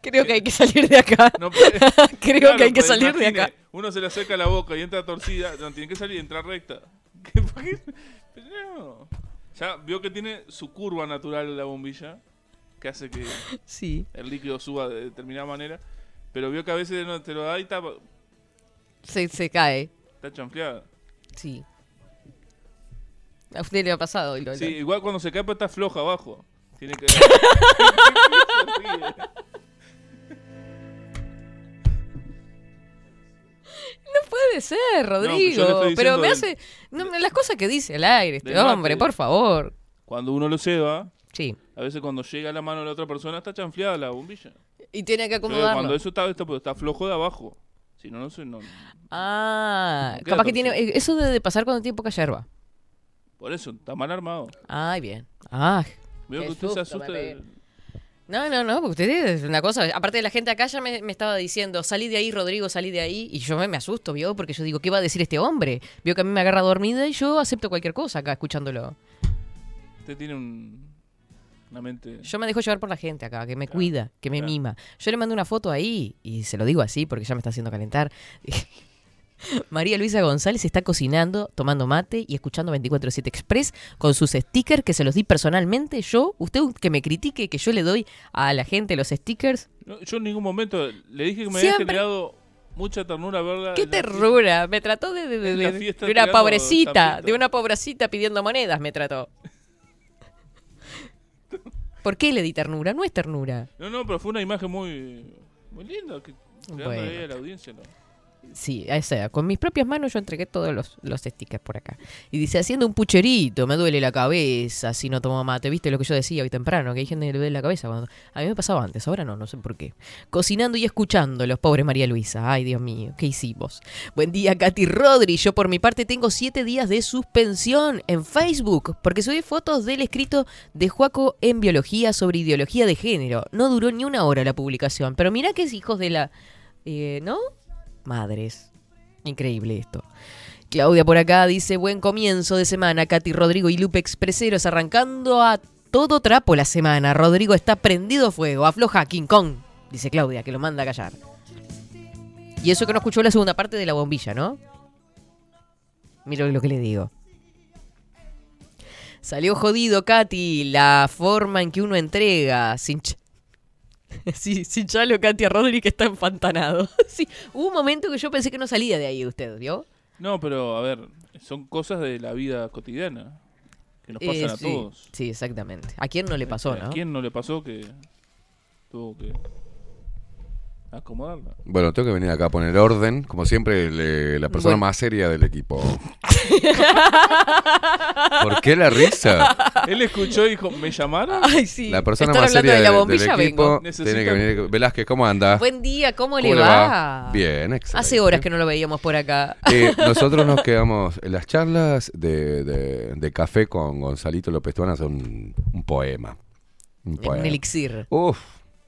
Speaker 2: Creo que hay que salir de acá.
Speaker 3: No puede-
Speaker 2: Creo
Speaker 3: Claro,
Speaker 2: que hay que
Speaker 3: pues,
Speaker 2: salir de
Speaker 3: imagine,
Speaker 2: acá.
Speaker 3: Uno se le acerca la boca y entra torcida. No, tiene que salir y entrar recta. ¿Qué- por qué? Pero no. Ya vio que tiene su curva natural la bombilla, que hace que
Speaker 2: Sí.
Speaker 3: el líquido suba de determinada manera. Pero vio que a veces no te lo da y está,
Speaker 2: Se, se cae.
Speaker 3: está chanfleada.
Speaker 2: Sí. A usted le ha pasado, Lola.
Speaker 3: Sí, igual cuando se cae, pues está floja abajo. Tiene que.
Speaker 2: No puede ser, Rodrigo.
Speaker 3: pues yo le estoy
Speaker 2: pero me
Speaker 3: diciendo
Speaker 2: hace. no, no, las cosas que dice al aire este
Speaker 3: Del mate.
Speaker 2: hombre, por favor.
Speaker 3: cuando uno lo ceba,
Speaker 2: Sí.
Speaker 3: a veces cuando llega a la mano de la otra persona, está chanfleada la bombilla.
Speaker 2: Y tiene que
Speaker 3: Pero cuando
Speaker 2: acomodarlo.
Speaker 3: eso está, está, está flojo de abajo. Si no, no sé. No,
Speaker 2: Ah,
Speaker 3: No queda
Speaker 2: capaz que
Speaker 3: torcido.
Speaker 2: tiene. eh, Eso debe de pasar cuando tiene poca yerba.
Speaker 3: por eso, está mal armado.
Speaker 2: Ay, bien. Ah.
Speaker 3: Veo
Speaker 2: Qué
Speaker 3: que usted se
Speaker 2: susto,
Speaker 3: asusta.
Speaker 2: bebé.
Speaker 3: de-
Speaker 2: No, no, no, porque usted es una cosa. Aparte de la gente acá ya me, me estaba diciendo, salí de ahí, Rodrigo, salí de ahí. Y yo me, me asusto, ¿vio? Porque yo digo, ¿qué va a decir este hombre? Vio que a mí me agarra dormida y yo acepto cualquier cosa acá escuchándolo.
Speaker 3: Usted tiene un, una mente.
Speaker 2: Yo me dejo llevar por la gente acá, que me cuida, que me
Speaker 3: claro.
Speaker 2: mima. Yo le mandé una foto ahí y se lo digo así porque ya me está haciendo calentar. María Luisa González está cocinando, tomando mate y escuchando 24-7 Express con sus stickers que se los di personalmente. Yo, usted que me critique, que yo le doy a la gente los stickers.
Speaker 3: No, yo en ningún momento le dije que me
Speaker 2: Siempre-
Speaker 3: había generado mucha ternura verla.
Speaker 2: ¡Qué
Speaker 3: en la fiesta.
Speaker 2: terrura! Me trató de, de- de-
Speaker 3: la
Speaker 2: de-
Speaker 3: fiesta
Speaker 2: de una
Speaker 3: tirando
Speaker 2: pobrecita,
Speaker 3: tapitas.
Speaker 2: de una pobrecita pidiendo monedas me trató. ¿Por qué le di ternura? No es ternura.
Speaker 3: No, no, pero fue una imagen muy, muy linda. Que, creando
Speaker 2: Bueno.
Speaker 3: ahí a la audiencia. ¿no?
Speaker 2: Sí, o sea, con mis propias manos yo entregué todos los, los stickers por acá. Y dice, haciendo un pucherito, me duele la cabeza si no tomo mate. ¿Viste lo que yo decía hoy temprano? Que hay gente que le duele la cabeza. Cuando... A mí me pasaba antes, ahora no, no sé por qué. Cocinando y escuchando, los pobres María Luisa. Ay, Dios mío, ¿qué hicimos? Buen día, Katy Rodri. Yo por mi parte tengo siete días de suspensión en Facebook porque subí fotos del escrito de Juaco en biología sobre ideología de género. No duró ni una hora la publicación, pero mirá que es hijos de la... eh, ¿No? Madres. Increíble esto. Claudia por acá dice, buen comienzo de semana, Katy, Rodrigo y Lupe Expreseros arrancando a todo trapo la semana. Rodrigo está prendido fuego, afloja King Kong, dice Claudia, que lo manda a callar. Y eso que no escuchó la segunda parte de la bombilla, ¿no? Mira lo que le digo. Salió jodido, Katy, la forma en que uno entrega, sin, ch- Sí, sí, Chalo, Katia Rodríguez está empantanado. Sí, hubo un momento que yo pensé que no salía de ahí de usted, ¿vio?
Speaker 3: No, pero a ver, son cosas de la vida cotidiana que nos
Speaker 2: Eh,
Speaker 3: pasan a
Speaker 2: sí,
Speaker 3: todos.
Speaker 2: Sí, exactamente. ¿A quién no le pasó,
Speaker 3: Eh, ¿A
Speaker 2: no?
Speaker 3: quién no le pasó que tuvo que acomodarla?
Speaker 10: Bueno, tengo que venir acá a poner orden. Como siempre, le- la persona más seria del equipo. ¿Por qué la risa?
Speaker 3: Él escuchó y dijo, ¿me llamaron?
Speaker 2: Ay, sí.
Speaker 10: La persona
Speaker 2: Están
Speaker 10: más
Speaker 2: hablando de
Speaker 10: seria
Speaker 2: la
Speaker 10: de-
Speaker 2: bombilla,
Speaker 10: del equipo
Speaker 2: vengo.
Speaker 10: tiene que
Speaker 3: Necesitan-
Speaker 10: venir. Velázquez, ¿cómo anda?
Speaker 2: Buen día, ¿cómo,
Speaker 10: Ah. ¿Cómo
Speaker 2: le
Speaker 10: le
Speaker 2: va?
Speaker 10: va? Bien, excelente.
Speaker 2: Hace horas que no lo veíamos por acá.
Speaker 10: Eh, nosotros nos quedamos. eh, Las charlas de, de- de café con Gonzalito López Tuana son un poema. Un
Speaker 2: Un
Speaker 10: poema.
Speaker 2: elixir.
Speaker 10: Uf,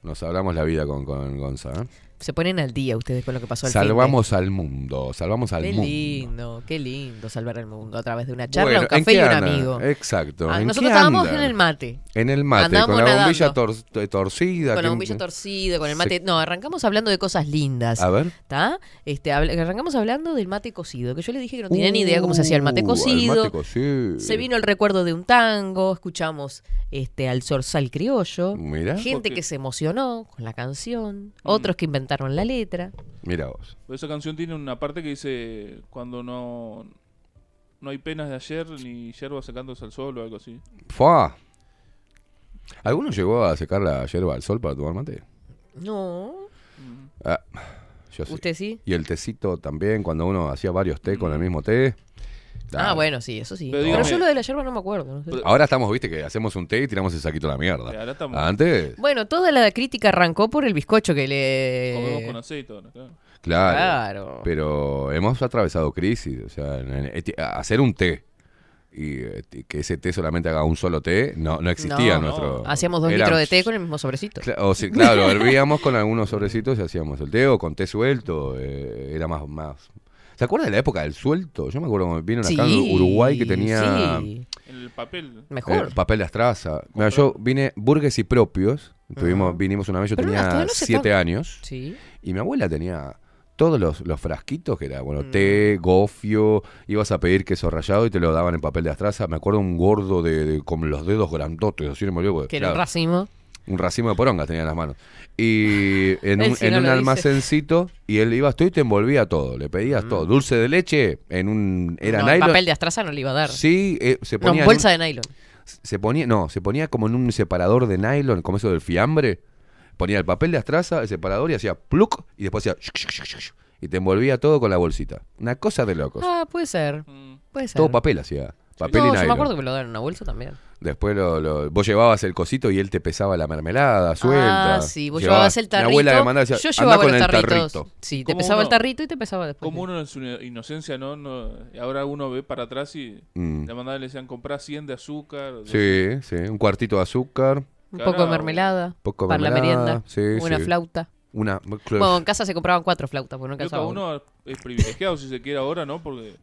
Speaker 10: nos hablamos la vida con, con Gonza. ¿eh?
Speaker 2: Se ponen al día ustedes con lo que pasó al fin de-
Speaker 10: Salvamos al mundo, salvamos al
Speaker 2: Qué
Speaker 10: mundo.
Speaker 2: lindo, qué lindo salvar al mundo a través de una charla,
Speaker 10: Bueno,
Speaker 2: un
Speaker 10: ¿en
Speaker 2: café y
Speaker 10: qué
Speaker 2: un
Speaker 10: anda?
Speaker 2: amigo.
Speaker 10: Exacto.
Speaker 2: Ah,
Speaker 10: ¿en
Speaker 2: nosotros
Speaker 10: qué
Speaker 2: estábamos
Speaker 10: anda?
Speaker 2: en el mate.
Speaker 10: En el mate,
Speaker 2: Andamos
Speaker 10: con la bombilla
Speaker 2: nadando.
Speaker 10: tor- eh, torcida.
Speaker 2: Con
Speaker 10: que-
Speaker 2: la bombilla torcida, con el
Speaker 10: Se-
Speaker 2: mate. No, arrancamos hablando de cosas lindas.
Speaker 10: A ver.
Speaker 2: ¿Está? Este, habl- arrancamos hablando del mate cocido, que yo le dije que no tenía ni idea cómo se hacía el mate
Speaker 10: Uh,
Speaker 2: cocido.
Speaker 10: el mate cocido.
Speaker 2: Se vino el recuerdo de un tango, escuchamos este al zorzal criollo,
Speaker 10: Mira,
Speaker 2: gente
Speaker 3: Porque-
Speaker 2: que se emocionó con la
Speaker 3: Mm.
Speaker 2: canción, otros que inventaron la letra.
Speaker 10: mira vos.
Speaker 3: Pero Pues esa canción tiene una parte que dice cuando no no hay penas de ayer ni yerba secándose al sol o algo así.
Speaker 10: Fua. ¿Alguno llegó a secar la yerba al sol para tomar mate?
Speaker 2: No,
Speaker 3: Mm.
Speaker 10: Ah, yo sí.
Speaker 2: ¿usted sí?
Speaker 10: Y el tecito también, cuando uno hacía varios té con el mismo té.
Speaker 2: Ah,
Speaker 10: Claro.
Speaker 2: bueno, sí, eso sí.
Speaker 3: Pero
Speaker 2: Pero,
Speaker 3: dígame-
Speaker 2: yo lo de la yerba no me acuerdo. no sé.
Speaker 3: Pero-
Speaker 10: Ahora estamos, viste, que hacemos un té y tiramos el saquito a la
Speaker 3: Eh,
Speaker 10: mierda.
Speaker 3: ahora estamos
Speaker 10: Antes,
Speaker 2: Bueno, toda la crítica arrancó por el bizcocho que
Speaker 3: comemos con
Speaker 2: le...
Speaker 3: aceite ahora, claro.
Speaker 10: claro.
Speaker 2: Claro.
Speaker 10: Pero hemos atravesado crisis. O sea, en- en- eti- hacer un té y eh, t- que ese té solamente haga un solo té no, no existía
Speaker 2: No,
Speaker 10: en nuestro.
Speaker 2: Hacíamos dos
Speaker 10: Era-
Speaker 2: litros de té con el mismo sobrecito.
Speaker 10: Cla- o sí, claro, hervíamos con algunos sobrecitos y hacíamos el té o con té suelto. eh, era más, más. ¿Se acuerda de la época del suelto? Yo me acuerdo cuando vino una acá en Uruguay que tenía
Speaker 2: sí.
Speaker 3: En el papel.
Speaker 2: Mejor.
Speaker 10: eh, papel de astraza. Mira, yo vine burgues y propios. Tuvimos, vinimos una vez, yo
Speaker 2: Ah. Pero no,
Speaker 10: tenía
Speaker 2: todavía no se
Speaker 10: siete
Speaker 2: están-
Speaker 10: años.
Speaker 2: Sí.
Speaker 10: Y mi abuela tenía todos los, los frasquitos que era, bueno,
Speaker 2: Mm.
Speaker 10: té, gofio, ibas a pedir queso rallado y te lo daban en papel de astraza. Me acuerdo un gordo de, de- con los dedos grandotes, así no me olvido, porque,
Speaker 2: Que era un
Speaker 10: claro,
Speaker 2: racimo.
Speaker 10: un racimo de porongas tenía en las manos. Y en
Speaker 2: Él
Speaker 10: un,
Speaker 2: sí
Speaker 10: en
Speaker 2: no
Speaker 10: un
Speaker 2: lo dice.
Speaker 10: almacencito, y él ibas tú y te envolvía todo, le pedías todo. Dulce de leche, en un. Era
Speaker 2: No, el
Speaker 10: nylon.
Speaker 2: papel de Astraza no le iba a dar.
Speaker 10: Sí, eh, se
Speaker 2: no,
Speaker 10: ponía.
Speaker 2: en
Speaker 10: en
Speaker 2: bolsa
Speaker 10: un-
Speaker 2: de nylon.
Speaker 10: se ponía, no, se ponía como en un separador de nylon, como eso del fiambre. Ponía el papel de astraza, el separador y hacía pluk y después hacía shuk, shuk, shuk, shuk, shuk, y te envolvía todo con la bolsita. Una cosa de locos.
Speaker 2: Ah, puede ser.
Speaker 3: Mm.
Speaker 2: Puede ser.
Speaker 10: todo papel hacía, papel
Speaker 2: no,
Speaker 10: y
Speaker 2: yo
Speaker 10: nylon.
Speaker 2: me acuerdo que me lo daban en una bolsa también.
Speaker 10: Después lo, lo- vos llevabas el cosito y él te pesaba la mermelada suelta.
Speaker 2: Ah, sí, vos llevabas el tarrito.
Speaker 10: Mi abuela me mandaba decía,
Speaker 2: yo
Speaker 10: "Andá
Speaker 2: llevaba
Speaker 10: con
Speaker 2: los
Speaker 10: el
Speaker 2: tarritos.
Speaker 10: tarrito.
Speaker 2: Sí, te
Speaker 3: ¿Cómo
Speaker 2: pesaba el
Speaker 3: uno?
Speaker 2: tarrito y te pesaba después.
Speaker 3: Como uno en su inocencia, ¿no? no y ahora uno ve para atrás y
Speaker 10: Mm.
Speaker 3: le mandaban, le decían, comprá 100 de azúcar. de-
Speaker 10: Sí, sí, un cuartito de azúcar,
Speaker 2: Un poco de
Speaker 3: Carajo.
Speaker 2: mermelada.
Speaker 10: Poco de
Speaker 2: para
Speaker 10: mermelada,
Speaker 2: la merienda.
Speaker 10: sí,
Speaker 2: una
Speaker 10: sí.
Speaker 2: flauta.
Speaker 10: una
Speaker 2: Bueno, en casa se compraban cuatro flautas, porque no
Speaker 3: Creo que
Speaker 2: alcanzaba uno.
Speaker 3: uno es privilegiado si se quiere ahora, ¿no? Porque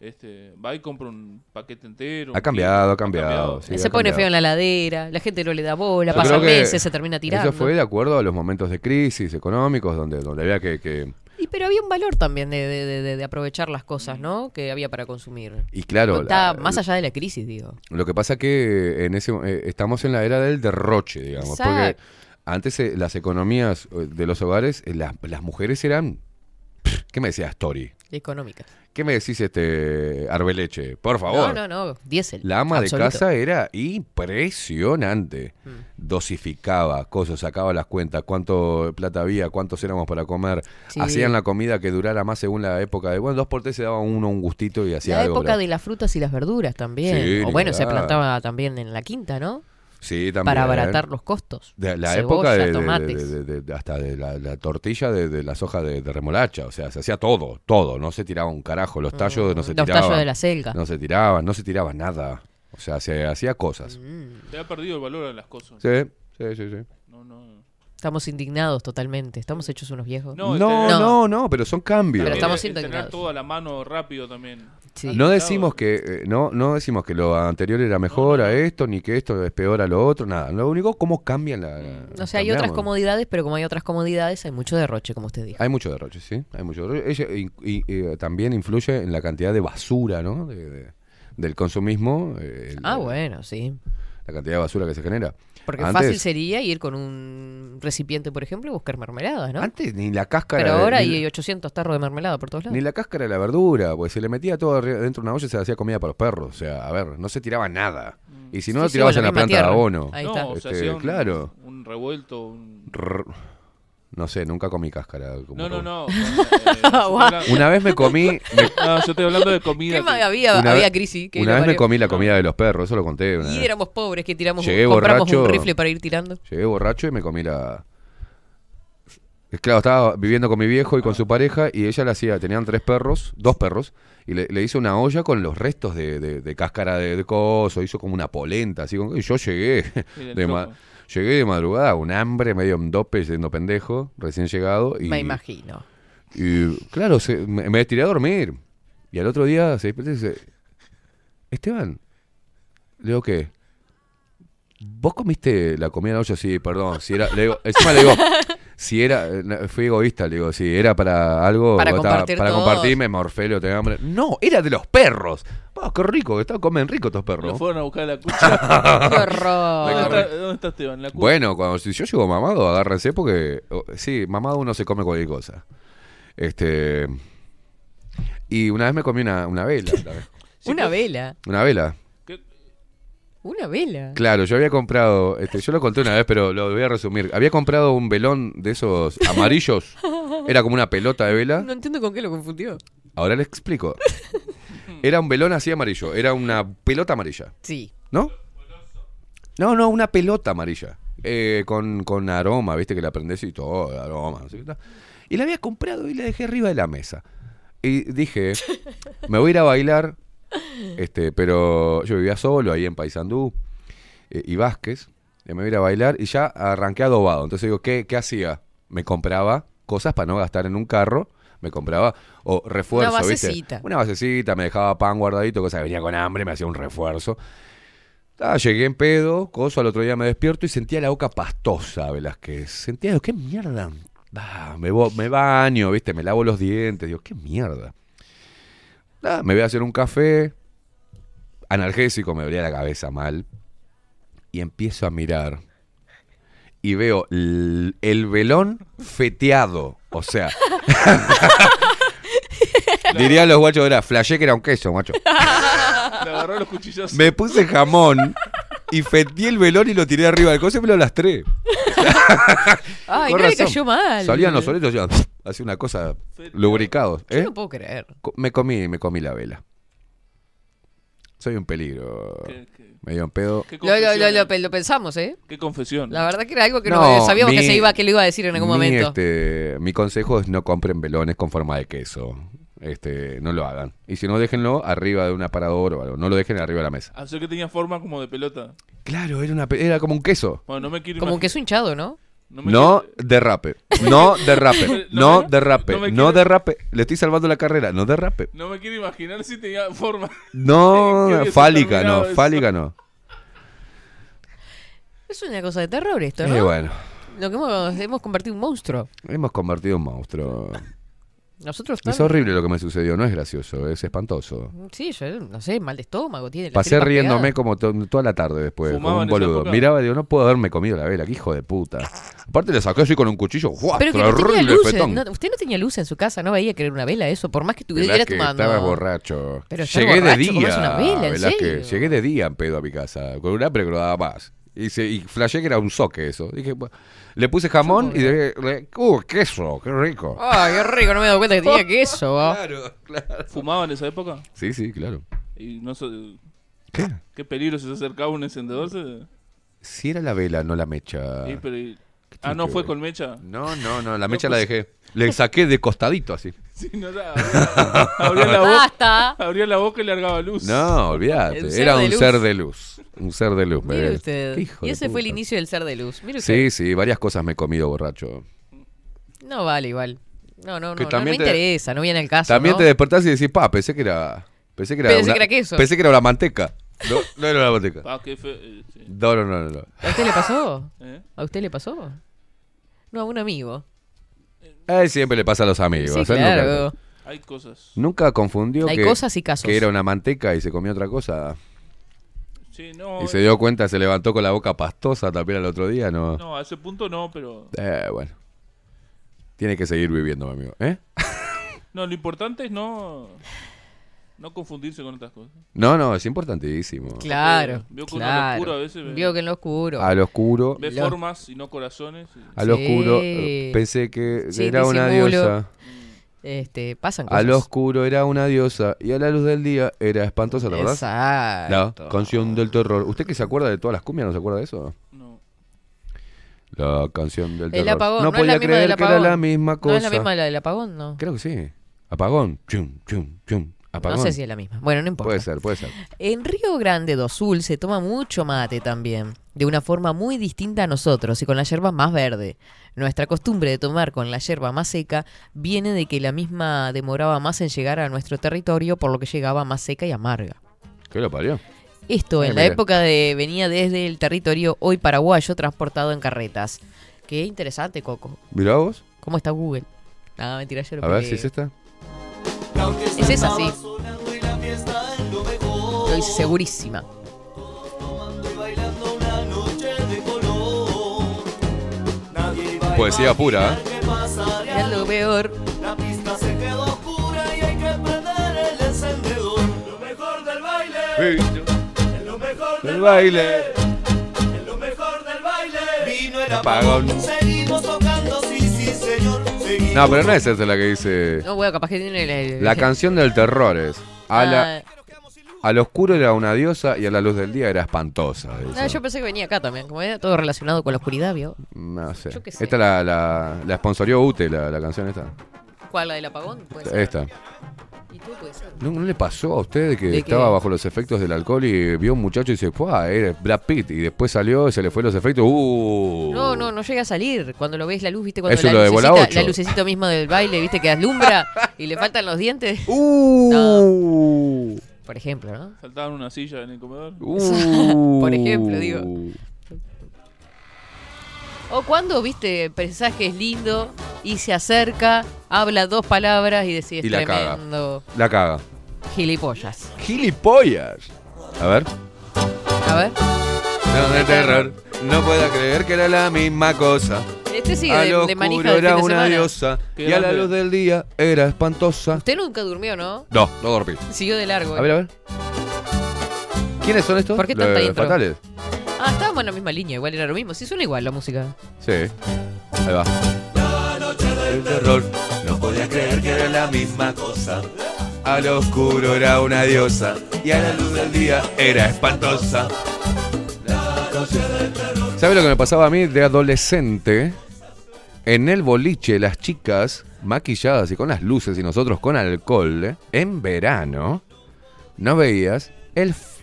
Speaker 3: este, va y compra un paquete entero. un
Speaker 10: Ha cambiado,
Speaker 3: kilo,
Speaker 10: ha cambiado, sí.
Speaker 2: se
Speaker 10: ha
Speaker 2: pone
Speaker 10: cambiado.
Speaker 2: feo en la ladera, la gente no le da bola,
Speaker 10: Yo
Speaker 2: pasan
Speaker 10: creo que
Speaker 2: meses, se termina tirando.
Speaker 10: Eso fue de acuerdo a los momentos de crisis económicos donde, donde había que- que
Speaker 2: Y pero había un valor también de, de- de- de- de aprovechar las cosas, ¿no? Que había para consumir.
Speaker 10: Y claro,
Speaker 2: Está
Speaker 10: la-
Speaker 2: más allá de la crisis, digo.
Speaker 10: lo que pasa que en ese eh, estamos en la era del derroche, digamos,
Speaker 2: Exacto.
Speaker 10: porque antes eh, las economías eh, de los hogares, eh, las, las mujeres eran pff, ¿Qué me decías, Tori?
Speaker 2: Económica.
Speaker 10: ¿Qué me decís este Arbeleche? Por favor.
Speaker 2: No, no, no. Diésel.
Speaker 10: La ama
Speaker 2: absoluto. Mm.
Speaker 10: de casa era impresionante. Dosificaba cosas, sacaba las cuentas, cuánto plata había, cuántos éramos para comer.
Speaker 2: Sí.
Speaker 10: Hacían la comida que durara más según la época de. Bueno, dos por tres se daba uno un gustito y hacía
Speaker 2: La
Speaker 10: algo.
Speaker 2: época
Speaker 10: pero-
Speaker 2: de las frutas y las verduras también.
Speaker 10: Sí,
Speaker 2: o bueno, se
Speaker 10: claro.
Speaker 2: plantaba también en la quinta, ¿no?
Speaker 10: Sí, también.
Speaker 2: Para abaratar los costos.
Speaker 10: De la
Speaker 2: Cebolla,
Speaker 10: época de, de-
Speaker 2: tomates.
Speaker 10: de- de- de- hasta de la, la tortilla de, de las hojas de, de remolacha, o sea, se hacía todo, todo, no se tiraba un carajo, los tallos no se
Speaker 2: Mm. Los
Speaker 10: tiraban.
Speaker 2: tallos de la selga.
Speaker 10: No se tiraban, no se tiraba nada, o sea, se hacía cosas.
Speaker 2: Mm.
Speaker 3: Te ha perdido el valor a las cosas.
Speaker 10: Sí, sí, sí, sí.
Speaker 3: No, no.
Speaker 2: Estamos indignados totalmente. Estamos hechos unos viejos.
Speaker 10: No,
Speaker 3: No,
Speaker 10: no,
Speaker 3: este-
Speaker 10: no, pero son cambios.
Speaker 2: Pero estamos
Speaker 3: El- el
Speaker 2: indignados.
Speaker 3: Tener toda la mano rápido también.
Speaker 2: Sí.
Speaker 10: No decimos que eh, no no decimos que lo anterior era mejor a esto ni que esto es peor a lo otro, nada. Lo único cómo cambian la,
Speaker 2: O sea, hay otras
Speaker 10: cambiamos.
Speaker 2: comodidades, pero como hay otras comodidades, hay mucho derroche, como usted dijo.
Speaker 10: Hay mucho derroche, sí. Hay mucho derroche. Ella, y, y, eh, también influye en la cantidad de basura, ¿no? De- de- del consumismo. eh, el-
Speaker 2: Ah, bueno, sí.
Speaker 10: La cantidad de basura que se genera.
Speaker 2: Porque
Speaker 10: Antes-
Speaker 2: fácil sería ir con un recipiente, por ejemplo, y buscar mermeladas, ¿no?
Speaker 10: Antes ni la cáscara.
Speaker 2: Pero
Speaker 10: de-
Speaker 2: ahora
Speaker 10: ni,
Speaker 2: hay 800 tarros de mermelada por todos lados.
Speaker 10: ni la cáscara de la verdura, pues se le metía todo arri- dentro de una olla y se le hacía comida para los perros. O sea, a ver, no se tiraba nada. Y si no,
Speaker 2: Mm. Sí,
Speaker 10: lo
Speaker 2: sí,
Speaker 10: tirabas
Speaker 2: o
Speaker 10: en la
Speaker 2: misma
Speaker 10: planta
Speaker 2: tierra.
Speaker 10: de abono.
Speaker 2: Ahí
Speaker 3: no,
Speaker 2: está.
Speaker 3: o sea,
Speaker 10: Este,
Speaker 3: hacía un,
Speaker 10: claro.
Speaker 3: un revuelto, un...
Speaker 10: Rrr. No sé, nunca comí cáscara. como
Speaker 3: No, no, no.
Speaker 10: todo.
Speaker 3: con, eh, yo estoy hablando-
Speaker 10: Una vez me comí. me-
Speaker 3: No, yo estoy hablando de
Speaker 2: ¿Qué
Speaker 3: comida.
Speaker 2: más
Speaker 3: que-
Speaker 2: había,
Speaker 10: una
Speaker 2: había
Speaker 10: vez-
Speaker 2: crisis. que
Speaker 10: una
Speaker 2: lo
Speaker 10: vez me
Speaker 2: parió.
Speaker 10: comí la comida de los perros, eso lo conté. una
Speaker 2: Y
Speaker 10: vez.
Speaker 2: éramos pobres que tiramos
Speaker 10: Llegué
Speaker 2: compramos un
Speaker 10: borracho.
Speaker 2: rifle para ir tirando.
Speaker 10: Llegué borracho y me comí la. Es Claro, estaba viviendo con mi viejo y con su pareja y ella le hacía, tenían tres perros, dos perros, y le, le hizo una olla con los restos de, de- de cáscara de, de coso, hizo como una polenta, así con- y yo llegué
Speaker 3: Y del
Speaker 10: de, ma-
Speaker 3: choclo.
Speaker 10: llegué de madrugada, un hambre, medio en dope, siendo pendejo, recién llegado, y,
Speaker 2: Me imagino.
Speaker 10: y, claro, se- me, me estiré a dormir. Y al otro día se despierta y dice, Esteban, le digo, ¿qué? ¿Vos comiste la comida anoche? Sí, perdón. Si era, le digo, encima le digo, si era, eh, no, fui egoísta, le digo, si era para algo,
Speaker 2: Para
Speaker 10: estaba-
Speaker 2: compartir
Speaker 10: para
Speaker 2: todos.
Speaker 10: compartirme, morfelo, tenía hambre. No, era de los perros. Ah, qué rico, que está- comen rico estos
Speaker 3: Lo
Speaker 10: perros.
Speaker 3: fueron a buscar la cuchara.
Speaker 2: ¡Qué
Speaker 3: ¿Dónde,
Speaker 2: horror!
Speaker 3: está, ¿Dónde está Esteban? La cu-
Speaker 10: Bueno, cuando si yo llego mamado, agárrense porque oh, sí, mamado uno se come cualquier cosa. Este y una vez me comí una, una vela, la vez.
Speaker 2: Una vela.
Speaker 10: una vela.
Speaker 3: ¿Qué?
Speaker 2: Una vela.
Speaker 10: Claro, yo había comprado, este, yo lo conté una vez, pero lo voy a resumir. Había comprado un velón de esos amarillos. Era como una pelota de vela.
Speaker 2: No entiendo con qué lo confundió.
Speaker 10: Ahora le explico. Era un velón así amarillo, era una pelota amarilla.
Speaker 2: Sí.
Speaker 10: ¿No? No, no, una pelota amarilla. eh, con, con aroma, viste que la prendés y todo, aroma. no sé qué tal. Y la había comprado y la dejé arriba de la mesa. Y dije, me voy a ir a bailar. Este, pero yo vivía solo ahí en Paysandú eh, y Vázquez. y me voy a ir a bailar y ya arranqué adobado. Entonces digo, ¿qué, qué hacía? Me compraba cosas para no gastar en un carro. Me compraba o refuerzo,
Speaker 2: Una
Speaker 10: ¿viste?
Speaker 2: basecita.
Speaker 10: Una basecita, me dejaba pan guardadito, cosa que venía con hambre, me hacía un refuerzo. Ah, llegué en pedo, coso, al otro día me despierto y sentía la boca pastosa, Velázquez. Sentía, digo, ¿qué mierda Da, me, bo- me baño, ¿viste? Me lavo los dientes. Digo, qué mierda. Da, me voy a hacer un café. Analgésico, me dolía la cabeza mal. Y empiezo a mirar. Y veo l- el velón feteado. O sea. Dirían los guachos, era flashé que era un queso, macho.
Speaker 3: Le agarró los cuchillos.
Speaker 10: Me puse jamón y fetí el velón y lo tiré arriba del coche y me lo lastré.
Speaker 2: Ay,
Speaker 10: Con
Speaker 2: no le
Speaker 10: razón.
Speaker 2: cayó mal.
Speaker 10: Salían los solitos ya, así una cosa lubricados.
Speaker 2: Yo
Speaker 10: ¿eh?
Speaker 2: no puedo creer.
Speaker 10: Co- Me comí, me comí la vela. Soy un peligro.
Speaker 3: Qué- qué-
Speaker 10: Me dio un pedo.
Speaker 3: qué
Speaker 2: Lo, lo-
Speaker 3: confesión,
Speaker 2: lo-
Speaker 3: eh.
Speaker 2: lo pe- lo pensamos, ¿eh?
Speaker 3: Qué confesión.
Speaker 2: La verdad que era algo que no, sabíamos que
Speaker 10: mi-
Speaker 2: se iba, que lo iba a decir en algún
Speaker 10: mi,
Speaker 2: momento.
Speaker 10: este, mi consejo es no compren velones con forma de queso. Este, no lo hagan. Y si no, déjenlo arriba de un aparador o algo. No lo dejen arriba de la mesa.
Speaker 3: A ser que tenía forma como de pelota.
Speaker 10: Claro, era, una, pe- era como un queso.
Speaker 3: Bueno, no me quiero
Speaker 2: Como un
Speaker 3: imagi-
Speaker 2: queso hinchado, ¿no?
Speaker 3: me
Speaker 10: No
Speaker 3: quiero-
Speaker 10: derrape. No derrape. No
Speaker 3: No, no
Speaker 10: derrape.
Speaker 3: me
Speaker 10: No
Speaker 3: quiero-
Speaker 10: derrape. Le estoy salvando la carrera. No derrape.
Speaker 3: no me quiero imaginar si tenía forma. Creo
Speaker 10: No,
Speaker 3: que está
Speaker 10: fálica, no.
Speaker 3: terminado eso.
Speaker 10: Fálica, no.
Speaker 2: Es una cosa de terror esto, ¿no?
Speaker 10: Y bueno,
Speaker 2: Lo que hemos, hemos convertido en un monstruo.
Speaker 10: hemos convertido en monstruo.
Speaker 2: Nosotros
Speaker 10: Es
Speaker 2: tan-
Speaker 10: horrible lo que me sucedió. No es gracioso, es espantoso.
Speaker 2: Sí, yo no sé, mal de estómago tiene. las
Speaker 10: Pasé
Speaker 2: tripas
Speaker 10: riéndome
Speaker 2: pegadas.
Speaker 10: como to- toda la tarde después, como
Speaker 3: ¿Fumaba
Speaker 10: un
Speaker 3: en esa
Speaker 10: boludo.
Speaker 3: época?
Speaker 10: Miraba y digo, no puedo haberme comido la vela, qué hijo de puta. Aparte le saqué así con un cuchillo. ¡guau!
Speaker 2: Pero que no tenía
Speaker 10: Terrible
Speaker 2: luz.
Speaker 10: fetón.
Speaker 2: no- usted no tenía luz en su casa, no veía que era una vela eso, por más que
Speaker 10: Velázquez,
Speaker 2: estuviera tomando.
Speaker 10: estabas borracho.
Speaker 2: Pero estar
Speaker 10: Llegué de
Speaker 2: borracho, comerse
Speaker 10: día.
Speaker 2: una vela, ¿en
Speaker 10: Velázquez.
Speaker 2: serio?
Speaker 10: Llegué de día en pedo a mi casa. Con una pero que no daba más. Y, se, y flashé que era un soque eso. Dije, bu- le puse jamón y dije, le- ¡uh, queso! ¡Qué rico!
Speaker 2: Ay, qué rico, no me he dado cuenta que tenía queso. va.
Speaker 10: Claro, claro.
Speaker 3: Fumaba en esa época.
Speaker 10: Sí, sí, claro.
Speaker 3: Y no sé.
Speaker 10: ¿Qué?
Speaker 3: Qué peligro si se acercaba un encendedor. se-
Speaker 10: Si era la vela, no la mecha.
Speaker 3: Sí, pero y-
Speaker 10: tiene
Speaker 3: Ah, no
Speaker 10: que
Speaker 3: fue
Speaker 10: ver?
Speaker 3: con mecha.
Speaker 10: No, no, no, la mecha la dejé. Le saqué de costadito así.
Speaker 3: Sí, no era. Abría la boca.
Speaker 2: Basta.
Speaker 3: Abría la boca y largaba luz.
Speaker 10: No,
Speaker 2: Un
Speaker 10: olvídate.
Speaker 2: ser
Speaker 10: Era
Speaker 2: de
Speaker 10: un
Speaker 2: luz.
Speaker 10: ser de luz. Un ser de luz, me
Speaker 2: Mire
Speaker 10: ves.
Speaker 2: usted.
Speaker 10: Qué hijo
Speaker 2: Y
Speaker 10: de
Speaker 2: ese fue el
Speaker 10: puta.
Speaker 2: inicio del ser de luz. Mire usted.
Speaker 10: Sí, sí, varias cosas me he comido borracho.
Speaker 2: No vale igual. No, no, no.
Speaker 10: Que
Speaker 2: No me
Speaker 10: también te-
Speaker 2: interesa, no viene al caso.
Speaker 10: También
Speaker 2: ¿no?
Speaker 10: te despertás y decís, pa, pensé que era. Pensé que era,
Speaker 2: Pensé
Speaker 10: una-
Speaker 2: que era queso.
Speaker 10: Pensé que era una manteca. No, no era una manteca.
Speaker 3: Ah, qué feo. eh, sí.
Speaker 10: No, no, no, no, no.
Speaker 2: ¿A usted le pasó?
Speaker 3: ¿Eh?
Speaker 2: ¿A usted le pasó? No, a un amigo.
Speaker 10: A él siempre le pasa a los amigos.
Speaker 2: sí,
Speaker 10: él nunca-
Speaker 2: claro.
Speaker 3: Hay cosas.
Speaker 10: Nunca confundió
Speaker 2: Hay
Speaker 10: que,
Speaker 2: cosas y casos.
Speaker 10: que era una manteca y se comió otra cosa.
Speaker 3: Sí, no.
Speaker 10: Y se dio cuenta, se levantó con la boca pastosa también al otro día, ¿no?
Speaker 3: No, a ese punto no, pero.
Speaker 10: Eh, bueno. Tiene que seguir viviendo, mi amigo. ¿Eh?
Speaker 3: No, lo importante es no. No confundirse con otras cosas.
Speaker 10: No, no, es importantísimo.
Speaker 2: Claro.
Speaker 3: Vio que uno
Speaker 2: claro.
Speaker 3: lo oscuro a veces ¿eh? ve-
Speaker 2: Vio que en lo oscuro.
Speaker 10: Al oscuro.
Speaker 3: Ve
Speaker 2: Lo-
Speaker 3: formas y no corazones. y-
Speaker 10: Al oscuro. eh,
Speaker 2: Sí.
Speaker 10: Pensé que
Speaker 2: Sí,
Speaker 10: era una
Speaker 2: disimulo.
Speaker 10: diosa.
Speaker 2: Este, pasan cosas.
Speaker 10: Al oscuro era una diosa y a la luz del día era espantosa, ¿te acordás? La
Speaker 2: Exacto.
Speaker 10: canción del terror. ¿Usted que se acuerda de todas las cumbias no se acuerda de eso?
Speaker 3: No.
Speaker 10: La canción del terror.
Speaker 2: El apagón.
Speaker 10: no
Speaker 2: No, es
Speaker 10: podía
Speaker 2: la misma
Speaker 10: creer
Speaker 2: del
Speaker 10: que era
Speaker 2: apagón.
Speaker 10: la misma cosa.
Speaker 2: No es la misma la del apagón, no.
Speaker 10: Creo que sí. Apagón. Chum, chum, chum. Apagón.
Speaker 2: No sé si es la misma. Bueno, no importa.
Speaker 10: Puede ser, puede ser.
Speaker 2: En Río Grande do Sul se toma mucho mate también, de una forma muy distinta a nosotros y con la yerba más verde. Nuestra costumbre de tomar con la yerba más seca viene de que la misma demoraba más en llegar a nuestro territorio, por lo que llegaba más seca y amarga.
Speaker 10: ¿Qué lo parió?
Speaker 2: Esto
Speaker 10: Eh,
Speaker 2: en la
Speaker 10: mira.
Speaker 2: época de venía desde el territorio hoy paraguayo transportado en carretas. Qué interesante, Coco.
Speaker 10: Mirá vos.
Speaker 2: ¿Cómo está Google? Nada, mentira, yo lo
Speaker 10: A ver
Speaker 2: pegué.
Speaker 10: si es esta.
Speaker 2: Es esa, sí. Lo hice segurísima.
Speaker 10: Poesía pura. ¿eh?
Speaker 2: Es lo peor.
Speaker 10: ¿eh? El baile. Apagón. No, pero no es esa la que dice.
Speaker 2: No, bueno, capaz que tiene el- el- Ah,
Speaker 10: La canción del terror es. A la, al oscuro era una diosa y a la luz del día era espantosa.
Speaker 2: Ah,
Speaker 10: dice.
Speaker 2: no, yo pensé que venía acá también, como era todo relacionado con la oscuridad, ¿vio?
Speaker 10: No sé.
Speaker 2: yo qué sé.
Speaker 10: Esta la, la, la sponsorió UTE, la, la canción esta.
Speaker 2: ¿Cuál? ¿La del apagón? Puede ser.
Speaker 10: Esta.
Speaker 2: Y tú pues? puede ser.
Speaker 10: ¿No, no le pasó a usted de que
Speaker 2: ¿De
Speaker 10: estaba
Speaker 2: qué?
Speaker 10: bajo los efectos del alcohol y vio un muchacho y dice, ¡Puah! Era Brad Pitt. Y después salió y se le fue los efectos. ¡Uh!
Speaker 2: No, no, no llega a salir. Cuando lo ves la luz, viste, cuando
Speaker 10: Eso
Speaker 2: la
Speaker 10: lo de bola
Speaker 2: lucecita,
Speaker 10: ocho.
Speaker 2: la lucecita misma del baile, viste, que alumbra y le faltan los dientes.
Speaker 10: ¡Uh!
Speaker 2: Por ejemplo, ¿no?
Speaker 3: Saltaban una silla en el comedor.
Speaker 10: ¡Uh!
Speaker 2: Por ejemplo, digo. O cuando, viste, pensás que es lindo y se acerca, habla dos palabras y decís,
Speaker 10: Y la caga.
Speaker 2: tremendo
Speaker 10: La caga.
Speaker 2: gilipollas.
Speaker 10: ¡Gilipollas! A ver.
Speaker 2: A ver.
Speaker 10: No, de terror. No puedo creer que era la misma cosa.
Speaker 2: Este sí,
Speaker 10: a lo
Speaker 2: de, de manija
Speaker 10: oscuro
Speaker 2: del fin
Speaker 10: era
Speaker 2: de
Speaker 10: una
Speaker 2: semana.
Speaker 10: diosa
Speaker 3: Qué
Speaker 10: y a la
Speaker 3: grande.
Speaker 10: luz del día eh, era espantosa.
Speaker 2: Usted nunca durmió, ¿no?
Speaker 10: No, no dormí.
Speaker 2: Siguió de largo. eh.
Speaker 10: A ver, a ver. ¿Quiénes son estos?
Speaker 2: ¿Por qué tanta
Speaker 10: Los
Speaker 2: intro?
Speaker 10: fatales.
Speaker 2: Ah, estábamos en la misma línea, igual era lo mismo. Sí, suena igual la música.
Speaker 10: Sí. Ahí va. El terror. No podía creer que era la misma cosa. A lo oscuro era una diosa y a la luz del día era espantosa. ¿Sabes lo que me pasaba a mí de adolescente? En el boliche, las chicas maquilladas y con las luces y nosotros con alcohol, ¿eh? en verano, no veías el f-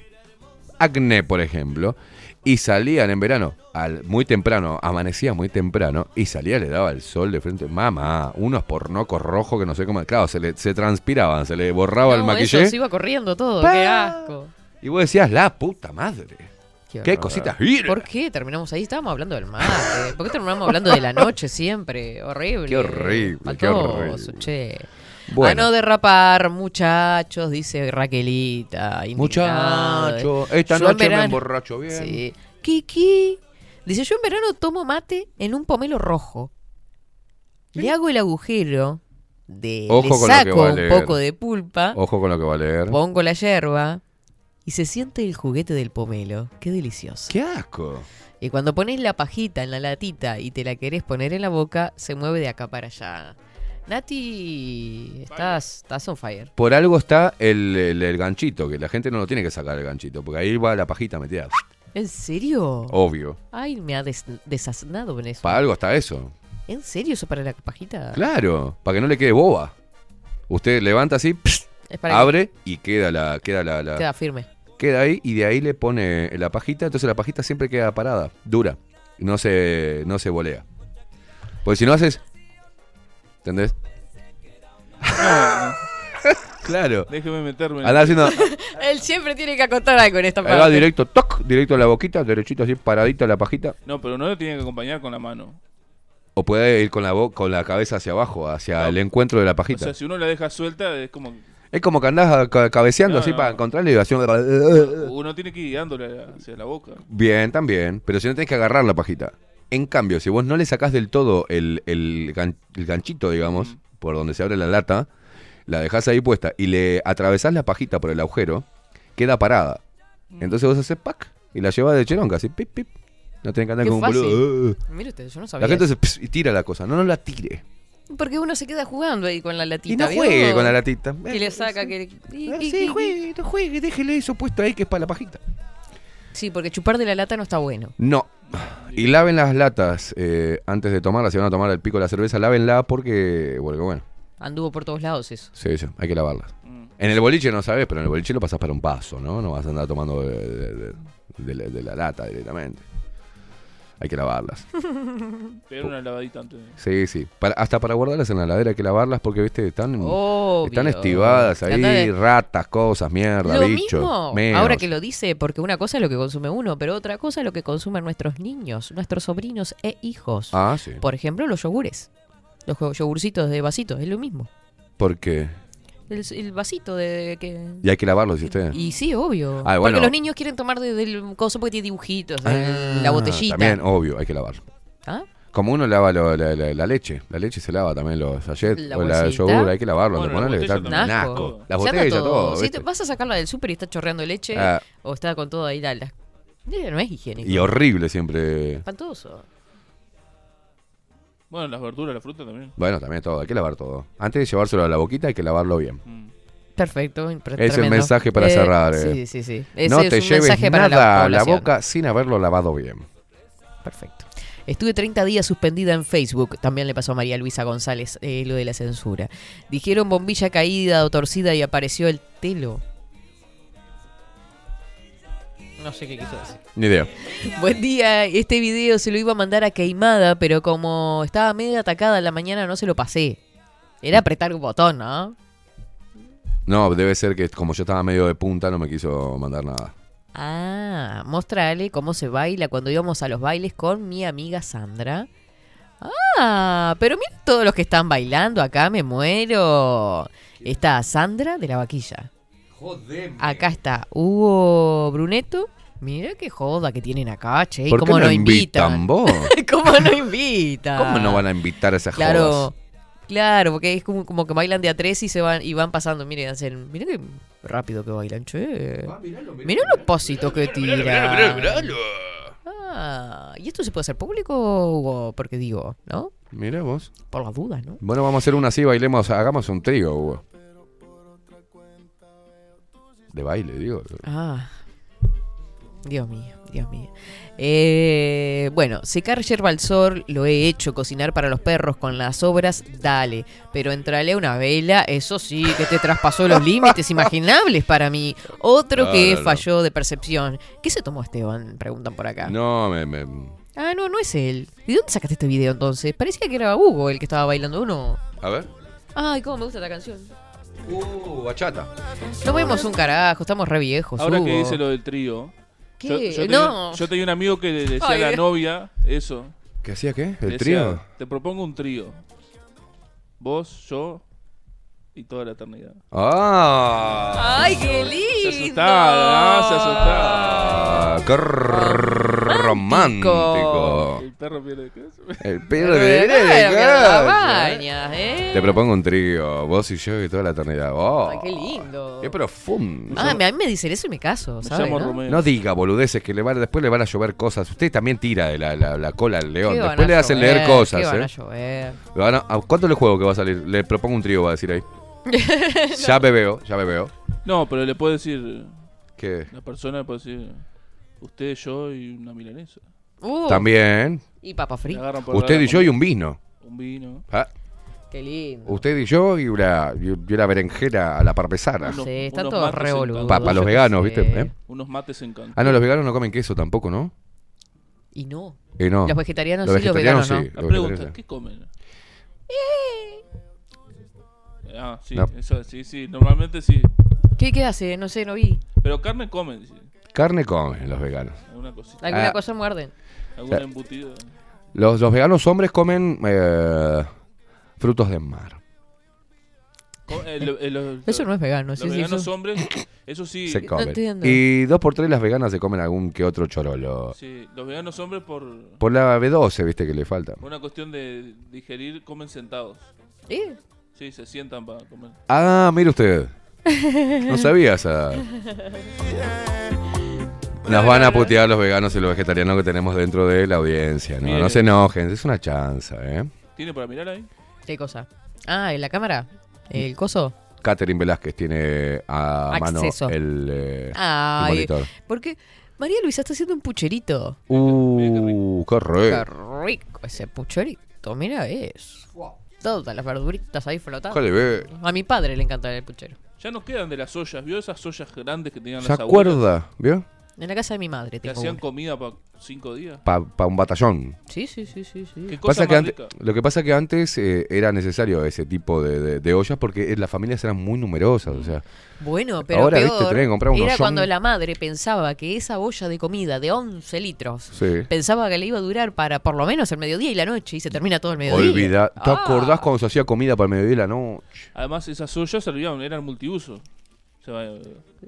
Speaker 10: acné, por ejemplo, y salían en verano, al, muy temprano, amanecía muy temprano, y salía, le daba el sol de frente. Mamá, unos pornocos rojos que no sé cómo. Claro, se le se transpiraban, se le borraba el
Speaker 2: No,
Speaker 10: maquillaje.
Speaker 2: eso se iba corriendo todo,
Speaker 10: Pa.
Speaker 2: qué asco.
Speaker 10: Y vos decías, la puta madre.
Speaker 2: Qué
Speaker 10: Qué
Speaker 2: horror.
Speaker 10: cositas virgas.
Speaker 2: ¿Por qué terminamos ahí? Estábamos hablando del mate. ¿Por qué terminamos hablando de la noche siempre? Horrible.
Speaker 10: Qué horrible,
Speaker 2: A
Speaker 10: qué
Speaker 2: todos,
Speaker 10: horrible.
Speaker 2: che.
Speaker 10: Bueno.
Speaker 2: A Ah, no derrapar, muchachos, dice Raquelita. indignada.
Speaker 10: Muchacho, esta
Speaker 2: Yo en
Speaker 10: noche me
Speaker 2: verano-
Speaker 10: emborracho bien.
Speaker 2: Sí. Kiki. Dice, yo en verano tomo mate en un pomelo rojo. Le hago el agujero. De, Eh,
Speaker 10: Ojo
Speaker 2: le
Speaker 10: con lo que
Speaker 2: saco
Speaker 10: va a
Speaker 2: un
Speaker 10: leer.
Speaker 2: poco de pulpa.
Speaker 10: Ojo con lo que va a leer.
Speaker 2: Pongo la yerba y se siente el juguete del pomelo. Qué delicioso.
Speaker 10: ¡Qué asco!
Speaker 2: Y cuando pones la pajita en la latita y te la querés poner en la boca, se mueve de acá para allá. Nati, estás, estás on fire.
Speaker 10: Por algo está el, el- el ganchito, que la gente no lo tiene que sacar el ganchito, porque ahí va la pajita metida.
Speaker 2: ¿En serio?
Speaker 10: Obvio.
Speaker 2: Ay, me ha des- desasnado con eso.
Speaker 10: Para algo está eso.
Speaker 2: ¿En serio eso para la pajita?
Speaker 10: Claro, para que no le quede boba. Usted levanta así, pss,
Speaker 2: Es para que
Speaker 10: abre y queda la, queda la, la-
Speaker 2: queda firme.
Speaker 10: queda ahí y de ahí le pone la pajita, entonces la pajita siempre queda parada, dura, no se, no se volea. Porque si no haces, ¿entendés? claro.
Speaker 3: Déjeme meterme.
Speaker 10: Andá haciendo,
Speaker 2: Él siempre tiene que acotar algo en esta
Speaker 10: ahí va
Speaker 2: parte.
Speaker 10: directo, toc, directo a la boquita, derechito así, paradita la pajita.
Speaker 3: No, pero no lo tiene que acompañar con la mano.
Speaker 10: O puede ir con la, bo- con la cabeza hacia abajo, hacia el encuentro de la
Speaker 3: O
Speaker 10: pajita.
Speaker 3: sea, si uno la deja suelta, es como.
Speaker 10: es como que andás ca- cabeceando
Speaker 3: No,
Speaker 10: así eh,
Speaker 3: no.
Speaker 10: para encontrarle y haciendo...
Speaker 3: Uno tiene que ir guiándola hacia la boca.
Speaker 10: Bien, también. Pero si no tenés que agarrar la pajita. En cambio, si vos no le sacás del todo el, el gan- el ganchito, digamos, por donde se abre la lata, la dejás ahí puesta y le atravesás la pajita por el agujero, queda parada.
Speaker 2: Mm.
Speaker 10: Entonces vos haces pack y la llevas de cheronca, así pip, pip. No tenés que andar
Speaker 2: Qué
Speaker 10: como un
Speaker 2: fácil.
Speaker 10: boludo. eh,
Speaker 2: Mire usted, yo no sabía.
Speaker 10: La gente
Speaker 2: eso.
Speaker 10: se pss, y tira la cosa. No, no la tire.
Speaker 2: Porque uno se queda jugando ahí con la latita.
Speaker 10: Y no
Speaker 2: ¿vio?
Speaker 10: juegue con la latita.
Speaker 2: Que le saca, que le...
Speaker 10: Ah, Sí, juegue, no juegue, déjele eso puesto ahí que es para la pajita.
Speaker 2: Sí, porque chupar de la lata no está bueno.
Speaker 10: No. Y laven las latas eh, antes de tomarla. Si van a tomar el pico de la cerveza, lávenla porque, porque, bueno,
Speaker 2: Anduvo por todos lados eso.
Speaker 10: sí, sí, hay que lavarlas.
Speaker 2: Mm.
Speaker 10: En el boliche no sabes, pero en el boliche lo pasás para un vaso, ¿no? No vas a andar tomando de, de- de- de la, de la lata directamente. Hay que lavarlas.
Speaker 3: Pegar una lavadita antes. de-
Speaker 10: Sí, sí. Para- hasta para guardarlas en la heladera hay que lavarlas porque, viste, están,
Speaker 2: Obvio.
Speaker 10: están estivadas ahí.
Speaker 2: Tratá de-
Speaker 10: Ratas, cosas, mierda,
Speaker 2: lo
Speaker 10: bichos.
Speaker 2: mismo,
Speaker 10: meos.
Speaker 2: ahora que lo dice, porque una cosa es lo que consume uno, pero otra cosa es lo que consumen nuestros niños, nuestros sobrinos e hijos.
Speaker 10: Ah, sí.
Speaker 2: Por ejemplo, los yogures. Los jo- yogurcitos de vasitos, es lo mismo.
Speaker 10: Porque...
Speaker 2: El, el vasito de que...
Speaker 10: Y hay que lavarlos, si ustedes.
Speaker 2: Y sí, obvio.
Speaker 10: Ah, bueno.
Speaker 2: Porque los niños quieren tomar de- del coso porque tiene dibujitos, de
Speaker 10: Ah,
Speaker 2: la botellita.
Speaker 10: También, obvio, hay que lavar.
Speaker 2: ¿Ah?
Speaker 10: Como uno lava lo- la, la- la leche, la leche se lava también los sachets
Speaker 2: La
Speaker 10: o la
Speaker 2: bolsita.
Speaker 10: yogur, hay que lavarlo,
Speaker 3: Bueno,
Speaker 10: antes de
Speaker 3: la botella
Speaker 10: ponerle está
Speaker 2: Un
Speaker 10: un
Speaker 3: también.
Speaker 10: asco.
Speaker 3: Todo.
Speaker 10: Las
Speaker 2: Se anda
Speaker 10: botellas, todo.
Speaker 2: todo. Si
Speaker 10: ¿viste?
Speaker 2: te- vas a sacarla del súper y está chorreando leche
Speaker 10: Ah.
Speaker 2: o está con todo ahí la, la- Mira, no es higiénico.
Speaker 10: Y horrible siempre.
Speaker 2: Espantoso.
Speaker 3: Bueno, las verduras, la fruta también.
Speaker 10: Bueno, también todo, hay que lavar todo. Antes de llevárselo a la boquita hay que lavarlo bien.
Speaker 3: Mm.
Speaker 2: Perfecto. impre-
Speaker 10: Es el
Speaker 2: tremendo.
Speaker 10: mensaje para cerrar, eh.
Speaker 2: Sí, sí, sí. Ese
Speaker 10: no
Speaker 2: es
Speaker 10: te
Speaker 2: un
Speaker 10: lleves
Speaker 2: mensaje para
Speaker 10: nada
Speaker 2: la
Speaker 10: a la
Speaker 2: población.
Speaker 10: boca sin haberlo lavado bien.
Speaker 2: Perfecto. Estuve 30 días suspendida en Facebook. También le pasó a María Luisa González eh, lo de la censura. Dijeron bombilla caída o torcida y apareció el telo. No sé qué quiso decir.
Speaker 10: Ni idea.
Speaker 2: Buen día, este video se lo iba a mandar a Queimada, pero como estaba medio atacada en la mañana no se lo pasé. Era apretar un botón, ¿no?
Speaker 10: No, debe ser que como yo estaba medio de punta no me quiso mandar nada.
Speaker 2: Ah, mostrale cómo se baila cuando íbamos a los bailes con mi amiga Sandra. Ah, pero miren todos los que están bailando acá, me muero. Está Sandra de la vaquilla.
Speaker 10: Joder.
Speaker 2: Acá está Hugo Bruneto. Mira qué joda que tienen acá, che. ¿Y
Speaker 10: ¿Por
Speaker 2: cómo
Speaker 10: qué
Speaker 2: no
Speaker 10: no
Speaker 2: invitan?
Speaker 10: invitan vos?
Speaker 2: ¿Cómo no invitan?
Speaker 10: ¿Cómo no van a invitar a esas
Speaker 2: Ah. Claro.
Speaker 10: jodas?
Speaker 2: Claro, porque es como, como que bailan de a tres y se van y van pasando. Miren, hacen, miren qué rápido que bailan, che. Miren los pasitos que tiran. Ah, ¿y esto se puede hacer público Hugo? porque digo, ¿no?
Speaker 10: Mira vos.
Speaker 2: Por las dudas, ¿no?
Speaker 10: Bueno, vamos a hacer una así, bailemos, hagamos un trío, Hugo. De baile, digo.
Speaker 2: Ah. Dios mío, Dios mío. Eh, bueno, secar yerba al sol lo he hecho, cocinar para los perros con las obras, dale. Pero entrale una vela, eso sí, que te traspasó los límites imaginables para mí. Otro
Speaker 10: No,
Speaker 2: que
Speaker 10: no, no.
Speaker 2: falló de percepción. ¿Qué se tomó Esteban? Preguntan por acá.
Speaker 10: No, me, me-
Speaker 2: Ah, no, no es él. ¿De dónde sacaste este video entonces? Parecía que era Hugo el que estaba bailando uno.
Speaker 10: A ver.
Speaker 2: Ay, cómo me gusta esta canción.
Speaker 10: Uh, bachata.
Speaker 2: No vemos un carajo, estamos re viejos.
Speaker 3: Ahora que
Speaker 2: Hugo.
Speaker 3: dice lo del trío.
Speaker 2: Pues
Speaker 3: Yo,
Speaker 2: ¿Qué?
Speaker 3: yo tenía,
Speaker 2: no.
Speaker 3: yo tenía un amigo que le decía
Speaker 2: Ay,
Speaker 3: a la
Speaker 2: Dios.
Speaker 3: novia eso.
Speaker 10: ¿Qué hacía qué?
Speaker 3: Le decía,
Speaker 10: ¿El trío?
Speaker 3: Te propongo un trío. Vos, yo y toda la eternidad.
Speaker 10: ¡Ah!
Speaker 2: Ay, qué
Speaker 3: Se
Speaker 2: lindo.
Speaker 3: asustaba, ¿no? Se asustaba.
Speaker 10: Ah, ¡Qué romántico!
Speaker 3: El perro pierde queso.
Speaker 10: El
Speaker 2: Pero
Speaker 10: perro de
Speaker 2: claro, que la
Speaker 10: la
Speaker 2: bañas, ¿eh?
Speaker 10: Te propongo un trío, vos y yo y toda la eternidad. Oh,
Speaker 2: Ay, qué lindo.
Speaker 10: ¡Qué profundo!
Speaker 2: Ah, me- a mí me dicen eso y me caso,
Speaker 3: Me
Speaker 2: ¿sabes?
Speaker 3: llamo
Speaker 2: no?
Speaker 3: Romeo.
Speaker 10: Mm, No diga boludeces que le van, después le van a llover cosas. Usted también tira de la, la- la cola al
Speaker 2: ¿Qué
Speaker 10: león.
Speaker 2: van
Speaker 10: Después
Speaker 2: a
Speaker 10: le hacen
Speaker 2: llover?
Speaker 10: leer
Speaker 2: ¿Qué
Speaker 10: cosas.
Speaker 2: van a
Speaker 10: ¿eh?
Speaker 2: llover?
Speaker 10: Le van a- ¿a ¿Cuánto le juego que va a salir? Le propongo un trío, va a decir ahí. Ya me veo, ya me veo.
Speaker 3: No, pero le puede decir.
Speaker 10: Que
Speaker 3: La persona le puede decir. Usted, yo y una milanesa.
Speaker 2: Uh,
Speaker 10: también.
Speaker 2: Y papa
Speaker 3: Le
Speaker 2: frita.
Speaker 3: agarran por la
Speaker 10: Usted
Speaker 3: gana
Speaker 10: y yo
Speaker 3: con
Speaker 10: y un vino.
Speaker 3: Un vino.
Speaker 10: Ah,
Speaker 2: Qué lindo.
Speaker 10: Usted y yo y una, y una berenjena a la parmesana.
Speaker 2: No
Speaker 3: unos-
Speaker 2: sé, están
Speaker 3: unos
Speaker 2: todos
Speaker 3: mates
Speaker 2: re
Speaker 3: en
Speaker 2: boludos.
Speaker 10: Pa- pa' los
Speaker 2: Sí.
Speaker 10: veganos, ¿viste? ¿Eh?
Speaker 3: Unos mates en canto.
Speaker 10: Ah, no, los veganos no comen queso tampoco, ¿no?
Speaker 2: Y no.
Speaker 10: Eh, no.
Speaker 2: Los vegetarianos
Speaker 10: Los
Speaker 2: sí, los
Speaker 10: vegetarianos
Speaker 2: veganos
Speaker 10: sí.
Speaker 3: La
Speaker 10: los
Speaker 3: pregunta,
Speaker 10: vegetarianos.
Speaker 3: ¿qué comen? Ah, sí,
Speaker 10: No.
Speaker 3: eso, sí, sí, normalmente sí.
Speaker 2: ¿Qué, ¿Qué hace? No sé, no vi.
Speaker 3: Pero carne comen, sí.
Speaker 10: Carne comen los veganos.
Speaker 3: Alguna cosita,
Speaker 2: Alguna
Speaker 10: Ah.
Speaker 2: cosa muerden.
Speaker 3: algún
Speaker 10: Sí.
Speaker 3: embutido.
Speaker 10: Los, los veganos hombres comen eh, frutos del mar.
Speaker 3: Co- eh, lo- eh, lo-
Speaker 2: Eso no es vegano.
Speaker 3: Los
Speaker 2: Sí, sí,
Speaker 3: veganos
Speaker 2: eso.
Speaker 3: hombres, eso sí, eh,
Speaker 10: se comen.
Speaker 2: entiendo.
Speaker 10: y dos por tres las veganas se comen algún que otro chorolo.
Speaker 3: sí, los veganos hombres por
Speaker 10: Por la B12, viste que le falta.
Speaker 3: por una cuestión de digerir comen sentados.
Speaker 2: ¿Eh?
Speaker 3: Sí, se sientan para comer.
Speaker 10: Ah, mire usted. No sabía esa. Nos van a putear los veganos y los vegetarianos que tenemos dentro de la audiencia. No,
Speaker 3: Mire.
Speaker 10: no se enojen, es una chanza, ¿eh?
Speaker 3: ¿Tiene para mirar ahí?
Speaker 2: ¿Qué cosa? Ah, ¿en la cámara?
Speaker 10: Mm.
Speaker 2: ¿El coso?
Speaker 10: Catherine Velázquez tiene a mano
Speaker 2: Acceso.
Speaker 10: el, eh, el
Speaker 2: Ay,
Speaker 10: monitor.
Speaker 2: porque María Luisa está haciendo un pucherito.
Speaker 10: Uh, qué
Speaker 2: Qué
Speaker 10: re.
Speaker 2: rico ese pucherito, mira eso. Todas las verduritas ahí flotando.
Speaker 10: Jale, ve.
Speaker 2: A mi padre le encanta el puchero.
Speaker 3: Ya nos quedan de las ollas, ¿vio esas ollas grandes que tenían
Speaker 10: ¿Se
Speaker 3: las abuelas?
Speaker 10: acuerda? ¿Vio?
Speaker 2: En la casa de mi madre
Speaker 3: Que
Speaker 2: tengo
Speaker 3: hacían
Speaker 2: uno.
Speaker 3: comida para cinco días.
Speaker 10: Para un batallón.
Speaker 2: Sí, sí, sí, sí, sí.
Speaker 3: Qué cosa
Speaker 10: Pasa que
Speaker 3: más
Speaker 10: ante-
Speaker 3: rica.
Speaker 10: lo que pasa que antes eh, era necesario ese tipo de, de- de ollas porque eh, las familias eran muy numerosas. O sea,
Speaker 2: Bueno, pero
Speaker 10: Ahora,
Speaker 2: peor
Speaker 10: viste, tenés que comprar unos
Speaker 2: era cuando
Speaker 10: young.
Speaker 2: la madre pensaba que esa olla de comida de 11 litros
Speaker 10: Sí.
Speaker 2: pensaba que le iba a durar para por lo menos el mediodía y la noche y se termina todo el mediodía.
Speaker 10: olvidá. ¿Te
Speaker 2: Ah.
Speaker 10: acordás cuando se hacía comida para el mediodía y la noche?
Speaker 3: Además esas ollas servían, eran multiuso. Se va-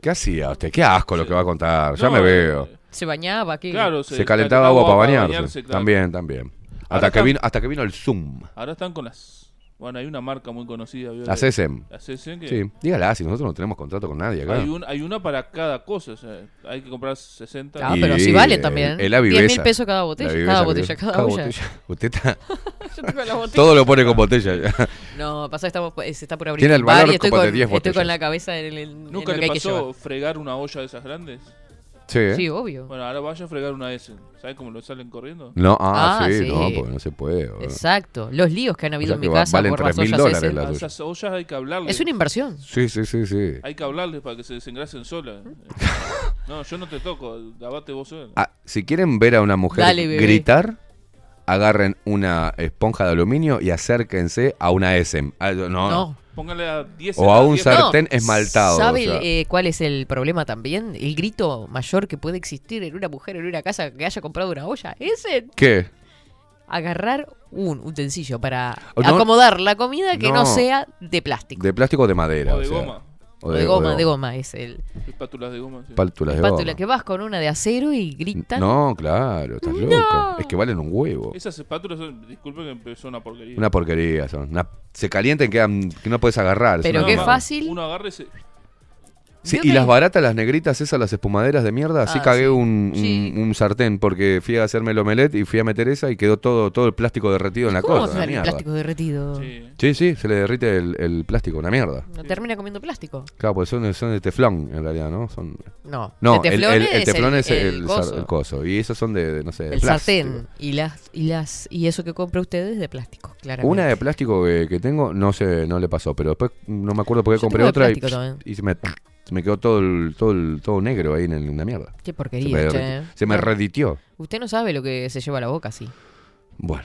Speaker 10: ¿Qué hacía usted? Qué asco lo que va a contar. Ah, Ya
Speaker 3: No,
Speaker 10: me veo.
Speaker 3: eh,
Speaker 2: Se bañaba, ¿qué?
Speaker 3: Claro,
Speaker 10: se calentaba agua para bañarse.
Speaker 3: claro.
Speaker 10: También, también.
Speaker 3: Ahora
Speaker 10: Hasta que,
Speaker 3: está-
Speaker 10: vino, hasta que vino el Zoom.
Speaker 3: Ahora están con las. Bueno, hay una marca muy conocida. ¿vio?
Speaker 10: La CSM.
Speaker 3: La CSM que
Speaker 10: Sí. Dígala, si nosotros no tenemos contrato con nadie acá.
Speaker 3: hay, un- hay una para cada cosa. o sea, hay que comprar 60.
Speaker 2: Ah,
Speaker 10: Y
Speaker 2: pero si vale también.
Speaker 10: es la
Speaker 2: 10 mil
Speaker 10: viveza.
Speaker 2: pesos cada
Speaker 10: La
Speaker 2: botella,
Speaker 10: viveza
Speaker 2: cada
Speaker 10: que
Speaker 2: botella,
Speaker 10: tiene.
Speaker 2: cada,
Speaker 10: Cada
Speaker 2: olla.
Speaker 10: botella. Usted está-
Speaker 2: Yo tengo la botella.
Speaker 10: todo lo pone con botella. ya.
Speaker 2: No, pasa que estamos, eh, se está por abrir.
Speaker 10: Tiene el
Speaker 2: un bar
Speaker 10: valor
Speaker 2: y estoy
Speaker 10: como
Speaker 2: con,
Speaker 10: de 10
Speaker 2: Estoy con
Speaker 10: botellas.
Speaker 2: la cabeza en, el, en
Speaker 3: ¿Nunca
Speaker 2: lo que
Speaker 3: le
Speaker 2: hay que llevar.
Speaker 3: pasó fregar una olla de esas grandes?
Speaker 10: Sí. ¿eh?
Speaker 2: Sí, obvio.
Speaker 3: Bueno, ahora vaya a fregar una de esas. ¿Sabes cómo lo salen corriendo?
Speaker 10: No, ah,
Speaker 2: Ah,
Speaker 10: sí,
Speaker 2: sí.
Speaker 10: no, porque no se puede. boludo.
Speaker 2: Exacto. Los líos que han habido
Speaker 10: sea
Speaker 2: en
Speaker 10: que
Speaker 2: mi
Speaker 10: va-
Speaker 2: casa
Speaker 10: valen
Speaker 2: por las
Speaker 10: 3.000
Speaker 2: ollas
Speaker 10: dólares
Speaker 2: esas.
Speaker 10: las
Speaker 3: A
Speaker 10: ollas.
Speaker 3: esas ollas hay que hablarles.
Speaker 2: Es una inversión.
Speaker 10: Sí, sí, sí, sí.
Speaker 3: Hay que hablarles para que se desengrasen solas. no, yo no te toco. Lavate vos sola.
Speaker 10: Ah, si quieren ver a una mujer
Speaker 2: Dale, bebé.
Speaker 10: gritar, agarren una esponja de aluminio y acérquense a una SM. Ah, no, no.
Speaker 2: No.
Speaker 3: Póngale a 10
Speaker 10: O a un
Speaker 3: sartén.
Speaker 2: No,
Speaker 10: sartén esmaltado,
Speaker 2: ¿Sabe
Speaker 10: o sea.
Speaker 2: eh, cuál es el problema también? El grito mayor que puede existir en una mujer en una casa que haya comprado una olla es el
Speaker 10: ¿Qué?
Speaker 2: agarrar un utensilio para
Speaker 10: O no-
Speaker 2: acomodar la comida que no,
Speaker 10: no.
Speaker 2: sea de plástico.
Speaker 10: De plástico o de madera.
Speaker 3: O de
Speaker 10: sea.
Speaker 3: goma.
Speaker 10: O
Speaker 2: de, goma, de goma es el
Speaker 3: Espátulas de goma. sí.
Speaker 10: Páltulas de
Speaker 2: espátula
Speaker 10: goma.
Speaker 2: que vas con una de acero y gritan.
Speaker 10: No, claro, estás loca. Es que valen un huevo.
Speaker 3: Esas espátulas son. Disculpen que empezó una porquería.
Speaker 10: Una porquería son. Una- se calientan y quedan que no puedes agarrar. es
Speaker 2: Pero
Speaker 10: una
Speaker 2: qué
Speaker 10: mierda.
Speaker 2: fácil.
Speaker 3: Uno agarra y se.
Speaker 10: Sí,
Speaker 2: Vio
Speaker 10: y
Speaker 2: que-
Speaker 10: las baratas, las negritas, esas, las espumaderas de mierda, sí
Speaker 2: Ah,
Speaker 10: cagué
Speaker 2: sí.
Speaker 10: Un, un-
Speaker 2: Sí.
Speaker 10: un sartén porque fui a hacerme el omelette y fui a meter esa y quedó todo, todo el plástico derretido en la
Speaker 2: ¿Cómo
Speaker 10: cosa.
Speaker 2: vamos a
Speaker 10: una
Speaker 2: sacar el
Speaker 10: mierda.
Speaker 2: plástico derretido?
Speaker 3: Sí.
Speaker 10: Sí, sí, se le derrite el, el plástico, una mierda.
Speaker 2: ¿No termina comiendo plástico?
Speaker 10: Claro, porque son, son de teflón en realidad, ¿no? Son...
Speaker 2: No.
Speaker 10: No,
Speaker 2: el teflón, es, el,
Speaker 10: teflón es el,
Speaker 2: el
Speaker 10: sar-
Speaker 2: coso,
Speaker 10: el coso. Y esos son de, de, no sé, de
Speaker 2: el
Speaker 10: plástico.
Speaker 2: sartén. Y las, y las, y eso que compra ustedes de plástico, claramente.
Speaker 10: Una de plástico que, que tengo, no sé, no le pasó, pero después no me acuerdo por qué
Speaker 2: Yo
Speaker 10: compré
Speaker 2: tengo de
Speaker 10: otra y,
Speaker 2: plástico también.
Speaker 10: y se, me, se me quedó todo, el- todo, el- todo negro ahí en, el- en la mierda.
Speaker 2: Qué
Speaker 10: Se
Speaker 2: porquería,
Speaker 10: me,
Speaker 2: che.
Speaker 10: derritió. se me
Speaker 2: No,
Speaker 10: reditió.
Speaker 2: Usted no sabe lo que se lleva a la boca, sí.
Speaker 10: Bueno,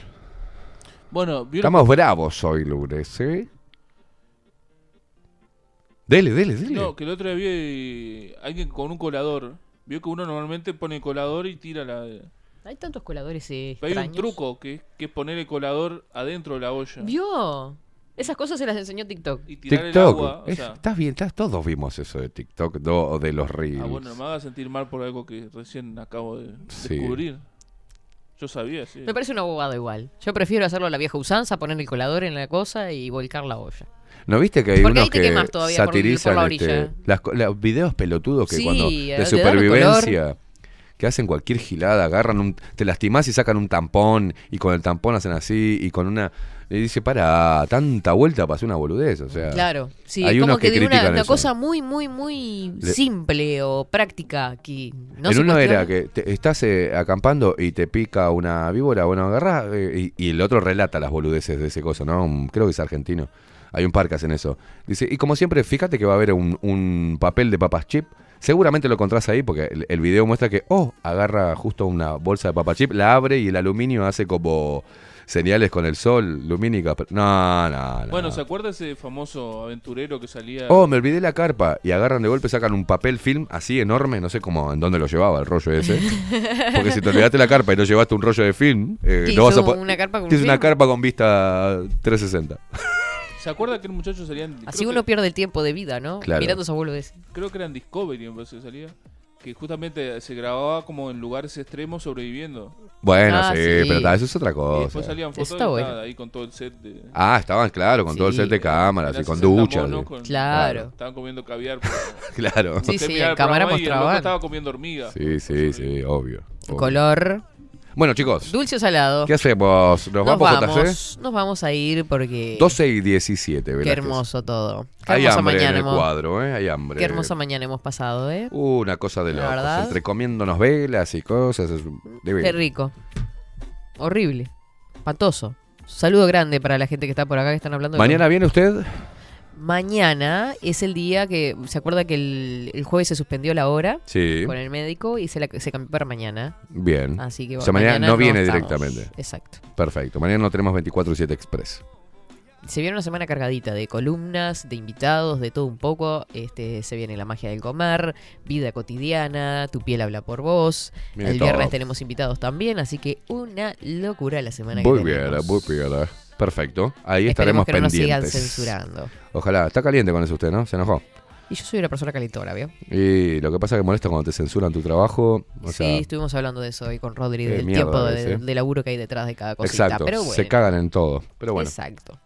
Speaker 3: Bueno, ¿vieron?
Speaker 10: estamos bravos hoy, Lourdes, ¿eh? Dele, dele, dele.
Speaker 3: No, que el otro día vi eh, alguien con un colador. Vio que uno normalmente pone el colador y tira la.
Speaker 2: Hay tantos coladores eh,
Speaker 3: Pero hay
Speaker 2: extraños.
Speaker 3: un truco que, que es poner el colador adentro de la olla.
Speaker 2: ¿Vio? Esas cosas se las enseñó TikTok.
Speaker 3: Y tirar el
Speaker 10: TikTok.
Speaker 3: agua. O
Speaker 10: Es-
Speaker 3: sea,
Speaker 10: Estás bien, estás- todos vimos eso de TikTok do- o de los reels.
Speaker 3: ah, bueno, no me haga sentir mal por algo que recién acabo de
Speaker 10: Sí.
Speaker 3: descubrir. Yo sabía, sí.
Speaker 2: Me parece una bobada igual. Yo prefiero hacerlo a la vieja usanza, poner el colador en la cosa y volcar la olla.
Speaker 10: ¿No viste que hay
Speaker 2: Porque ahí
Speaker 10: unos
Speaker 2: te
Speaker 10: que
Speaker 2: quemás todavía por- por la
Speaker 10: satirizan
Speaker 2: orilla.
Speaker 10: este, las co- los videos pelotudos que
Speaker 2: Sí,
Speaker 10: cuando
Speaker 2: eh,
Speaker 10: de
Speaker 2: te dan un
Speaker 10: supervivencia que hacen cualquier gilada, agarran un, te lastimás y sacan un tampón y con el tampón hacen así y con una y dice para tanta vuelta para hacer una boludez, o sea,
Speaker 2: Claro, sí,
Speaker 10: Hay
Speaker 2: es como
Speaker 10: unos
Speaker 2: que,
Speaker 10: que
Speaker 2: de una,
Speaker 10: critican
Speaker 2: una
Speaker 10: eso.
Speaker 2: cosa muy, muy, muy
Speaker 10: Le-
Speaker 2: simple o práctica que no
Speaker 10: en
Speaker 2: se
Speaker 10: uno
Speaker 2: cuestiona.
Speaker 10: era que te- estás eh, acampando y te pica una víbora, bueno, agarrás eh, y, y el otro relata las boludeces de ese cosa, ¿no? Un- creo que es argentino. Hay un parque en eso. Dice, y como siempre, fíjate que va a haber un, un papel de papas chip. Seguramente lo encontrás ahí porque el, el video muestra que, oh, agarra justo una bolsa de papas chip, la abre y el aluminio hace como señales con el sol, lumínicas. pero- No, no, no.
Speaker 3: Bueno, ¿se acuerda ese famoso aventurero que salía?
Speaker 10: Oh, me olvidé la carpa. Y agarran de golpe, sacan un papel film así enorme, no sé cómo, en dónde lo llevaba el rollo ese. Porque si te olvidaste la carpa y no llevaste un rollo de film, eh,
Speaker 2: ¿Qué
Speaker 10: no vas
Speaker 2: hizo
Speaker 10: a po-
Speaker 2: una carpa con
Speaker 10: Tienes
Speaker 2: un
Speaker 10: una
Speaker 2: film?
Speaker 10: carpa con vista 360.
Speaker 3: ¿Se acuerda que el muchacho salía en,
Speaker 2: Así
Speaker 3: creo
Speaker 2: uno
Speaker 3: que,
Speaker 2: pierde el tiempo de vida, ¿no?
Speaker 10: Claro.
Speaker 2: Mirando a su abuelo ese.
Speaker 3: creo que era en Discovery, me parece que salía. Que justamente se grababa como en lugares extremos sobreviviendo.
Speaker 10: Bueno,
Speaker 2: Ah,
Speaker 10: sí,
Speaker 2: sí.
Speaker 10: pero ta, eso es otra
Speaker 3: y
Speaker 10: cosa.
Speaker 3: después salían
Speaker 2: eso
Speaker 3: fotos
Speaker 2: está
Speaker 3: y
Speaker 2: bueno.
Speaker 3: nada, ahí con todo el set de.
Speaker 10: Ah, estaban, claro, con todo el
Speaker 2: Sí.
Speaker 10: set de cámaras
Speaker 3: Eran
Speaker 10: y con
Speaker 3: 60
Speaker 10: duchas.
Speaker 3: monos
Speaker 10: sí.
Speaker 3: con-
Speaker 2: Claro.
Speaker 3: Estaban comiendo caviar. por-
Speaker 10: Claro.
Speaker 2: Sí,
Speaker 3: usted
Speaker 2: sí,
Speaker 3: miraba
Speaker 2: en
Speaker 3: el
Speaker 2: cámara
Speaker 3: programa y el loco
Speaker 2: mostraban.
Speaker 3: Estaba comiendo hormigas.
Speaker 10: Sí, sí, sí, obvio. obvio.
Speaker 2: Color
Speaker 10: Bueno, chicos,
Speaker 2: dulce o salado.
Speaker 10: ¿qué hacemos? ¿Nos,
Speaker 2: nos
Speaker 10: vamos,
Speaker 2: vamos, nos vamos a ir porque
Speaker 10: JC? 12 y 17,
Speaker 2: qué
Speaker 10: Velázquez.
Speaker 2: hermoso todo. Qué
Speaker 10: Hay
Speaker 2: hermosa
Speaker 10: hambre en
Speaker 2: mañana
Speaker 10: el
Speaker 2: hemos,
Speaker 10: cuadro, ¿eh? Hay hambre.
Speaker 2: qué hermosa mañana hemos pasado, ¿eh?
Speaker 10: Una cosa de
Speaker 2: La
Speaker 10: locos,
Speaker 2: verdad.
Speaker 10: entre comiéndonos velas y cosas. es un- debe-
Speaker 2: Qué rico. Horrible. Espantoso. Saludo grande para la gente que está por acá que están hablando. de
Speaker 10: Mañana viene usted.
Speaker 2: Mañana es el día que. ¿Se acuerda que el, el jueves se suspendió la hora
Speaker 10: Sí.
Speaker 2: con el médico y se, la, se cambió para mañana?
Speaker 10: Bien.
Speaker 2: Así que
Speaker 10: O
Speaker 2: bueno,
Speaker 10: sea, mañana no viene
Speaker 2: estamos.
Speaker 10: directamente.
Speaker 2: Exacto.
Speaker 10: Perfecto. Mañana no tenemos 24-7 Express.
Speaker 2: Se viene una semana cargadita de columnas, de invitados, de todo un poco. Este, se viene la magia del comer, vida cotidiana, tu piel habla por vos.
Speaker 10: Viene
Speaker 2: el
Speaker 10: todo.
Speaker 2: viernes tenemos invitados también, así que una locura la semana
Speaker 10: Muy
Speaker 2: que
Speaker 10: bien,
Speaker 2: tenemos.
Speaker 10: muy bien. Perfecto. Ahí
Speaker 2: Esperemos
Speaker 10: estaremos
Speaker 2: que no nos sigan
Speaker 10: pendientes.
Speaker 2: censurando.
Speaker 10: Ojalá. Está caliente con eso usted, ¿no? Se enojó.
Speaker 2: Y yo soy una persona calentora, ¿vio?
Speaker 10: Y lo que pasa es que molesta cuando te censuran tu trabajo. O
Speaker 2: sí,
Speaker 10: sea,
Speaker 2: estuvimos hablando de eso hoy con Rodri,
Speaker 10: Qué
Speaker 2: del
Speaker 10: mierda
Speaker 2: tiempo
Speaker 10: es,
Speaker 2: de,
Speaker 10: eh.
Speaker 2: de laburo que hay detrás de cada cosita.
Speaker 10: exacto.
Speaker 2: pero bueno,
Speaker 10: Se cagan en todo. Pero bueno,
Speaker 2: exacto.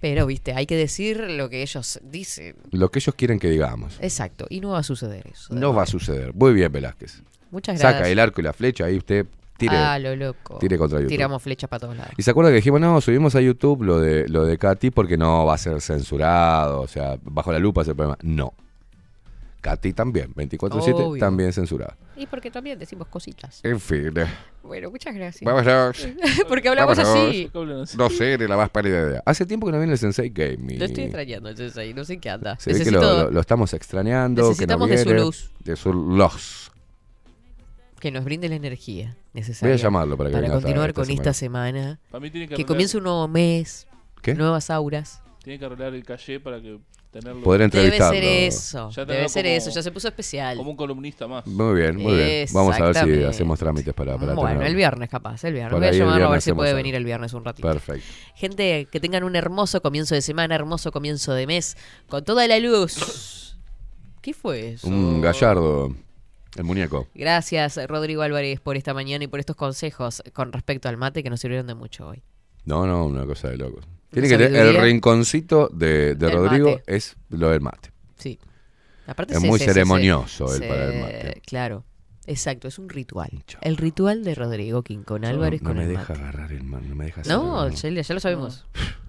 Speaker 2: Pero, viste, hay que decir lo que ellos dicen.
Speaker 10: lo que ellos quieren que digamos.
Speaker 2: Exacto, y no va a suceder eso. de
Speaker 10: No va a
Speaker 2: verdad.
Speaker 10: suceder. Muy bien, Velázquez.
Speaker 2: Muchas gracias.
Speaker 10: Saca el arco y la flecha. Ahí usted tire.
Speaker 2: Ah, lo loco.
Speaker 10: tire contra YouTube.
Speaker 2: Tiramos flechas para todos lados.
Speaker 10: Y se acuerda que dijimos, no, subimos a YouTube lo de lo de Katy porque no va a ser censurado, o sea, bajo la lupa es el problema. No. Katy también, 24-7
Speaker 2: Obvio.
Speaker 10: también censurada.
Speaker 2: Y porque también decimos cositas.
Speaker 10: En fin, eh,
Speaker 2: Bueno, muchas gracias.
Speaker 10: vámonos.
Speaker 2: porque hablamos
Speaker 10: vámonos.
Speaker 2: así.
Speaker 3: ¿Qué hablan así?
Speaker 10: No sé, ni la más pálida idea. Hace tiempo que no viene el Sensei Gaming.
Speaker 2: Lo estoy extrañando, entonces ahí, no sé qué anda.
Speaker 10: Se
Speaker 2: Necesito...
Speaker 10: ve que lo- lo, lo estamos extrañando.
Speaker 2: necesitamos
Speaker 10: que
Speaker 2: de
Speaker 10: no
Speaker 2: su
Speaker 10: viene.
Speaker 2: luz.
Speaker 10: De su luz.
Speaker 2: que nos brinde la energía
Speaker 10: Voy
Speaker 2: necesaria
Speaker 10: a llamarlo para que
Speaker 2: para
Speaker 10: venga esta-
Speaker 2: continuar
Speaker 10: esta
Speaker 2: con
Speaker 10: semana.
Speaker 2: esta semana.
Speaker 3: Para mí tiene que
Speaker 2: Que
Speaker 3: arreglar-
Speaker 2: comience un nuevo mes,
Speaker 10: ¿Qué?
Speaker 2: nuevas auras.
Speaker 3: Tiene que arreglar el calle para que tenerlo
Speaker 10: Poder
Speaker 2: Debe
Speaker 10: entrevistarlo.
Speaker 2: ser eso.
Speaker 3: Ya
Speaker 2: Debe
Speaker 3: tenemos
Speaker 2: ser
Speaker 3: como-
Speaker 2: eso. Ya se puso especial.
Speaker 3: como un columnista más.
Speaker 10: Muy bien, muy bien. Vamos a ver si
Speaker 2: Exactamente.
Speaker 10: hacemos trámites para, para
Speaker 2: bueno,
Speaker 10: tener-
Speaker 2: el viernes capaz, el viernes.
Speaker 10: Por
Speaker 2: Voy a
Speaker 10: ahí el
Speaker 2: llamarlo a ver
Speaker 10: viernes
Speaker 2: si puede
Speaker 10: hacemos
Speaker 2: venir
Speaker 10: algo.
Speaker 2: el viernes un ratito.
Speaker 10: Perfecto.
Speaker 2: Gente, que tengan un hermoso comienzo de semana, hermoso comienzo de mes, con toda la luz. ¿Qué fue eso?
Speaker 10: Un gallardo, el muñeco.
Speaker 2: Gracias, Rodrigo Álvarez, por esta mañana y por estos consejos con respecto al mate que nos sirvieron de mucho hoy.
Speaker 10: No, no, una cosa de locos.
Speaker 2: Una
Speaker 10: Tiene que tener- el
Speaker 2: sabiduría.
Speaker 10: rinconcito de, de
Speaker 2: Del
Speaker 10: Rodrigo
Speaker 2: mate.
Speaker 10: es lo del mate.
Speaker 2: Sí. Aparte
Speaker 10: Es
Speaker 2: se-
Speaker 10: muy
Speaker 2: se- se-
Speaker 10: ceremonioso
Speaker 2: se-
Speaker 10: el para el mate.
Speaker 2: Claro. Exacto, es un ritual.
Speaker 10: Yo-
Speaker 2: El ritual de Rodrigo King con Álvarez
Speaker 10: no,
Speaker 2: con
Speaker 10: me
Speaker 2: el
Speaker 10: deja
Speaker 2: mate.
Speaker 10: agarrar el mate, no me deja
Speaker 2: No,
Speaker 10: hacer-
Speaker 2: Sheila, ya lo sabemos.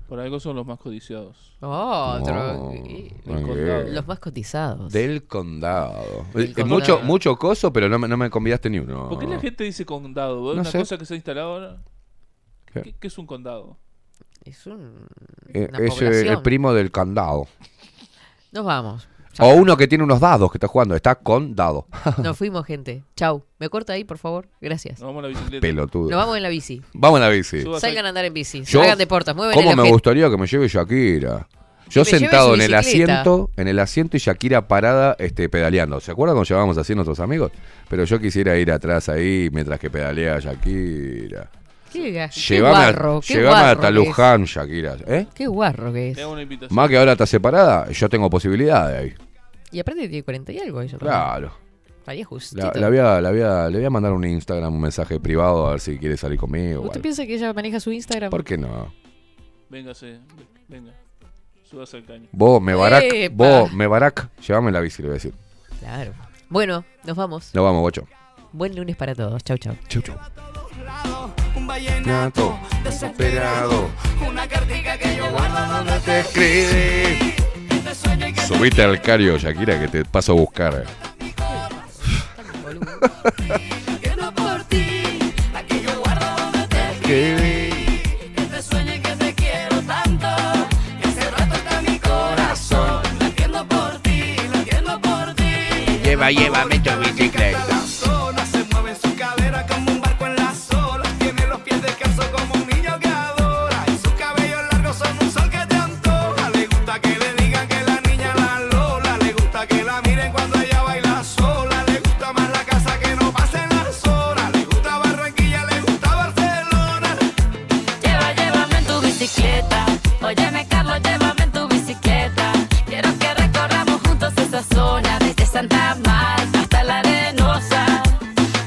Speaker 3: Por algo son los más codiciados.
Speaker 2: Oh,
Speaker 10: No,
Speaker 2: otro-
Speaker 10: no,
Speaker 3: Los
Speaker 10: que-
Speaker 2: Los más cotizados.
Speaker 10: Del condado.
Speaker 2: Del
Speaker 10: Eh,
Speaker 2: condado.
Speaker 10: Mucho, mucho coso, pero no, me- no me convidaste ni uno.
Speaker 3: ¿Por qué la gente dice condado? boludo?
Speaker 10: Oh. No
Speaker 3: una
Speaker 10: sé.
Speaker 3: cosa que se ha instalado ahora.
Speaker 10: ¿Qué?
Speaker 3: ¿Qué, qué es un condado?
Speaker 2: Es un.
Speaker 10: Eh,
Speaker 2: una
Speaker 10: es eh, el
Speaker 2: población.
Speaker 10: primo del candado.
Speaker 2: Nos vamos.
Speaker 10: O uno que tiene unos dados que está jugando. Está con dado.
Speaker 2: Nos fuimos, gente. Chau. Me corta ahí, por favor. Gracias.
Speaker 3: Nos vamos a la bicicleta.
Speaker 10: Pelotudo.
Speaker 2: Nos vamos en la bici.
Speaker 10: Vamos a la bici.
Speaker 3: Suba-
Speaker 2: Salgan a andar en bici.
Speaker 10: Yo-
Speaker 2: Hagan deportes. Mueven
Speaker 10: ¿Cómo
Speaker 2: el
Speaker 10: me
Speaker 2: objeto.
Speaker 10: gustaría que me lleve Shakira? Yo
Speaker 2: me lleve
Speaker 10: sentado
Speaker 2: su
Speaker 10: en el
Speaker 2: bicicleta.
Speaker 10: asiento, en el asiento y Shakira parada este, pedaleando. ¿Se acuerdan cuando llevábamos así nuestros amigos? Pero yo quisiera ir atrás ahí mientras que pedalea Shakira.
Speaker 2: Qué, ga- qué
Speaker 10: Llévame, a-
Speaker 2: guarro. Qué
Speaker 10: llévame
Speaker 2: guarro
Speaker 10: hasta
Speaker 2: que es.
Speaker 10: Luján, Shakira. ¿Eh?
Speaker 2: Qué guarro que es.
Speaker 3: Te hago una invitación.
Speaker 10: Más que ahora está separada, yo tengo posibilidades ahí.
Speaker 2: Y aparte tiene 40 y algo ella. también.
Speaker 10: Claro.
Speaker 2: Estaría justito.
Speaker 10: La, la voy a- la voy a- le voy a mandar un Instagram, un mensaje privado a ver si quiere salir conmigo. o
Speaker 2: ¿Usted
Speaker 10: algo.
Speaker 2: piensa que ella maneja su Instagram?
Speaker 10: ¿Por qué no?
Speaker 3: Véngase, venga. Subas al caño.
Speaker 10: Vos, me barac,
Speaker 2: Epa.
Speaker 10: vos, me barac, llévame la bici, le voy a decir.
Speaker 2: Claro. Bueno, nos vamos.
Speaker 10: Nos vamos, bocho.
Speaker 2: Buen lunes para todos. Chau, chau.
Speaker 10: Chau, chau.
Speaker 11: Un vallenato
Speaker 10: Nato,
Speaker 11: desesperado. Una cartica que yo guardo donde te
Speaker 10: escribí.
Speaker 11: te sueño y que
Speaker 10: Subite al cario, Shakira, que te paso a buscar.
Speaker 11: quedo por ti. La que yo guardo donde te escribí. Que te sueño y que te quiero tanto. Que ese rato está mi corazón. La entiendo por ti, la entiendo por ti.
Speaker 10: Lleva, llévame tu
Speaker 11: La zona se mueve en su cadera como un barco en las olas. Tiene los pies descalzos como un niño que adora. Y sus cabellos largos son un sol que te antoja. Le gusta que le digan que la niña la lola. Le gusta que la miren cuando ella baila sola. Le gusta más la casa que no pasen las horas. Le gusta Barranquilla, le gusta Barcelona.
Speaker 5: Lleva, llévame en tu bicicleta. Óyeme, Carlos, llévame en tu bicicleta. Quiero que recorramos juntos esa zona, desde Santa Marta hasta la Arenosa.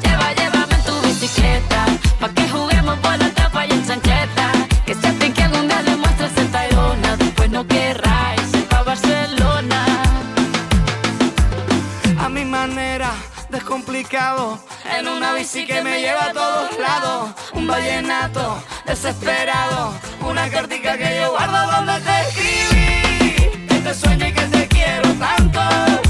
Speaker 5: Lleva, llévame en tu bicicleta. Pa' que juguemos por la tapa y en chancleta. Que se que algún día le muestres el Tayrona. Después no querrá irse pa' Barcelona.
Speaker 11: a mi manera, descomplicado. En una bici que me lleva a todos lados, un vallenato desesperado, una cartica que yo guardo donde te escribí. Que te sueño y que te quiero tanto,